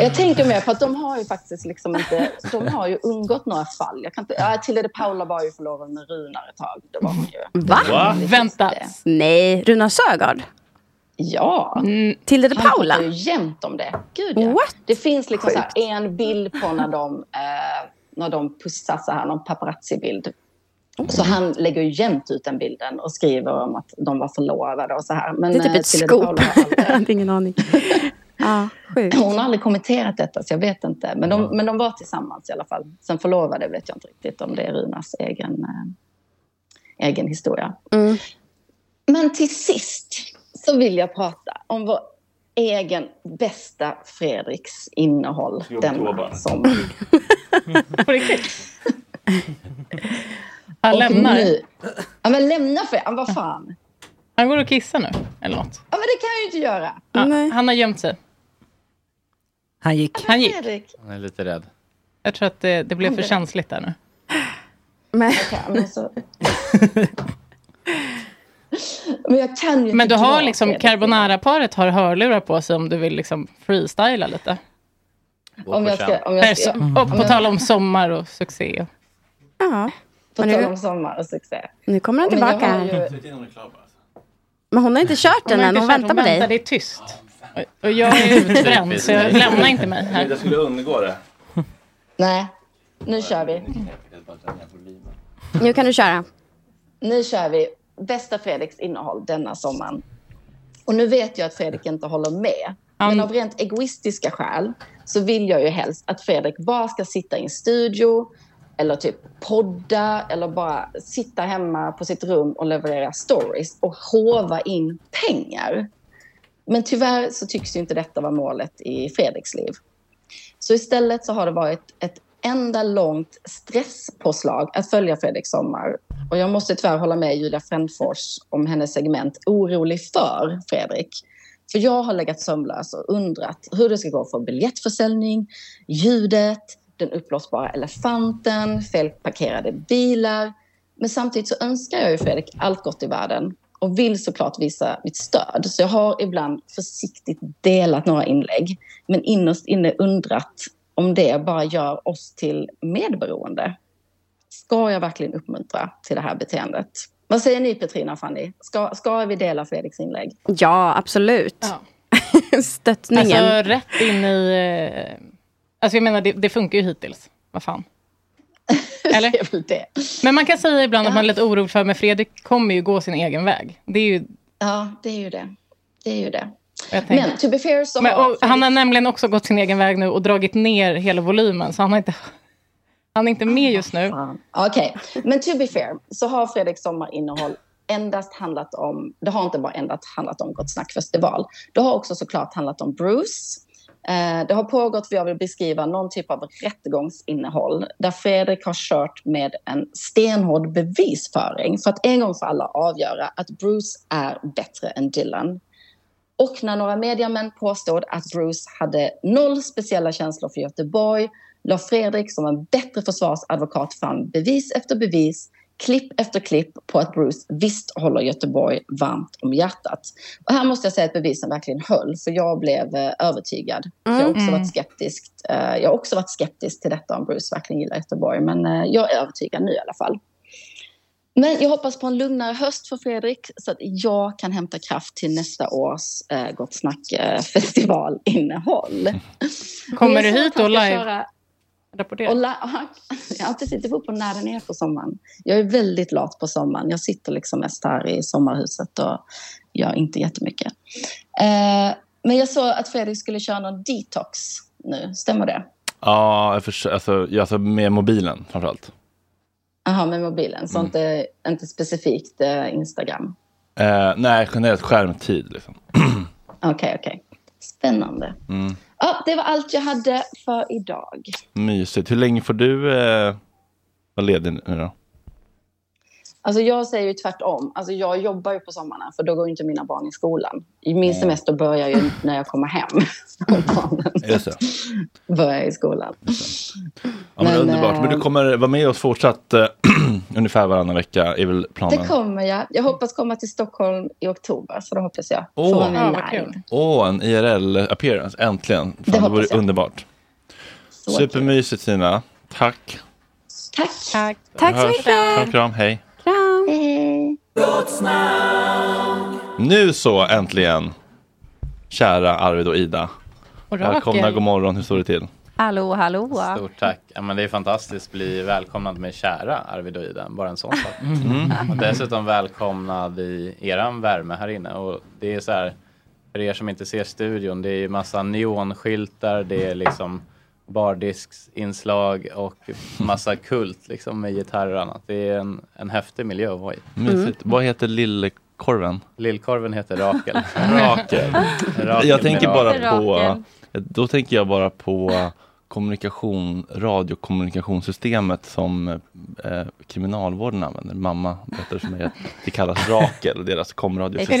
Jag tänker mer på att de har ju faktiskt liksom inte, de har ju undgått några fall. Jag kan inte, ja, Tilde de Paula var ju förlovad med Runar ett tag. Det var hon ju.
Va?
Va?
Vänta.
Nej, Runar Sögaard?
Ja.
Tilde de
Han
Paula?
pratar ju jämt om det. Gud, ja. Det finns liksom så här, en bild på när de, eh, när de pussas, så här, någon paparazzi-bild. Så han lägger ju jämt ut den bilden och skriver om att de var förlovade och så här. Men,
det är typ
eh,
ett
Tilde de
scoop.
Paula har
Jag hade ingen aning. Ja, sjukt.
Hon har aldrig kommenterat detta, så jag vet inte. Men de, men de var tillsammans i alla fall. Sen förlovade vet jag inte riktigt om det är Runas egen, eh, egen historia.
Mm.
Men till sist så vill jag prata om vår egen bästa Fredriks innehåll
Jobbigt att vara
denna
bara.
sommar.
På riktigt? Han
Och
lämnar.
nu- Ja, men lämna för ja, vad fan.
Han går och kissar nu, eller något.
Ja, men det kan jag ju inte göra.
Ja, han har gömt sig.
Han gick.
Han gick.
Fredrik.
Han är lite rädd.
Jag tror att det, det blev
Han
för
blev-
känsligt där nu.
Men...
men, alltså- så... men jag kan ju
Men
inte
du har
dra
liksom,
Fredrik.
carbonara-paret har hörlurar på sig om du vill liksom freestyla lite. Gå
Om
på
jag ska-
känn.
om jag
Nej,
ska- Mm.
så-
om
och på
jag-
tal om sommar och succé.
Ja.
På
Men nu-
tal om sommar och succé.
Nu kommer han
Men jag
tillbaka
har
här.
ju-
Men hon har inte kört den
har
än,
inte
hon
kört,
väntar på dig.
väntar, Det är tyst. Och- Och jag är utbränd, så jag lämnar inte mig här.
Jag skulle undgå det.
Nej, nu kör vi.
Nu kan du köra.
Nu kör vi bästa Fredriks innehåll denna sommaren. Och nu vet jag att Fredrik inte håller med. Men av rent egoistiska skäl så vill jag ju helst att Fredrik bara ska sitta i en studio eller typ podda eller bara sitta hemma på sitt rum och leverera stories och håva in pengar. Men tyvärr så tycks ju inte detta vara målet i Fredriks liv. Så istället så har det varit ett enda långt stresspåslag att följa Fredrik Sommar. Och jag måste tyvärr hålla med Julia Frändfors om hennes segment Orolig för Fredrik. För jag har legat sömnlös och undrat hur det ska gå för biljettförsäljning, ljudet, den uppblåsbara elefanten, felparkerade bilar. Men samtidigt så önskar jag ju Fredrik allt gott i världen och vill såklart visa mitt stöd. Så jag har ibland försiktigt delat några inlägg men innerst inne undrat om det bara gör oss till medberoende. Ska jag verkligen uppmuntra till det här beteendet? Vad säger ni Petrina och Fanny? Ska, ska vi dela Fredriks inlägg?
Ja, absolut. Stöttningen.
Alltså rätt in i... eh, Alltså jag menar, det, det funkar ju hittills. Vad fan. Eller? Men man kan säga ibland att man är lite orolig för, men Fredrik kommer ju gå sin egen väg. Det är ju...
Ja, det är ju det. Det är ju det.
Jag tänker-
Men to be fair så
Men,
har
och, han har nämligen också gått sin egen väg nu och dragit ner hela volymen, så han, har inte, han är inte
Ah,
med just nu.
Okej, men to be fair så har Fredriks sommarinnehåll endast handlat om, det har inte bara endast handlat om Gott Snack Festival. Det har också såklart handlat om Bruce. Eh, Det har pågått vad jag vill beskriva någon typ av rättegångsinnehåll där Fredrik har kört med en stenhård bevisföring för att en gång för alla avgöra att Bruce är bättre än Dylan. Och när några mediamän påstod att Bruce hade noll speciella känslor för Göteborg la Fredrik som en bättre försvarsadvokat fram bevis efter bevis, klipp efter klipp på att Bruce visst håller Göteborg varmt om hjärtat. Och här måste jag säga att bevisen verkligen höll, för jag blev eh, övertygad. För Jag, har också
Mm.
varit skeptisk, eh, jag har också varit skeptisk till detta om Bruce verkligen gillar Göteborg, men eh, jag är övertygad nu i alla fall. Men jag hoppas på en lugnare höst för Fredrik så att jag kan hämta kraft till nästa års eh, Gott snack-festivalinnehåll.
Mm. Kommer
Jag
du
sa
hit
att han
då
ska
live?
köra- Och la- ja, precis. Det beror på när den är på sommaren. Jag är väldigt lat på sommaren. Jag sitter liksom mest här i sommarhuset och gör inte jättemycket. Eh, men jag såg att Fredrik skulle köra någon detox nu. Stämmer det?
Ja, jag förs- alltså, ja, alltså med mobilen framförallt.
Jaha, med mobilen.
Mm.
Så inte, inte specifikt eh, Instagram.
Eh, nej, generellt skärmtid. Liksom.
Okej, okej. Spännande.
Mm.
Ja, det var allt jag hade för idag.
Mysigt. Hur länge får du eh, vara ledig nu då?
Alltså jag säger ju tvärtom. Alltså jag jobbar ju på sommarna för då går ju inte mina barn i skolan. Min semester börjar ju när jag kommer hem.
Just det.
börjar i skolan.
Ja, men,
Men,
underbart.
eh,
Men du kommer vara med oss fortsatt eh, ungefär varannan vecka är väl planen?
Det kommer jag. Jag hoppas komma till Stockholm i oktober, så det hoppas jag. Får
Åh.
vara med
Ja,
live.
Åh, en IRL-appearance. Äntligen. Fan, det, vore underbart. Supermysigt, Tina. Tack.
Tack.
Tack.
Vi hörs. Kram, kram. Hej.
Kram. Hej, hej.
Nu så, äntligen. Kära Arvid och Ida.
Och Rakel.
Välkomna, god morgon. Hur står det till?
Hallå, hallå. Stort tack. Ja, men det är fantastiskt att bli välkomnad med kära Arvid och Ida. Bara en sån sak.
Mm.
Och dessutom välkomnad i eran värme här inne. Och det är så här, för er som inte ser studion, det är ju massa neonskyltar, det är liksom bardisksinslag och massa kult liksom med gitarrer och annat. Det är en, en häftig miljö att vara i.
Mm. Mysigt.
Mm.
Vad heter lillkorven?
Lillkorven heter Rakel.
Rakel. jag
med
tänker
Rakel.
bara på, då tänker jag bara på kommunikation, radiokommunikationssystemet som eh, kriminalvården använder. Mamma berättade för mig att det kallas Rakel, deras komradiosystem.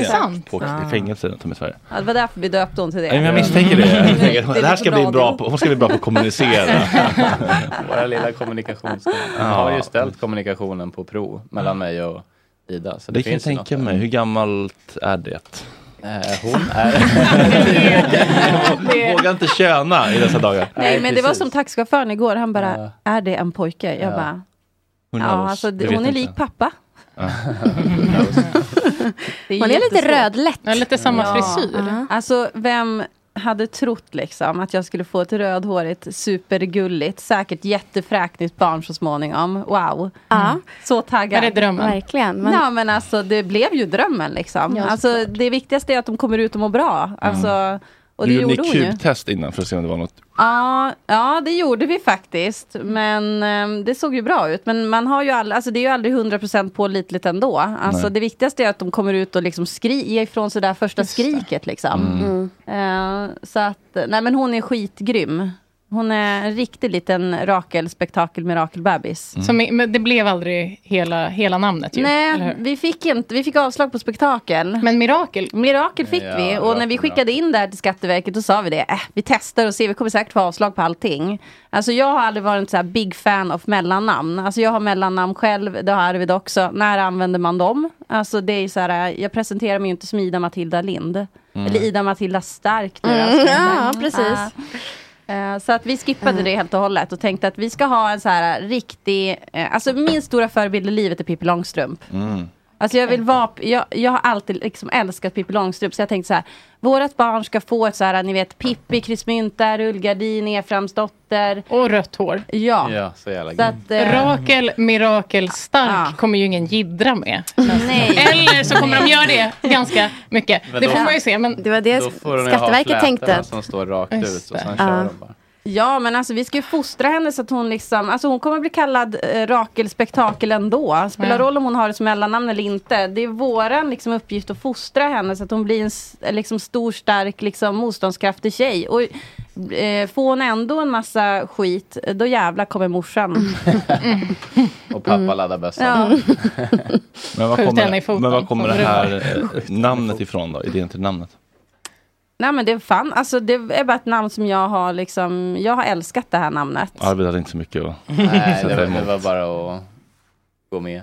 Är det sant?
På
Ah.
i fängelser runt om i Sverige.
Ja, det var därför vi döpte om till det.
Nej, men jag misstänker det. Jag
Mm.
tänker,
är
det här
lite
ska bli bra på, hon ska bli bra på att kommunicera.
Våra lilla kommunikationsskola.
Ja.
har ju ställt kommunikationen på prov mellan mig och Ida. Så det,
det kan jag
finns ju något där.
tänka mig. Hur gammalt är det?
Eh, hon är... Våga inte köna i dessa dagar.
Nej, men det var som taxichauffören igår. Han bara, är det en pojke? Jag
Ja.
bara,
Who
ja,
knows?
alltså,
Vi
det,
vet
hon är
inte.
lik pappa.
är
Hon är lite
jättesvårt.
rödlätt.
Ja, lite samma frisyr.
Ja. Alltså, vem hade trott liksom att jag skulle få ett rödhårigt, supergulligt, säkert jättefräknigt barn så småningom. Wow. Mm.
Ja.
Så taggad.
Är det drömmen? Verkligen, men-
Men... Ja, men alltså det blev ju drömmen liksom.
Ja,
alltså, det viktigaste är att de kommer ut och mår bra. Alltså, Och det
du
gjorde
gjorde
hon ju.
kubtest innan för att se om det var något.
Ja, ja, det gjorde vi faktiskt. Men ehm, det såg ju bra ut. Men man har ju all, alltså, det är ju aldrig 100% pålitligt ändå. Alltså,
Nej.
det viktigaste är att de kommer ut och liksom skri- ger ifrån sig det där första skriket. Liksom.
Mm.
Eh, så att, nej men hon är skitgrym. Hon är en riktig liten Rakel spektakel mirakelbebis.
Så, men men det blev aldrig hela, hela namnet ju, eller
Nej,
hur?
vi fick, inte, vi fick avslag på spektakel.
Men mirakel?
Mirakel fick
Ja,
vi. Och
mirakel,
när vi skickade in det här till Skatteverket då sa vi det. Äh, vi testar och ser, vi kommer säkert få avslag på allting. Alltså jag har aldrig varit en så här big fan av mellannamn. Alltså jag har mellannamn själv, det har Arvid också. När använder man dem? Alltså det är så här, jag presenterar mig ju inte som Ida Matilda Lind.
Mm.
Eller Ida Matilda Stark. nu då,
Mm,
ska jag
ja,
säga.
precis.
Ja. Eh, Så att vi skippade det helt och hållet och tänkte att vi ska ha en så här riktig, eh, alltså min stora förebild i livet är Pippi Långstrump. Alltså jag vill vara, jag, jag har alltid liksom älskat Pippi Långstrump så jag tänkte så här, vårat barn ska få ett så här, ni vet Pippi, Chris Mynta, Rullgardin, Efraims dotter.
Och rött hår.
Ja.
Ja, så jävla
Så att, eh,
Rakel, mirakel, stark kommer ju ingen jiddra med. Eller så kommer de göra det ganska mycket.
Men
det
då-
får man ju se. Men
det var det
Då får de ju ha alltså. flätarna som står rakt ut och
Just
sen
det.
kör
Ja.
de bara.
Ja men alltså vi ska ju fostra henne så att hon liksom, alltså hon kommer bli kallad eh, Rakel Spektakel ändå. Spelar
Ja.
roll om hon har det som mellannamn eller inte. Det är våran liksom, uppgift att fostra henne så att hon blir en s- eh, liksom, stor, stark, liksom, motståndskraftig tjej. Och eh, får hon ändå en massa skit, eh, då jävla kommer
Mm.
morsan.
Och pappa laddar bössan.
Mm. Ja.
Men
Skjut
vad
henne i
kommer,
foten.
men vad kommer det
Kommer
här
det vara?
eh, namnet ifrån då? Idén till namnet?
Nej men det är fan, alltså det är bara ett namn som jag har liksom, jag har älskat det här namnet.
Arvid hade inte så mycket att
Nej, det
sätta
var, det
emot.
var bara att gå med.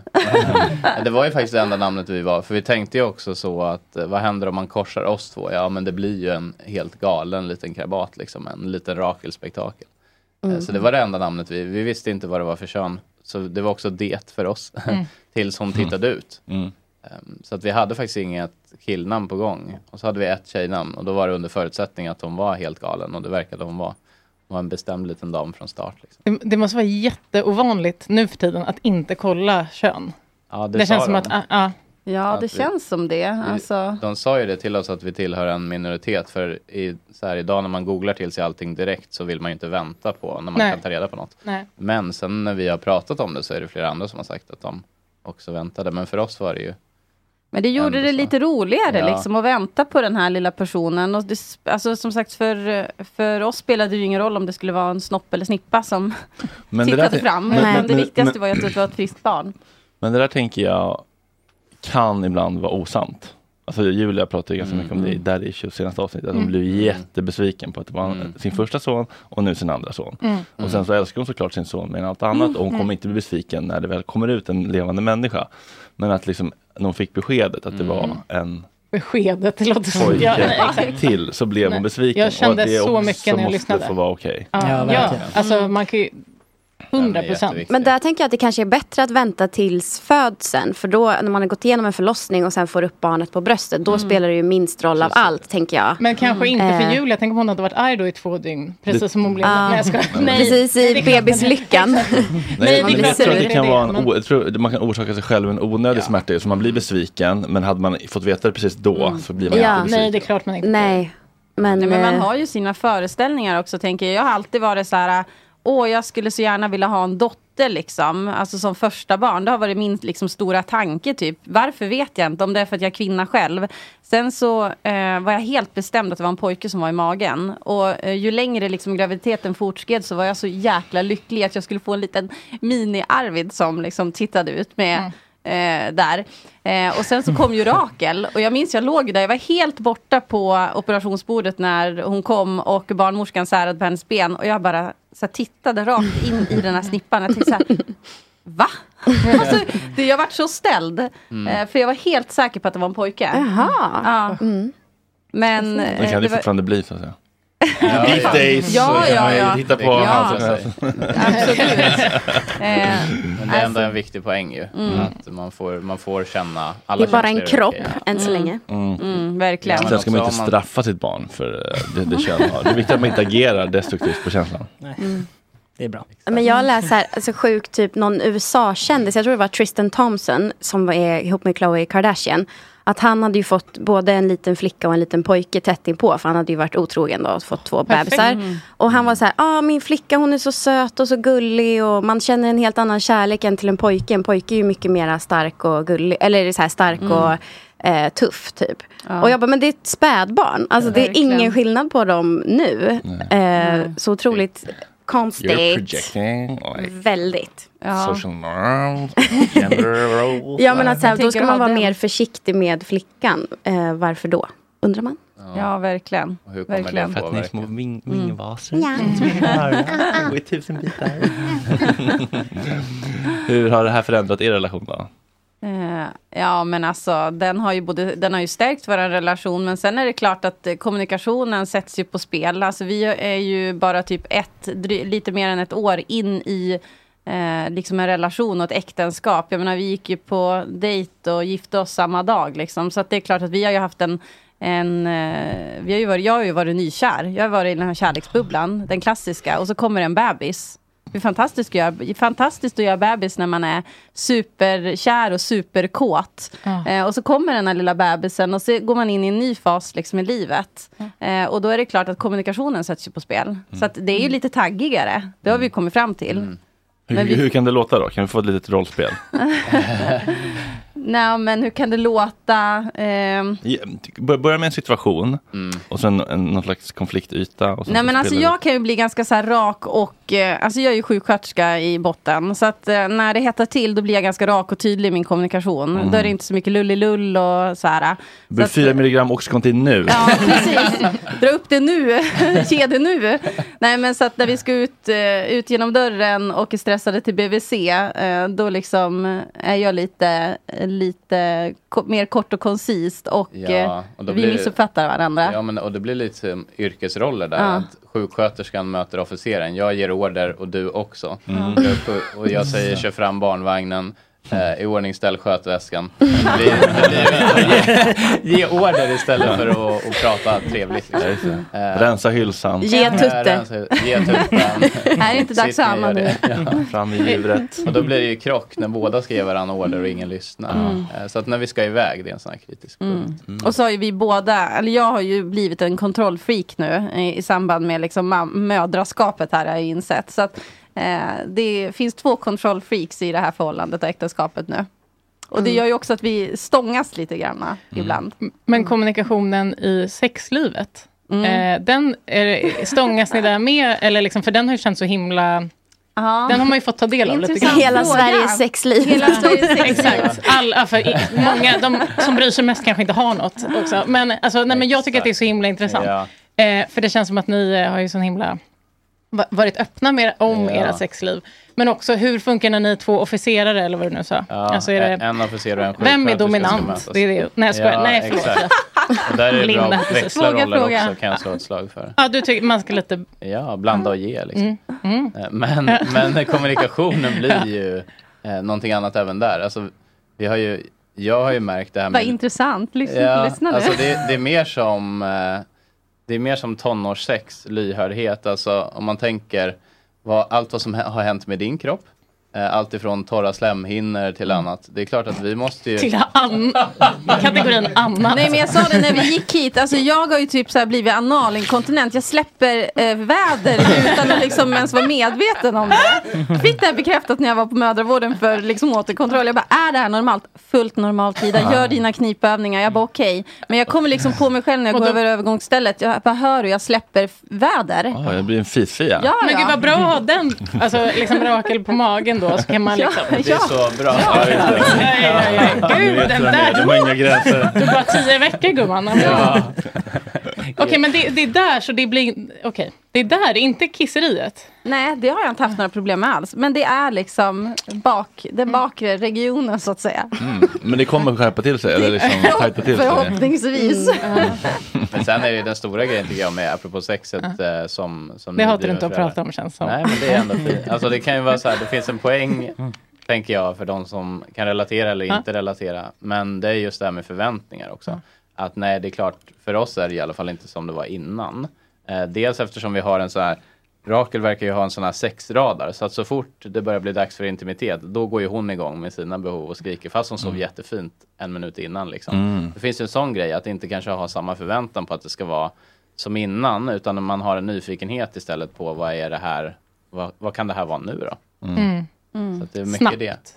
det var ju faktiskt det enda namnet vi var. För vi tänkte ju också så att eh, vad händer om man korsar oss två? Ja, men det blir ju en helt galen liten krabat liksom. En liten Rakel-spektakel. Eh,
Mm.
Så det var det enda namnet vi, vi visste inte vad det var för kön. Så det var också det för oss.
Mm.
Tills hon tittade ut. Ehm, Så att vi hade faktiskt inget killnamn på gång. Och så hade vi ett tjejnamn och då var det under förutsättning att hon var helt galen och det verkade hon vara. Hon var en bestämd liten dam från start. Liksom.
det, det måste vara jätteovanligt nu för tiden att inte kolla kön.
Ja,
Det,
det sa
känns som
de.
att... ah, ah.
Ja
Att
det
vi-
känns som det. Alltså.
De sa ju det till oss att vi tillhör en minoritet för i, så här, idag när man googlar till sig allting direkt så vill man ju inte vänta på när man
Nej.
kan ta reda på något.
Nej.
Men sen när vi har pratat om det så är det flera andra som har sagt att de också väntade. Men för oss var det ju
Men det gjorde det lite roligare
Ja.
liksom att vänta på den här lilla personen. Och det, sp- alltså, som sagt, för, för oss spelade det ju ingen roll om det skulle vara en snopp eller snippa som
Men det där
tittade
tänk-
fram.
men-
Men,
men-
det
men-
viktigaste
men-
var ju att det var ett friskt barn.
Men det där tänker jag kan ibland vara osant. Alltså Julia pratade ju ganska
Mm,
mycket om det i Daddy Issues senaste avsnittet. Att hon
Mm.
blev jättebesviken på att det var
Mm.
sin första son och nu sin andra son.
Mm.
Och sen så älskar hon såklart sin son mer än allt annat och hon
Mm.
kommer inte bli besviken när det väl kommer ut en levande människa. Men att liksom när hon fick beskedet att det var en
Beskedet, det låter som...
pojke
Mm. Ja, nej, exakt.
till så blev
Nej.
hon besviken.
Jag kände
och att det
så
också
mycket när jag
måste
lyssnade.
få vara okej.
Ja, ja,
verkligen.
alltså man kan ju... 100 procent.
Men där tänker jag att det kanske är bättre att vänta tills födseln. För då när man har gått igenom en förlossning och sen får upp barnet på bröstet. Då spelar det ju minst roll av allt tänker jag.
Mm. Men kanske inte
Eh,
för Julia. Tänk om hon hade varit arg då i två dygn.
Det-
Precis som hon blev.
Ah.
Nej, jag skojar. Nej.
Precis i bebislyckan.
Nej,
Nej, det är
men jag
klart
tror att
det
det
är
kan
det,
vara en,
men-
o- jag tror, man kan orsaka sig själv en onödig smärta. Så man blir besviken, men hade man fått veta det precis då så blir man inte besviken.
det är klart man inte
Nej, men,
Nej, men man
eh,
har ju sina föreställningar också tänker jag. Jag har alltid varit så här, åh jag skulle så gärna vilja ha en dotter liksom. Alltså som första barn. Det har varit min liksom, stora tanke typ. Varför vet jag inte, om det är för att jag är kvinna själv. Sen så eh, var jag helt bestämd att det var en pojke som var i magen. Och eh, ju längre liksom, graviditeten fortskred så var jag så jäkla lycklig att jag skulle få en liten mini-Arvid som liksom, tittade ut med
Mm.
Eh, där. Eh, och sen så kom ju Rakel och jag minns jag låg ju där, jag var helt borta på operationsbordet när hon kom och barnmorskan särade på hennes ben och jag bara så här, tittade rakt in i den här snippan. Jag tänkte så här, va? alltså, det, jag vart så ställd.
Mm.
Eh, för jag var helt säker på att det var en pojke.
Jaha.
Ja.
Mm.
Men... eh,
Det kan det
var-
fortfarande bli så att säga.
Ja,
Beat
ja.
Days.
Ja,
så kan
ja,
man ju
ja.
Hitta på
Det kan
allt
man
som
säga.
helst.
Eh, Men det är ändå
Alltså-
en viktig poäng ju.
Mm.
Att man får, man får känna alla
Det är bara en
känslor,
kropp
okej.
än så länge.
Mm.
verkligen.
Sen ska man
också
inte
om man-
straffa sitt barn för eh, det, det kön har. Det är viktigt att man inte agerar destruktivt på känslan.
Mm.
Det är bra.
liksom.
Men jag läser här, alltså sjukt, typ någon USA-kändis, jag tror det var Tristan Thompson som är ihop med Khloe Kardashian. Att han hade ju fått både en liten flicka och en liten pojke tätt inpå för han hade ju varit otrogen då och fått två
Perfekt.
bebisar.
Mm.
Och han var så här, ah, min flicka hon är så söt och så gullig och man känner en helt annan kärlek än till en pojke. En pojke är ju mycket mer stark och gullig, eller så här stark
Mm.
och eh, tuff typ.
Ja.
Och jag bara, men det är ett spädbarn. Alltså
Ja,
det är
verkligen.
ingen skillnad på dem nu. Eh, så otroligt
You're
konstigt.
projecting like
Väldigt.
social norms, gender roles.
Ja men att så här,
Jag
då
tänker
ska man
ha
vara
den.
mer försiktig med flickan. Eh, varför då? Undrar man.
Ja, verkligen.
Och hur kommer
verkligen.
det påverka?
små ving,
Mm.
vingvaser
Ja.
som vi har. Det går i tusen bitar.
Hur har det här förändrat er relation då?
Eh, Ja, men alltså den har ju, både, den har ju stärkt vår relation, men sen är det klart att eh, kommunikationen sätts ju på spel. Alltså vi är ju bara typ ett, dry- lite mer än ett år in i eh, liksom en relation och ett äktenskap. Jag menar, vi gick ju på dejt och gifte oss samma dag liksom, så att det är klart att vi har ju haft en en, eh, vi har ju varit, jag har ju varit nykär. Jag har varit i den här kärleksbubblan, den klassiska. Och så kommer en bebis. Hur fantastiskt, att göra, fantastiskt att göra bebis när man är superkär och superkåt. Eh, och så kommer den här lilla bebisen och så går man in i en ny fas liksom, i livet. Eh, och då är det klart att kommunikationen sätts ju på spel. Så att det är ju lite taggigare. Det har vi kommit fram till.
Hur,
Men vi-
hur kan det låta då? Kan vi få ett litet rollspel?
Nej, men hur kan det låta? Ehm,
Ja, bör- Börja med en situation och sen en, någon slags konfliktyta. Och sen
Nej
så
men alltså
spelar vi.
jag kan ju bli ganska så här rak och, eh, alltså jag är ju sjuksköterska i botten. Så att eh, när det hettar till då blir jag ganska rak och tydlig i min kommunikation.
Mm.
Då är det inte så mycket lullilull och så här.
Det
Så
blir
att-
fyra milligram Oxycontin nu.
Ja, precis. Dra upp det nu. Ge det nu. Nej, men så att när vi ska ut, eh, ut genom dörren och är stressade till BVC, eh, då liksom är jag lite, lite ko- mer kort och koncist och, eh,
och då
vi
blir-
missuppfattar varandra.
Ja, men, och det blir lite som yrkesroller där.
Ja.
Att sjuksköterskan möter officeren. Jag ger order och du också.
Mm.
Jag är sjuk- och jag säger kör fram barnvagnen. Eh, I ordning ställ skötväskan. Det blir, det blir, ge, ge order istället för att, att prata trevligt. Liksom. Eh,
Rensa hylsan.
Ge tutte.
Eh, rensa- Ge tutten.
Är det inte dags
Sitt
att
ner
amma nu?
det. Ja.
Fram i djuret.
Och då blir det ju krock när båda ska ge varandra order och ingen lyssnar.
Mm.
Eh, Så att när vi ska iväg, det är en sån här kritisk punkt.
Mm. Och så har ju vi båda, eller jag har ju blivit en kontrollfreak nu i, i samband med liksom mam- mödraskapet här har jag insett. Så att eh, det finns två kontrollfreaks i det här förhållandet och äktenskapet nu. Och det
Mm.
gör ju också att vi stångas lite grann ibland.
Men kommunikationen i sexlivet,
Mm.
eh, den är, det- stångas ni där med? Eller liksom, för den har ju känts så himla... Den har man ju fått ta del av lite grann.
Hela Sveriges sexliv.
Hela Sveriges Exakt. Alla, för i, många, de som bryr sig mest kanske inte har något också. Men, alltså, nej, men jag tycker att det är så himla intressant.
Ja.
Eh, för det känns som att ni eh, har ju sån himla va- varit öppna med, om
Ja.
era sexliv. Men också hur funkar när ni är två officerare eller vad du nu sa?
Ja,
alltså, är
en-
det,
en officer och en sjuksköterska
vem är
ska
dominant?
mötas.
Det är det. Nej, jag skojar.
Ja,
Nej, förlåt.
exakt. Och där är det bra
Linda.
att växla
Fråga,
roller
fråga.
också, kan jag slå ett slag för.
Ja, du tycker man ska lite...
Ja, blanda och ge liksom.
Mm, mm.
Eh, Men, men kommunikationen blir ju eh, någonting annat även där. Alltså, vi har ju, jag har ju märkt det här
Vad
med
intressant. Lyssna, lyssna nu.
alltså det, det är mer som eh, det är mer som tonårssex, lyhördhet. Alltså om man tänker vad, allt vad som hä- har hänt med din kropp. eh, Allt ifrån torra slemhinnor till annat. Det är klart att vi måste ju...
Mm. Till an... kategorin annat.
Nej men jag sa det när vi gick hit, alltså jag har ju typ så här blivit analinkontinent. Jag släpper eh, väder utan att liksom ens vara medveten om det. Fick det här bekräftat när jag var på mödravården för liksom återkontroll. Jag bara, är det här normalt? Fullt normalt Ida, gör dina knipövningar. Jag bara okej. Men jag kommer liksom på mig själv när jag
Och
går
då-
över övergångsstället. Jag bara, hör du, jag släpper f- väder.
Ja, det blir en fifia.
Ja,
men
ja.
gud vad bra att ha den alltså, liksom Rakel på magen då. Så kan man liksom...
Det är så bra. Ja, just det.
ja, ja.
Nu
Gud,
vet
den
jag mer.
där.
De har inga gränser.
Du är bara tio veckor gumman.
Ja.
Alltså. Okej, men det, det är där så det blir... Okej, det är där, inte kisseriet.
Nej, det har jag inte haft några problem med alls. Men det är liksom bak,
Mm.
den bakre regionen så att säga.
Mm. Men det kommer skärpa till sig, eller liksom tajta till sig.
Förhoppningsvis.
Mm.
Mm.
Men sen är det ju den stora grejen tycker jag med, apropå sexet eh, som, som
Det
ni
hatar
driver
inte att
för det här.
prata om, känns som.
Nej, men det är ändå fint. Alltså det kan ju vara så här, det finns en poäng,
Mm.
tänker jag, för de som kan relatera eller
Ja.
inte relatera. Men det är just det här med förväntningar också.
Mm.
Att nej, det är klart, för oss är det i alla fall inte som det var innan. Eh, dels eftersom vi har en så här Rakel verkar ju ha en sån här sexradar, så att så fort det börjar bli dags för intimitet, då går ju hon igång med sina behov och skriker, fast hon sov
Mm.
jättefint en minut innan. Liksom.
Mm.
Det finns ju en sån grej, att inte kanske ha samma förväntan på att det ska vara som innan, utan man har en nyfikenhet istället på vad är det här, vad, vad kan det här vara nu då?
Mm.
Så att det är mycket
Snabbt,
det.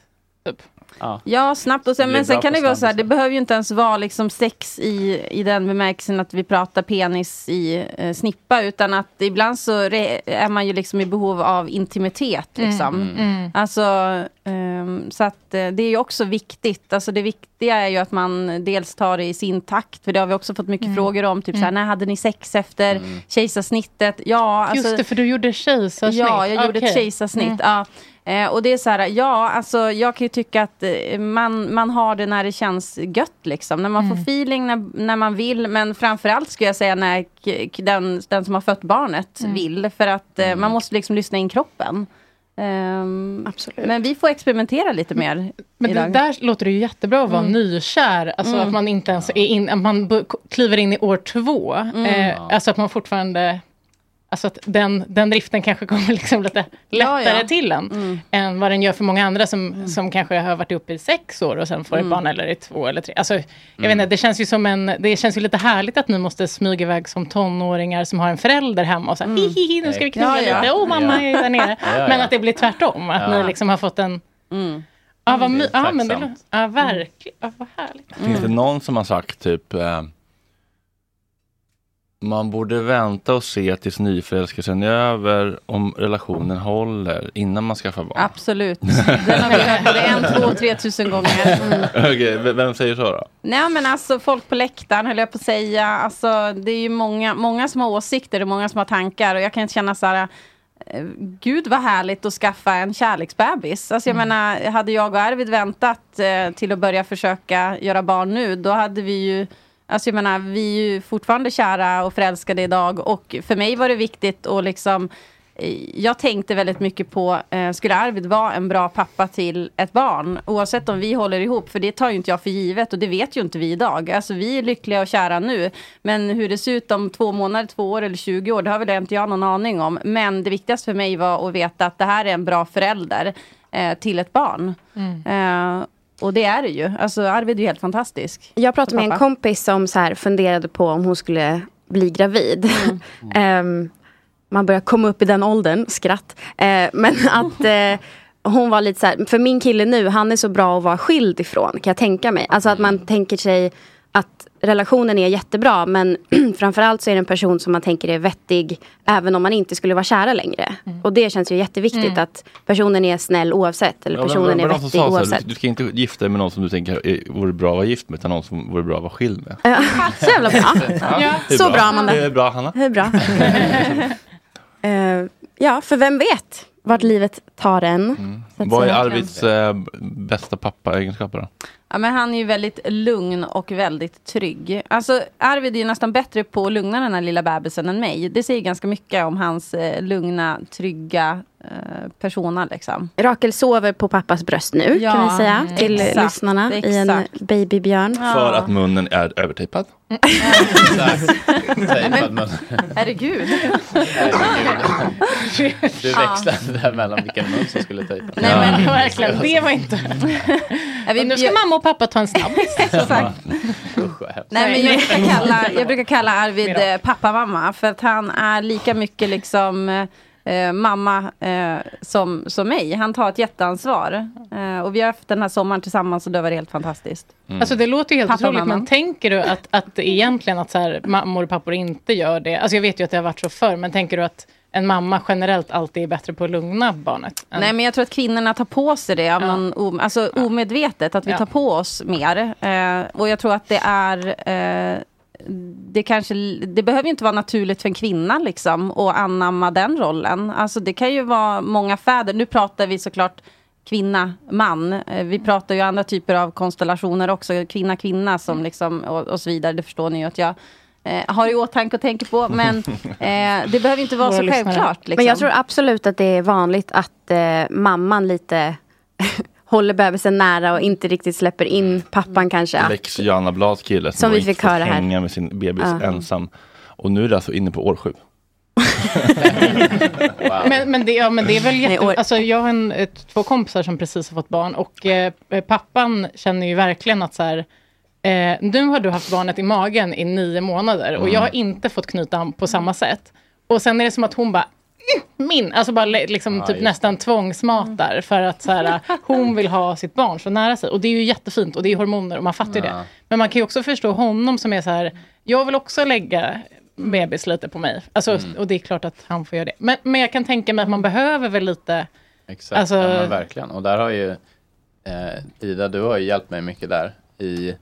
Ja.
Ja, snabbt. Och sen,
Det blir
men sen
bra
kan
på
det vara så här,
snabbis.
det behöver ju inte ens vara liksom sex i, i den bemärkelsen att vi pratar penis i eh, snippa, utan att ibland så re, är man ju liksom i behov av intimitet.
Mm,
Liksom.
mm.
Alltså, ehm, så att eh, det är ju också viktigt. Alltså det viktiga är ju att man dels tar det i sin takt, för det har vi också fått mycket
Mm.
frågor om. Typ så här, när hade ni sex efter
Mm.
kejsarsnittet? Ja, alltså,
Just det, för du gjorde kejsarsnitt.
Ja, jag gjorde ett
Okej.
kejsarsnitt.
Mm.
Ja. Eh, och det är så här, ja, alltså jag kan ju tycka att eh, man, man har det när det känns gött liksom. När man
Mm.
får feeling, när, när man vill. Men framförallt skulle jag säga när k- k- den, den som har fött barnet
Mm.
vill. För att eh, man måste liksom lyssna in kroppen. Absolut. Men vi får experimentera lite mer
Mm. Men det
idag.
där låter det ju jättebra att vara
Mm.
nykär. Alltså
Mm.
att man inte ens är in, att man b- kliver in i år två.
Mm.
Eh, alltså att man fortfarande... Alltså att den, den driften kanske kommer liksom lite lättare
ja. Mm.
till en. Än vad den gör för många andra som, som kanske har varit uppe i sex år och sen får
Mm.
ett barn eller i två eller tre. Alltså, jag vet inte, det känns ju som en... Det känns ju lite härligt att ni måste smyga iväg som tonåringar som har en förälder hemma och så här, hihihi, nu ska vi knulla
Mm. Ja, ja.
lite. Åh, mamma,
Ja.
jag är där nere.
Ja, ja.
Men att det blir tvärtom. Att
Ja. Mm.
ni liksom har fått en... Ja, vad my- ja, men det lå- ja, verkligen. Ja, vad härligt.
Mm.
Finns det någon som har sagt typ eh, man borde vänta och se tills nyförälskelsen är över om relationen håller innan man skaffar barn.
Absolut. Den har vi hört både en, två, tre tusen gånger. Mm.
Okej, v- vem säger så då?
Nej men alltså folk på läktaren höll jag på att säga. Alltså det är ju många, många som har åsikter och många som har tankar. Och jag kan känna så här. eh, Gud vad härligt att skaffa en kärleksbebis. Alltså jag menar, hade jag och Arvid väntat eh, till att börja försöka göra barn nu, då hade vi ju Alltså jag menar, vi är ju fortfarande kära och förälskade idag och för mig var det viktigt att liksom eh, jag tänkte väldigt mycket på, eh, skulle Arvid vara en bra pappa till ett barn? Oavsett om vi håller ihop, för det tar ju inte jag för givet och det vet ju inte vi idag. Alltså vi är lyckliga och kära nu, men hur det ser ut om två månader, två år eller 20 år, det har väl inte jag någon aning om. Men det viktigaste för mig var att veta att det här är en bra förälder eh, till ett barn. Eh, och det är det ju. Alltså Arvid är ju helt fantastisk.
Jag pratade med en
Pappa.
kompis som så här funderade på om hon skulle bli gravid. Ehm, man börjar komma upp i den åldern, skratt. Eh, men att eh, hon var lite så här, för min kille nu, han är så bra att vara skild ifrån, kan jag tänka mig. Alltså att man tänker sig att relationen är jättebra, men framförallt så är det en person som man tänker är vettig, även om man inte skulle vara kära längre. Och det känns ju jätteviktigt
Mm.
att personen är snäll oavsett, eller
Ja, men-
personen
men
är
de som
vettig
sa så här,
oavsett.
Du, du ska inte gifta dig med någon som du tänker eh, vore bra att vara gift med utan någon som vore bra att vara skild med.
Ja, Så jävla bra.
det är
Så bra Amanda.
Det är bra Hanna.
Hur bra. Eh, ja, för vem vet vart livet tar en. så att
Mm. Vad är
säga.
Arvids eh, b- bästa pappaegenskaper då?
Ja, men han är ju väldigt lugn och väldigt trygg. Alltså, Arvid är ju nästan bättre på att lugna den här lilla bebisen än mig. Det säger ganska mycket om hans eh, lugna, trygga eh, persona. Liksom.
Rakel sover på pappas bröst nu,
Ja,
kan vi säga
mm.
till
exakt,
lyssnarna i en
exakt.
babybjörn.
För att munnen är övertejpad.
Tejpad mun.
Herregud.
Du växlade där mellan vilken mun som skulle tejpa.
Nej, men verkligen. Det var inte...
vi-
nu ska mamma och pappa ta en snabbis.
Nej, men jag, brukar kalla, jag brukar kalla Arvid
Mira.
eh, pappa-mamma för att han är lika mycket liksom eh, mamma eh, som, som mig. Han tar ett jätteansvar. Eh, och vi har haft den här sommaren tillsammans och det var helt fantastiskt.
Alltså det låter ju helt
Pappa och
otroligt,
mamma.
men tänker du att, att det egentligen att så här, mammor och pappor inte gör det? Alltså jag vet ju att det har varit så förr, men tänker du att en mamma generellt alltid är bättre på att lugna barnet? än-
Nej, men jag tror att kvinnorna tar på sig det, av någon o- alltså omedvetet, att vi
Ja.
tar på oss mer. Eh, och jag tror att det är eh, det, kanske, det behöver ju inte vara naturligt för en kvinna liksom, att anamma den rollen. Alltså, det kan ju vara många fäder. Nu pratar vi såklart kvinna, man. Eh, Vi pratar ju andra typer av konstellationer också. Kvinna, kvinna som liksom, och, och så vidare. Det förstår ni ju att jag eh, har i åtanke och tänker på. Men eh, det behöver inte vara så självklart. Liksom.
Men jag tror absolut att det är vanligt att eh, mamman lite håller bebisen nära och inte riktigt släpper in
Mm.
pappan kanske. Att-
Lex Joanna Blads kille
Som vi
inte
fick
får
höra här.
hänga med sin bebis
Ja.
ensam. Och nu är det alltså inne på år sju.
Men, men, det, ja, men det är väl
Nej,
jätte...
år-
Alltså, jag har en, ett, två kompisar som precis har fått barn och eh, pappan känner ju verkligen att så här, eh, nu har du haft barnet i magen i nio månader och
Mm.
jag har inte fått knyta an på samma sätt. Och sen är det som att hon bara, "Mm, min, alltså bara le- liksom
Ja,
typ
just
nästan
Mm.
tvångsmatar för att så här, hon vill ha sitt barn så nära sig. Och det är ju jättefint och det är hormoner och man fattar ju
Ja.
det. Men man kan ju också förstå honom som är så här, jag vill också lägga bebis lite på mig. Alltså,
Mm.
Och det är klart att han får göra det. Men, men jag kan tänka mig att man behöver väl lite...
Exakt,
Alltså-
ja, men verkligen. Och där har ju eh, Ida, du har ju hjälpt mig mycket där. I,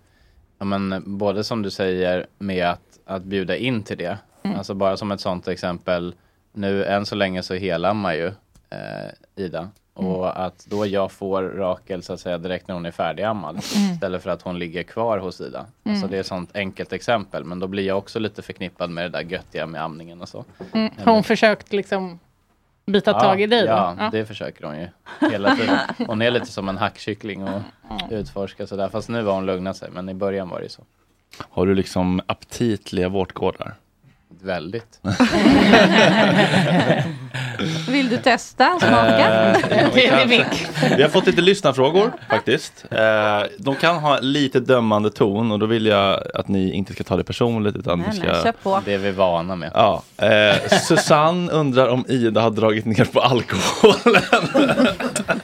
ja, men, både som du säger med att, att bjuda in till det.
Mm.
Alltså bara som ett sånt exempel. Nu än så länge så helammar ju eh, Ida.
Mm.
Och att då jag får Rakel så att säga direkt när hon är färdigammad.
Mm.
Istället för att hon ligger kvar hos Ida. Alltså
Mm.
det är ett sånt enkelt exempel. Men då blir jag också lite förknippad med det där göttiga med amningen och så.
Mm,
Nej,
har
men-
hon försökt liksom bita tag i dig? då?
Ja,
Ja.
det försöker hon ju hela tiden. Hon är lite som en hackkyckling och
Mm.
utforskar sådär. Fast nu har hon lugnat sig, men i början var det ju så.
Har du liksom aptitliga vårtgårdar?
Väldigt.
Vill du testa? Smaka?
Eh, Vi har fått lite lyssnarfrågor faktiskt. Eh, de kan ha lite dömande ton och då vill jag att ni inte ska ta det personligt utan
Nej,
ni
nej, kör
ska...
på.
Det är vi vana med.
Ja, eh, Susanne undrar om Ida har dragit ner på alkohol.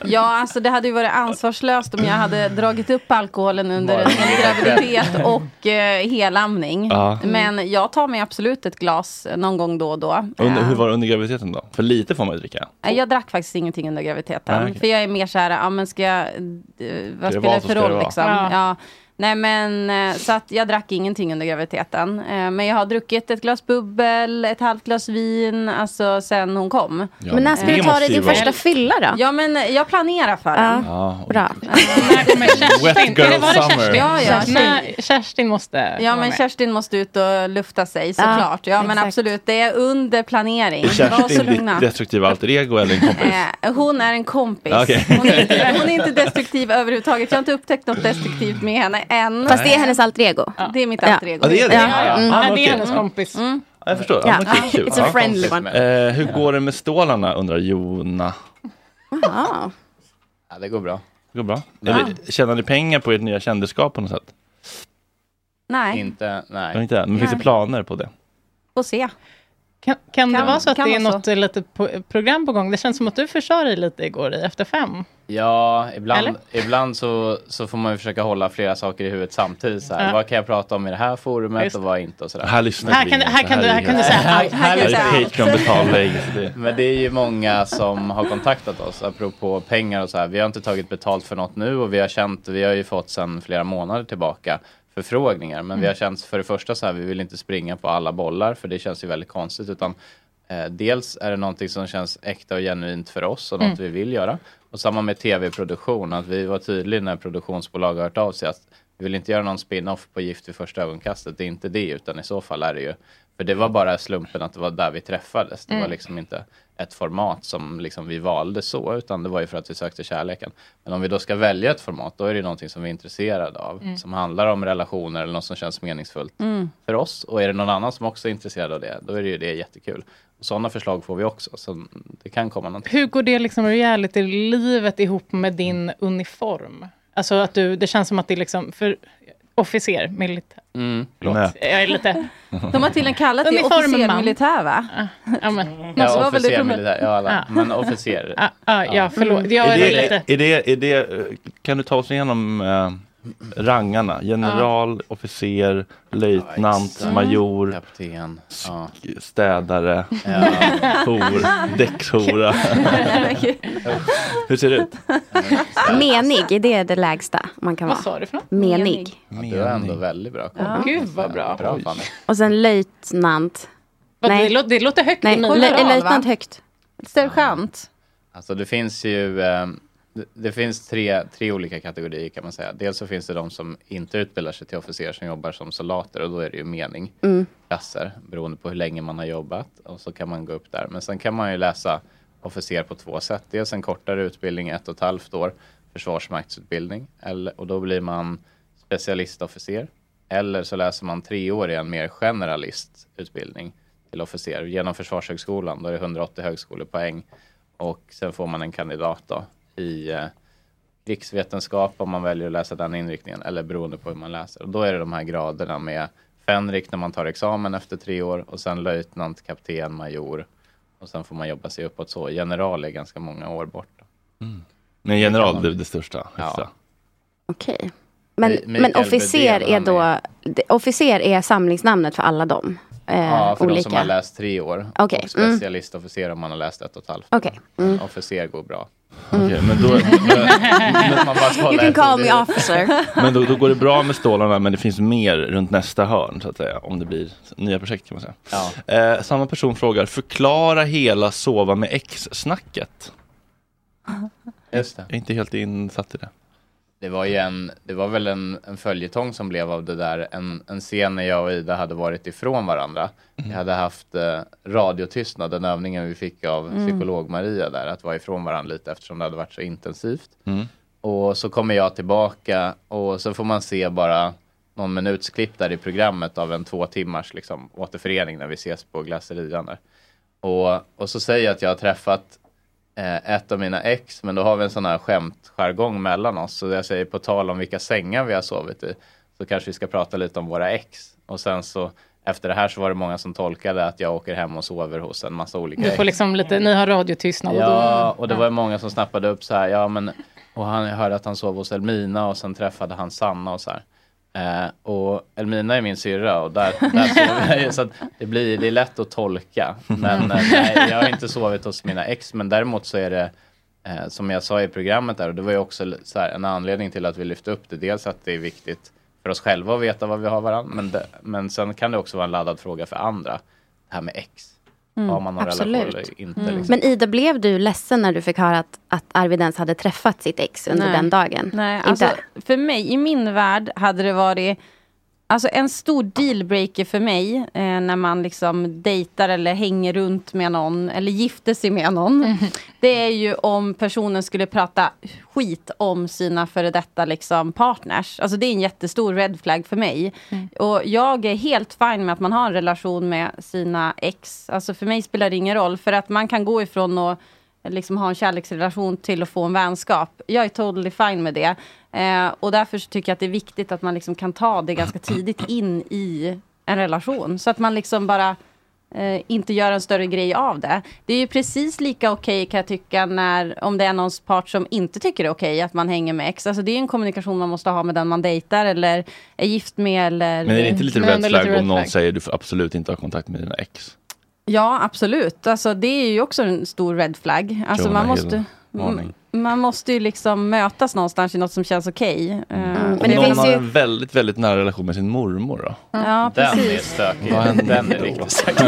Ja, alltså det hade ju varit ansvarslöst om jag hade dragit upp alkoholen under en graviditet och eh, helamning.
Ja.
Men jag tar mig absolut ett glas eh, någon gång då och då. Eh,
Under, hur var det under graviditeten då? För lite får man ju dricka.
Nej, Jag drack faktiskt ingenting under graviditeten.
Nej, okej.
För jag är mer så här, ja men ska jag, eh,
vara
vad spelar det för
så ska det
roll
vara.
liksom?
Ja.
Ja. Nej men, eh, så att jag drack ingenting under graviditeten. Eh, Men jag har druckit ett glas bubbel, ett halvt glas vin, alltså sen hon kom.
Ja, Men när ska det du ta måste dig ju din vara- första fylla då?
Ja men eh, jag planerar för den.
Ja,
Bra.
När kommer Kerstin?
Wet
Eller
girl
var det
summer.
Kerstin?
Ja, ja,
När Kerstin måste
Ja
vara
men
med.
Kerstin måste ut och lufta sig såklart. Ja, men
exakt.
absolut, det är under planering.
Är
Var så
Kerstin
lugna.
ditt destruktiva alter ego eller en kompis?
Eh, hon är en kompis.
Okej.
Hon, är inte, hon är inte destruktiv överhuvudtaget. Jag har inte upptäckt något destruktivt med henne än.
Fast det är hennes alter ego.
Det är mitt alter ego.
Ja, det är det?
Ja,
Ja,
mm.
ja. Ah, okej. Ja.
kompis.
Ja, jag förstår.
Ja.
Ja, men kul, kul.
It's a
Ja.
friendly one.
Eh, hur går det med stålarna undrar Jona.
Jaha.
Ja, det går bra.
Det går bra.
Ja.
Eller, tjänar ni pengar på ert nya kändisskap på något sätt?
Nej.
Inte, nej.
Jag vet Inte, men finns det
Nej.
planer på det?
Får se.
Kan, kan det
Kan-
vara så att
kan
det är
vara så.
något eh, lite po- program på gång? Det känns som att du försörjer dig lite igår i Efter fem.
Ja, ibland,
Eller?
ibland så, så får man ju försöka hålla flera saker i huvudet samtidigt. Så här.
Ja.
Vad kan jag prata om i det här
Ja,
forumet
just
och vad inte och sådär.
Här lyssnar Här vi kan- inte. här kan du- här kan du säga allt. Här kan du säga allt. Patreon betalar inget för det.
Men det är ju många som har kontaktat oss apropå pengar och så här. Vi har inte tagit betalt för något nu och vi har känt, vi har ju fått sedan flera månader tillbaka förfrågningar. Men vi har
Mm.
känt för det första så här, vi vill inte springa på alla bollar för det känns ju väldigt konstigt. Utan eh, dels är det någonting som känns äkta och genuint för oss och något
Mm.
vi vill göra. Och samma med tv-produktion, att vi var tydliga när produktionsbolag har hört av sig att vi vill inte göra någon spin-off på Gift vid första ögonkastet. Det är inte det, utan i så fall är det ju... För det var bara slumpen att det var där vi träffades. Det var
Mm.
liksom inte ett format som liksom vi valde så, utan det var ju för att vi sökte kärleken. Men om vi då ska välja ett format, då är det ju någonting som vi är intresserade av,
Mm.
som handlar om relationer eller något som känns meningsfullt
Mm.
för oss. Och är det någon annan som också är intresserad av det, då är det ju det jättekul. Och sådana förslag får vi också, så det kan komma någonting.
Hur går det liksom reality-livet ihop med din uniform? Alltså att du, det känns som att det är liksom, för officer, militär.
Mm.
Jag är lite...
De har till och med kallat det
Uniformen
officer
man.
militär va?
Ja, men, Ah,
Så
Ja,
var väl det
officer,
kommer-
militär, ja, alla.
Ja.
men officer.
Ja, ja, förlåt. Jag
är
är
det,
lite...
är det, är det, eh, kan du ta oss igenom eh, rangarna. General, officer, löjtnant,
exakt.
major,
kapten,
städare, hor, däckshora. Hur ser det ut?
Menig, är det det lägsta man kan vara? Vad sa du för något? Menig.
Ja, du har ändå väldigt bra koll.
Ja.
Gud, vad bra.
bra Fanny.
Och sen löjtnant.
Vad, det låter- det låter högt
Nej,
i mina
lö-
öron, va?
löjtnant högt.
Sergeant.
Alltså det finns ju eh, det, det finns tre, tre olika kategorier kan man säga. Dels så finns det de som inte utbildar sig till officer som jobbar som soldater och då är det ju mening.
Mm.
Klasser beroende på hur länge man har jobbat och så kan man gå upp där. Men sen kan man ju läsa officer på två sätt. Dels en kortare utbildning, ett och ett halvt år, försvarsmaktsutbildning eller, och då blir man specialistofficer. Eller så läser man tre år i en mer generalistutbildning till officer genom Försvarshögskolan. Då är det 180 högskolepoäng och sen får man en kandidat då i eh, krigsvetenskap om man väljer att läsa den inriktningen eller beroende på hur man läser. Och då är det de här graderna med fänrik när man tar examen efter tre år och sen löjtnant, kapten, major och sen får man jobba sig uppåt så. General är ganska många år bort.
Men general, det är det största.
Ja.
Okej. Men,
Mi-
men
Mikael
officer
Bydén,
är då, det- officer är samlingsnamnet för alla dem? Eh,
ja, för
olika.
de som har läst tre år.
Okej,
Och
mm.
specialistofficer om man har läst ett och ett halvt.
Okej,
Men
mm.
Officer går bra.
Okej, men då...
Men man bara ska
You can
hålla ett
Mm. call
ord i
me
Alltså, det.
officer.
Men då, då går det bra med stålarna men det finns mer runt nästa hörn så att säga. Om det blir nya projekt kan man säga. Eh, samma person frågar, förklara hela sova med ex-snacket.
Just det.
Jag är inte helt insatt i det.
Det var, ju en, det var väl en, en följetong som blev av det där. En, en scen när jag och Ida hade varit ifrån varandra. Vi hade haft eh, radiotystnad, den övningen vi fick av
Mm.
psykolog-Maria där, att vara ifrån varandra lite eftersom det hade varit så intensivt. Och så kommer jag tillbaka och så får man se bara någon minuts klipp där i programmet av en två timmars liksom, återförening när vi ses på glasserian där. Och, och så säger jag att jag har träffat eh, ett av mina ex, men då har vi en sån här skämtjargong mellan oss. Så jag säger på tal om vilka sängar vi har sovit i, så kanske vi ska prata lite om våra ex. Och sen så efter det här så var det många som tolkade att jag åker hem och sover hos en massa olika
Du
ex.
får liksom lite, ni har radiotystnad. och då-
Ja, och det var ju många som snappade upp så här, ja men, och han, jag hörde att han sov hos Elmina och sen träffade han Sanna och så här. Eh, och Elmina är min syrra och där, där sover jag ju, så att det blir, det är lätt att tolka. Men eh, nej, jag har inte sovit hos mina ex, men däremot så är det eh, som jag sa i programmet där, och det var ju också l- så här, en anledning till att vi lyfte upp det, dels att det är viktigt för oss själva att veta vad vi har varandra, men, det, men sen kan det också vara en laddad fråga för andra, det här med ex.
Mm,
har man någon relation
absolut.
eller inte?
Mm.
Liksom.
Men Ida, blev du ledsen när du fick höra att, att Arvid ens hade träffat sitt ex under
Nej.
den dagen?
Nej,
Inte?
alltså, för mig, i min värld hade det varit Alltså en stor dealbreaker för mig eh, när man liksom dejtar eller hänger runt med någon eller gifter sig med någon. Det är ju om personen skulle prata skit om sina före detta liksom partners. Alltså det är en jättestor red flag för mig.
Mm.
Och jag är helt fin med att man har en relation med sina ex. Alltså för mig spelar det ingen roll för att man kan gå ifrån och liksom ha en kärleksrelation till att få en vänskap. Jag är totally fine med det. Eh, och därför så tycker jag att det är viktigt att man liksom kan ta det ganska tidigt in i en relation. Så att man liksom bara eh, inte gör en större grej av det. Det är ju precis lika okej kan jag tycka när, om det är någons part som inte tycker det är okej att man hänger med ex. Alltså det är ju en kommunikation man måste ha med den man dejtar eller är gift med eller...
Men är det inte lite red flag om någon säger du får absolut inte ha kontakt med dina ex?
Ja, absolut. Alltså, det är ju också en stor red flag. Alltså,
Jonah
man,
Hill,
måste,
varning.
m- man måste ju liksom mötas någonstans i något som känns okej. Eh,
Om
men det
någon
finns
har
ju...
en väldigt, väldigt nära relation med sin mormor då?
Ja,
Den är
precis.
stökig.
Vad händer
Den är
då?
riktigt stökig.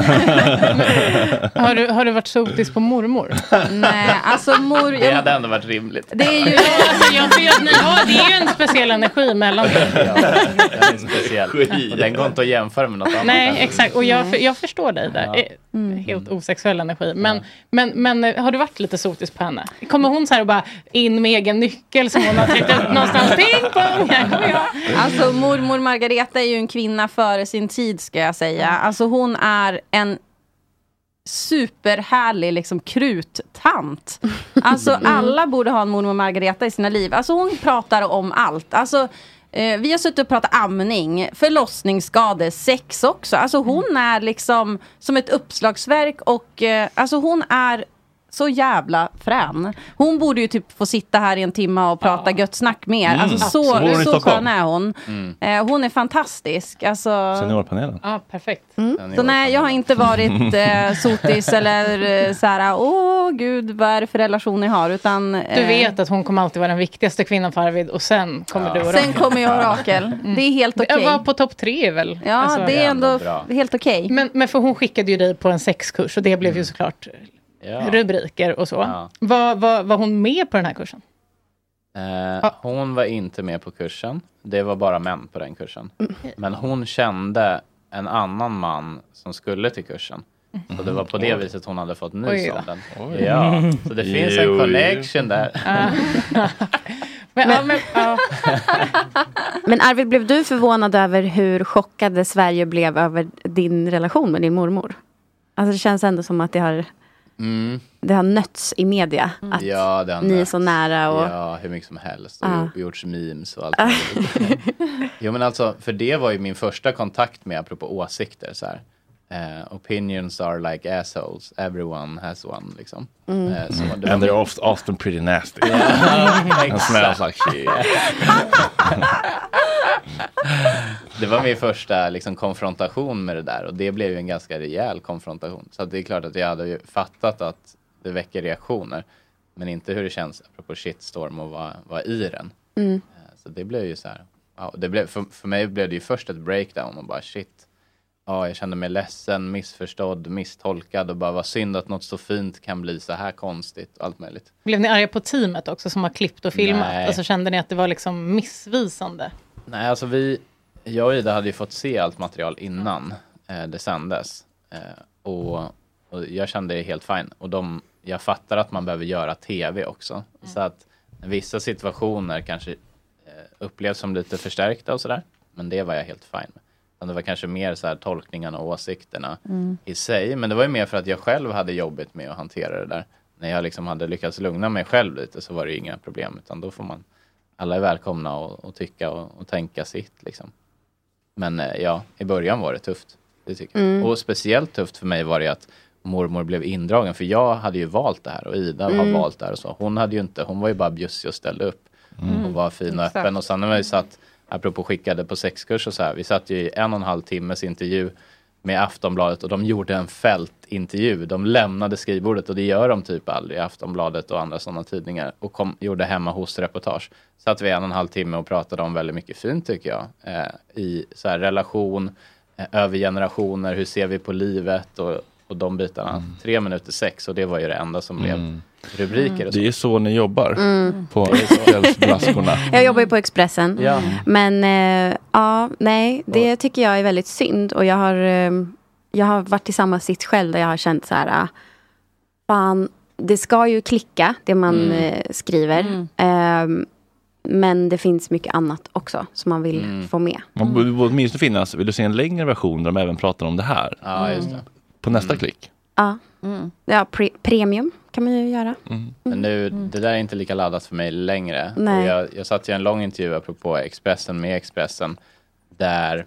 Har du, har du varit sotis på mormor?
Nej, alltså mor...
Det hade ändå varit rimligt.
Det är ju...
Alltså, jag vet, ni har, det är ju en speciell energi mellan er.
Den är speciell. Och den går inte att jämföra med något annat.
Nej, exakt. Och jag, för, jag förstår dig där. Eh,
Mm.
Helt osexuell energi. Men, men, men eh, har du varit lite sotis på henne? Kommer hon så här och bara in med egen nyckel som hon har tryckt upp någonstans? Ping pong! Här kommer jag.
Alltså mormor Margareta är ju en kvinna före sin tid ska jag säga. Alltså hon är en superhärlig liksom kruttant. Alltså
Mm.
alla borde ha en mormor Margareta i sina liv. Alltså hon pratar om allt. Alltså eh, vi har suttit och pratat amning, förlossningsskador, sex
Mm.
också. Alltså hon är liksom som ett uppslagsverk och eh, alltså hon är så jävla frän. Hon borde ju typ få sitta här i en timme och prata gött snack mer.
Mm.
Alltså
Absolut. Bor hon i
så, så
Stockholm?
skön är hon.
Mm.
Eh, hon är fantastisk. Alltså...
Seniorpanelen.
Ja, perfekt.
Mm. Så nej, jag har inte varit eh, sotis eller eh, så här, åh gud, vad är det för relation ni har? Utan, eh,
Du vet att hon kommer alltid vara den viktigaste kvinnan för Arvid och sen kommer du och
Sen kommer jag och Rakel. Det är helt okej.
Mm. Jag var på topp tre väl? Alltså,
Ja, det är ändå helt okej.
Men, men för hon skickade ju dig på en sexkurs och det blev ju såklart rubriker och så.
Ja.
Var, var, var hon med på den här kursen?
Eh, hon var inte med på kursen. Det var bara män på den kursen. Men hon kände en annan man som skulle till kursen. Så det var på det
Oj.
viset hon hade fått
Oj
nys
då.
om den.
Oj.
Ja, så det finns
Jo,
en
jo.
connection där.
Men, ja, men, ja.
Men Arvid, blev du förvånad över hur chockade Sverige blev över din relation med din mormor? Alltså det känns ändå som att det har,
Mm.
det har nötts i media. Att
ja, den
ni är
där.
så nära och...
Ja, hur mycket som helst. Och
Ja.
gjort- gjorts memes och allt möjligt. Jo, men alltså, för det var ju min första kontakt med, apropå åsikter, så här. Eh, opinions are like assholes, everyone has one, liksom.
Mm.
Eh, så det var
And
min-
they're often, often pretty nasty. And
Exakt. Alltså,
smells like shit.
Det var min första liksom, konfrontation med det där och det blev ju en ganska rejäl konfrontation. Så att det är klart att jag hade ju fattat att det väcker reaktioner, men inte hur det känns, apropå shitstorm, och vara vara i den. Eh,
Mm.
Så det blev ju så här. Ja, det blev, för, för mig blev det ju först ett breakdown och bara shit. Ja, jag kände mig ledsen, missförstådd, misstolkad och bara vad synd att något så fint kan bli så här konstigt och allt möjligt.
Blev ni arga på teamet också som har klippt och filmat?
Nej.
Alltså kände ni att det var liksom missvisande?
Nej, alltså vi, jag och Ida hade ju fått se allt material innan eh, det sändes. Eh, och, och jag kände det helt fine. Och de, jag fattar att man behöver göra tv också. Så att vissa situationer kanske eh, upplevs som lite förstärkta och sådär. Men det var jag helt fine med. Men Det var kanske mer så här tolkningarna och åsikterna
Mm.
i sig. Men det var ju mer för att jag själv hade jobbigt med att hantera det där. När jag liksom hade lyckats lugna mig själv lite så var det ju inga problem. Utan då får man alla är välkomna och, och tycka och, och tänka sitt. Liksom. Men eh, ja, i början var det tufft. Det tycker jag.
Mm.
Och speciellt tufft för mig var det att mormor blev indragen. För jag hade ju valt det här och Ida
Mm.
har valt det här. Och så. Hon hade ju inte, hon var ju bara bjussig och ställde upp.
Mm.
Och var fin och
Exakt.
öppen. Och sen när vi satt, apropå skickade på sexkurs och så här. Vi satt ju i en och en halv timmes intervju med Aftonbladet och de gjorde en fältintervju. De lämnade skrivbordet och det gör de typ aldrig i Aftonbladet och andra sådana tidningar och kom, gjorde hemma hos reportage. Satt vi en och en halv timme och pratade om väldigt mycket fint tycker jag. Eh, I så här relation, eh, över generationer, hur ser vi på livet och, och de bitarna. Tre minuter sex och det var ju det enda som blev rubriker. Och så.
Det är så ni jobbar
Mm.
på kvällsblaskorna.
Jag jobbar ju på Expressen.
Ja.
Men eh, ja, nej, det tycker jag är väldigt synd. Och jag har, eh, jag har varit i samma sits själv där jag har känt så här, ah, fan, det ska ju klicka det man
Mm.
eh, skriver. Eh, men det finns mycket annat också som man vill
Mm.
få med.
Man borde åtminstone finnas, vill du se en längre version där de även pratar om det här?
Ja, just det. Mm.
På nästa klick.
Ja, ja pre- premium kan man ju göra.
Mm.
Mm.
Men nu,
Mm.
det där är inte lika laddat för mig längre.
Nej.
Och Jag, jag satt i en lång intervju apropå Expressen med Expressen där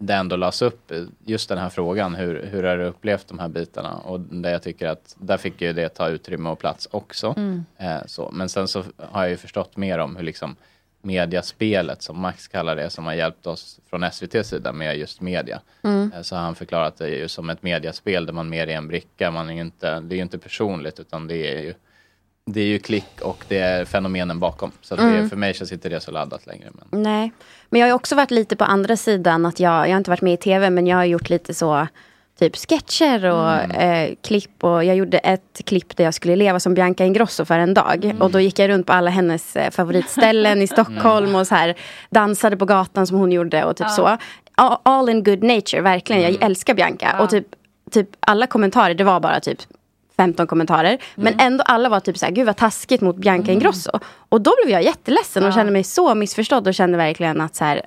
det ändå lades upp eh, just den här frågan. Hur, hur har du upplevt de här bitarna? Och där jag tycker att där fick ju det ta utrymme och plats också.
Mm.
Eh, så. Men sen så har jag ju förstått mer om hur liksom mediaspelet som Max kallar det som har hjälpt oss från SVTs sida med just media.
Mm.
Eh, Så har han förklarat det ju som ett mediaspel där man mer är en bricka. Man är ju inte, det är ju inte personligt utan det är ju det är ju klick och det är fenomenen bakom. Så att det,
Mm.
för mig känns inte det så laddat längre. Men.
Nej, men jag har ju också varit lite på andra sidan. att Jag, jag har inte varit med i tv, men jag har gjort lite så typ sketcher och eh, klipp. Och jag gjorde ett klipp där jag skulle leva som Bianca Ingrosso för en dag. Och då gick jag runt på alla hennes eh, favoritställen i Stockholm och så här, dansade på gatan som hon gjorde och typ
Ja.
så. All, all in good nature, verkligen. Jag älskar Bianca. Och typ, typ alla kommentarer, det var bara typ 15 kommentarer. Men ändå alla var typ såhär, gud vad taskigt mot Bianca Ingrosso. Och då blev jag jätteledsen och kände mig så missförstådd och kände verkligen att så här,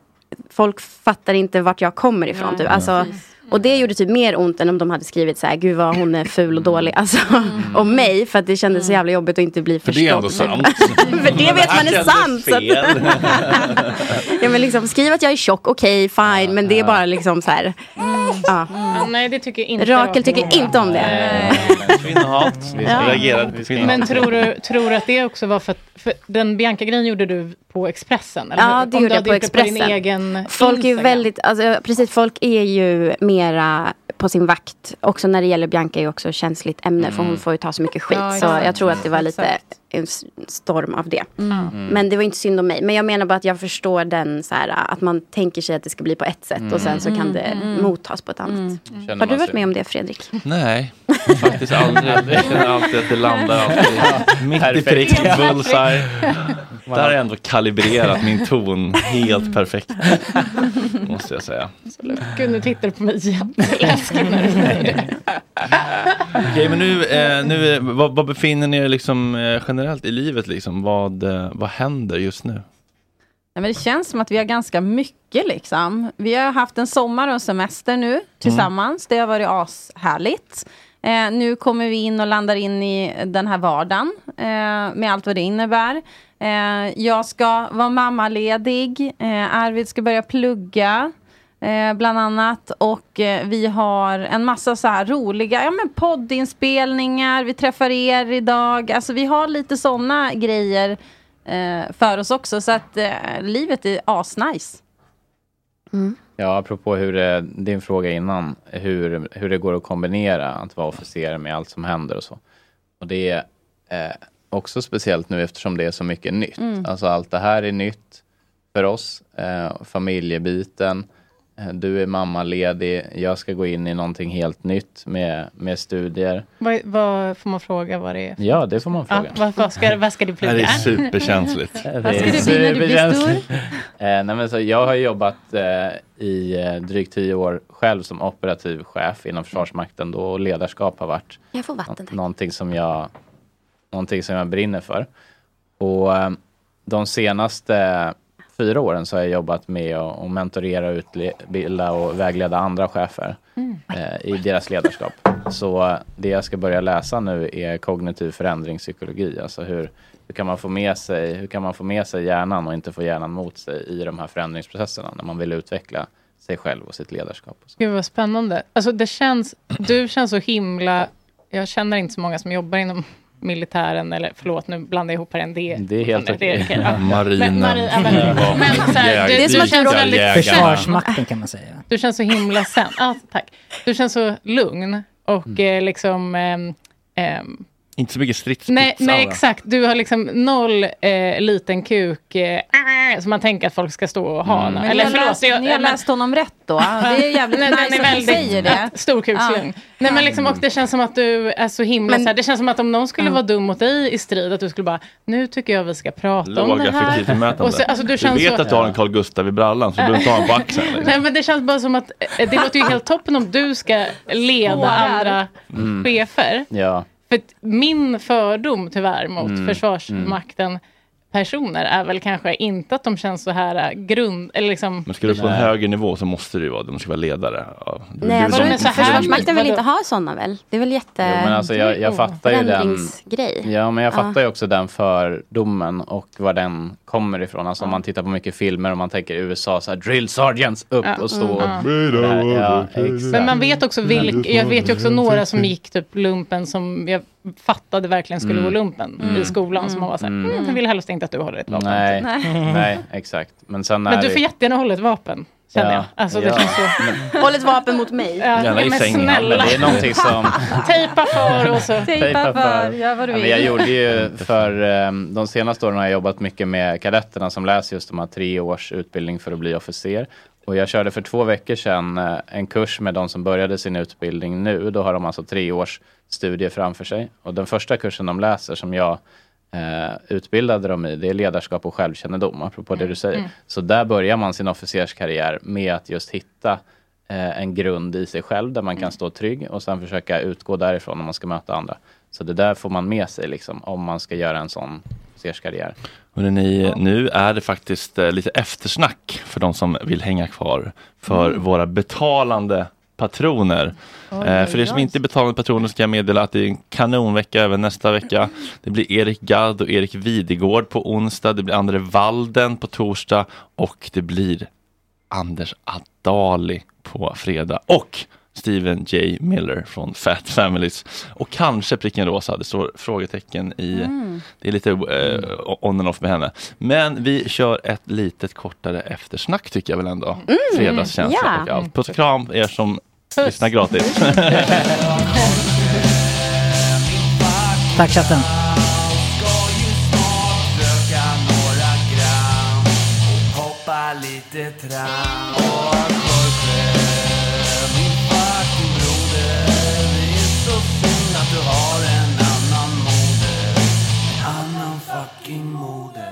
folk fattar inte vart jag kommer ifrån.
Nej,
Typ. Alltså, och det gjorde typ mer ont än om de hade skrivit så här, gud vad hon är ful och dålig. Alltså, om mig, för att det kändes så jävla jobbigt att inte bli
För
förstådd.
det är ändå sant.
för det vet man är sant. Så att, ja, men liksom, skriv att jag är tjock, okej, fine, men det är bara liksom så här. Ja.
Ja, nej, det tycker jag inte.
Rakel
var-
tycker inte om det.
Kvinnohat.
Ja.
Reagerade på kvinnohat.
Men tror du, tror du att det också var för att för den Bianca-grejen gjorde du på Expressen? Eller?
Ja,
hur?
det
Om du
gjorde jag
hade
på
gjort det På
Expressen.
din egen
Folk är ju
Instagram.
väldigt, alltså, precis, folk är ju mera på sin vakt. Också när det gäller Bianca är ju också ett känsligt ämne för
Mm.
hon får ju ta så mycket skit.
Ja,
så
exakt.
jag tror att det var lite
Exakt.
en s- storm av det.
Mm.
Men det var inte synd om mig. Men jag menar bara att jag förstår den så här, att man tänker sig att det ska bli på ett sätt och sen så
Mm.
kan det mottas på ett annat.
Känner
Har du
man
varit
sig-
med om det Fredrik?
Nej, faktiskt aldrig. Jag känner alltid att det landar alltid mitt i
Perfekt.
prick,
Ja.
bullseye. Där har jag ändå kalibrerat min ton helt perfekt, måste jag säga.
Gud, nu tittar du på mig igen. Jag älskar när du säger det.
Okej, men nu, eh, nu eh, vad, vad befinner ni er liksom, eh, generellt i livet? Liksom? Vad, eh, vad händer just nu?
Nej, men det känns som att vi har ganska mycket liksom. Vi har haft en sommar och en semester
Mm.
nu tillsammans. Det har varit ashärligt. Eh, nu kommer vi in och landar in i den här vardagen eh, med allt vad det innebär. Eh, jag ska vara mammaledig. Eh, Arvid ska börja plugga. Eh, bland annat. Och eh, vi har en massa så här roliga ja, men poddinspelningar. Vi träffar er idag. Alltså vi har lite sådana grejer eh, för oss också. Så att eh, livet är asnice.
Mm.
Ja, apropå hur det, din fråga innan, hur, hur det går att kombinera att vara officer med allt som händer och så. Och det är eh, också speciellt nu eftersom det är så mycket nytt.
Mm.
Alltså allt det här är nytt för oss. Eh, familjebiten, eh, du är mammaledig, jag ska gå in i någonting helt nytt med, med studier.
Vad, vad får man fråga vad det är? för-
Ja, det får man
Ja,
fråga.
vad, vad, ska, vad ska du plugga?
Det är superkänsligt.
vad ska du bli när du blir stor?
Superkänsligt. Eh, nej, men så jag har jobbat eh, i eh, drygt tio år själv som operativ chef inom Försvarsmakten då, och ledarskap har varit
Jag får vatten
nå- någonting, som jag, någonting som jag brinner för. Och eh, de senaste fyra åren så har jag jobbat med att att mentorera, utbilda och vägleda andra chefer
Mm.
eh, i deras ledarskap. Så eh, det jag ska börja läsa nu är kognitiv förändringspsykologi. Alltså hur, hur, kan man få med sig, hur kan man få med sig hjärnan och inte få hjärnan mot sig i de här förändringsprocesserna när man vill utveckla sig själv och sitt ledarskap.
Gud vad spännande. Alltså det känns, du känns så himla, jag känner inte så många som jobbar inom militären, eller förlåt nu blandar jag ihop här en D.
Det är helt
Nej, det är
okej.
okej, ja.
Marinen.
Men, marin, ja, men,
Ja.
men så här, du,
Det är som
du
att
känns
du-
väldigt
Jägarna.
Försvarsmakten kan man säga.
Du känns så himla sen. Ja, tack. Du känns så lugn och
Mm.
eh, liksom... ehm, ehm,
Inte så mycket stridspitsaura.
nej, nej, exakt. Du har liksom noll eh, liten kuk eh, ah, som man tänker att folk ska stå och ha.
Mm.
Men
Eller
ni har
förlåt.
läst,
jag-
ni har
men-
läst honom rätt då. Det är jävligt
Nej,
nice
den är
att ni
väldigt
säger det.
Storkukslugn.
Ja.
Nej, men liksom, och
Mm.
det känns som att du är så himla...
Men-
så här, det känns som att om någon skulle vara dum mot dig i strid, att du skulle bara, nu tycker jag vi ska prata om det
Lågaffektivt
här.
bemötande.
så, alltså, du,
du,
känns
vet
så,
att du har en Carl Gustav i brallan, så Alltså, du behöver inte ha honom på axeln. Liksom.
Nej, men det känns bara som att eh, det låter ju helt toppen om du ska leda
Åh, här.
andra
Mm.
chefer.
Ja.
För att min fördom tyvärr mot
Mm,
Försvarsmakten
Mm.
personer är väl kanske inte att de känns så här eh, grund... Eller liksom,
Men ska du på en högre nivå så måste du ju vara, du måste vara ledare. Ja, du- du-
Nej,
de-
alltså,
de-
Försvarsmakten vill inte ha sådana väl? Det är väl jätte...
Jo, men alltså jag, jag fattar ju den...
Förändringsgrej.
Ja, men jag
Ja.
fattar ju också den fördomen och var den kommer ifrån. Alltså om man tittar på mycket filmer och man tänker USA, så här drill sergeants upp
Ja.
och stå
Mm,
och...
ja.
det här, ja, exakt.
Men man vet också vilk, jag vet ju också några som gick typ lumpen som jag fattade verkligen skulle
Mm.
gå lumpen
Mm.
i skolan som man var såhär,
Mm.
mm, jag vill helst inte att du håller ett vapen.
Nej,
Nej.
typ. nej, exakt. Men sen är
Men du
det-
får jättegärna hålla ett vapen, känner
Ja.
jag. Alltså det
Ja.
känns så.
Håll ett vapen mot mig.
Gärna i
men
sängen.
snälla.
Men det är någonting som...
Tejpa för och så.
Tejpa för.
gör vad
Ja, men jag gjorde ju för eh, de senaste åren har jag jobbat mycket med kadetterna som läser just de här tre års utbildning för att bli officer. Och jag körde för två veckor sedan eh, en kurs med de som började sin utbildning nu. Då har de alltså tre års studier framför sig. Och den första kursen de läser som jag eh, utbildade dem i, det är ledarskap och självkännedom, apropå det du säger.
Mm.
Så där börjar man sin officerskarriär med att just hitta eh, en grund i sig själv där man
Mm.
kan stå trygg och sen försöka utgå därifrån när man ska möta andra. Så det där får man med sig liksom, om man ska göra en sån officerskarriär.
Hörrni, ni, nu är det faktiskt eh, lite eftersnack för de som vill hänga kvar för
Mm.
våra betalande patroner.
Oj,
Eh, för er
oj,
som
oj.
inte är betalande patroner ska jag meddela att det är en kanonvecka även nästa vecka. Det blir Erik Gadd och Erik Videgård på onsdag, det blir Andre Walden på torsdag och det blir Anders Adali på fredag. Och Steven J. Miller från Fat Families. Och kanske pricken rosa, det står frågetecken i...
Mm.
Det är lite eh, on and off med henne. Men vi kör ett litet kortare eftersnack tycker jag väl ändå.
Mm,
Fredagskänsla
ja.
och allt. Puss och kram er som
Puss.
lyssnar gratis.
Tack chatten.
Hoppa lite tram och Jorge, min fucking broder Det är så synd att du har en annan moder En annan fucking moder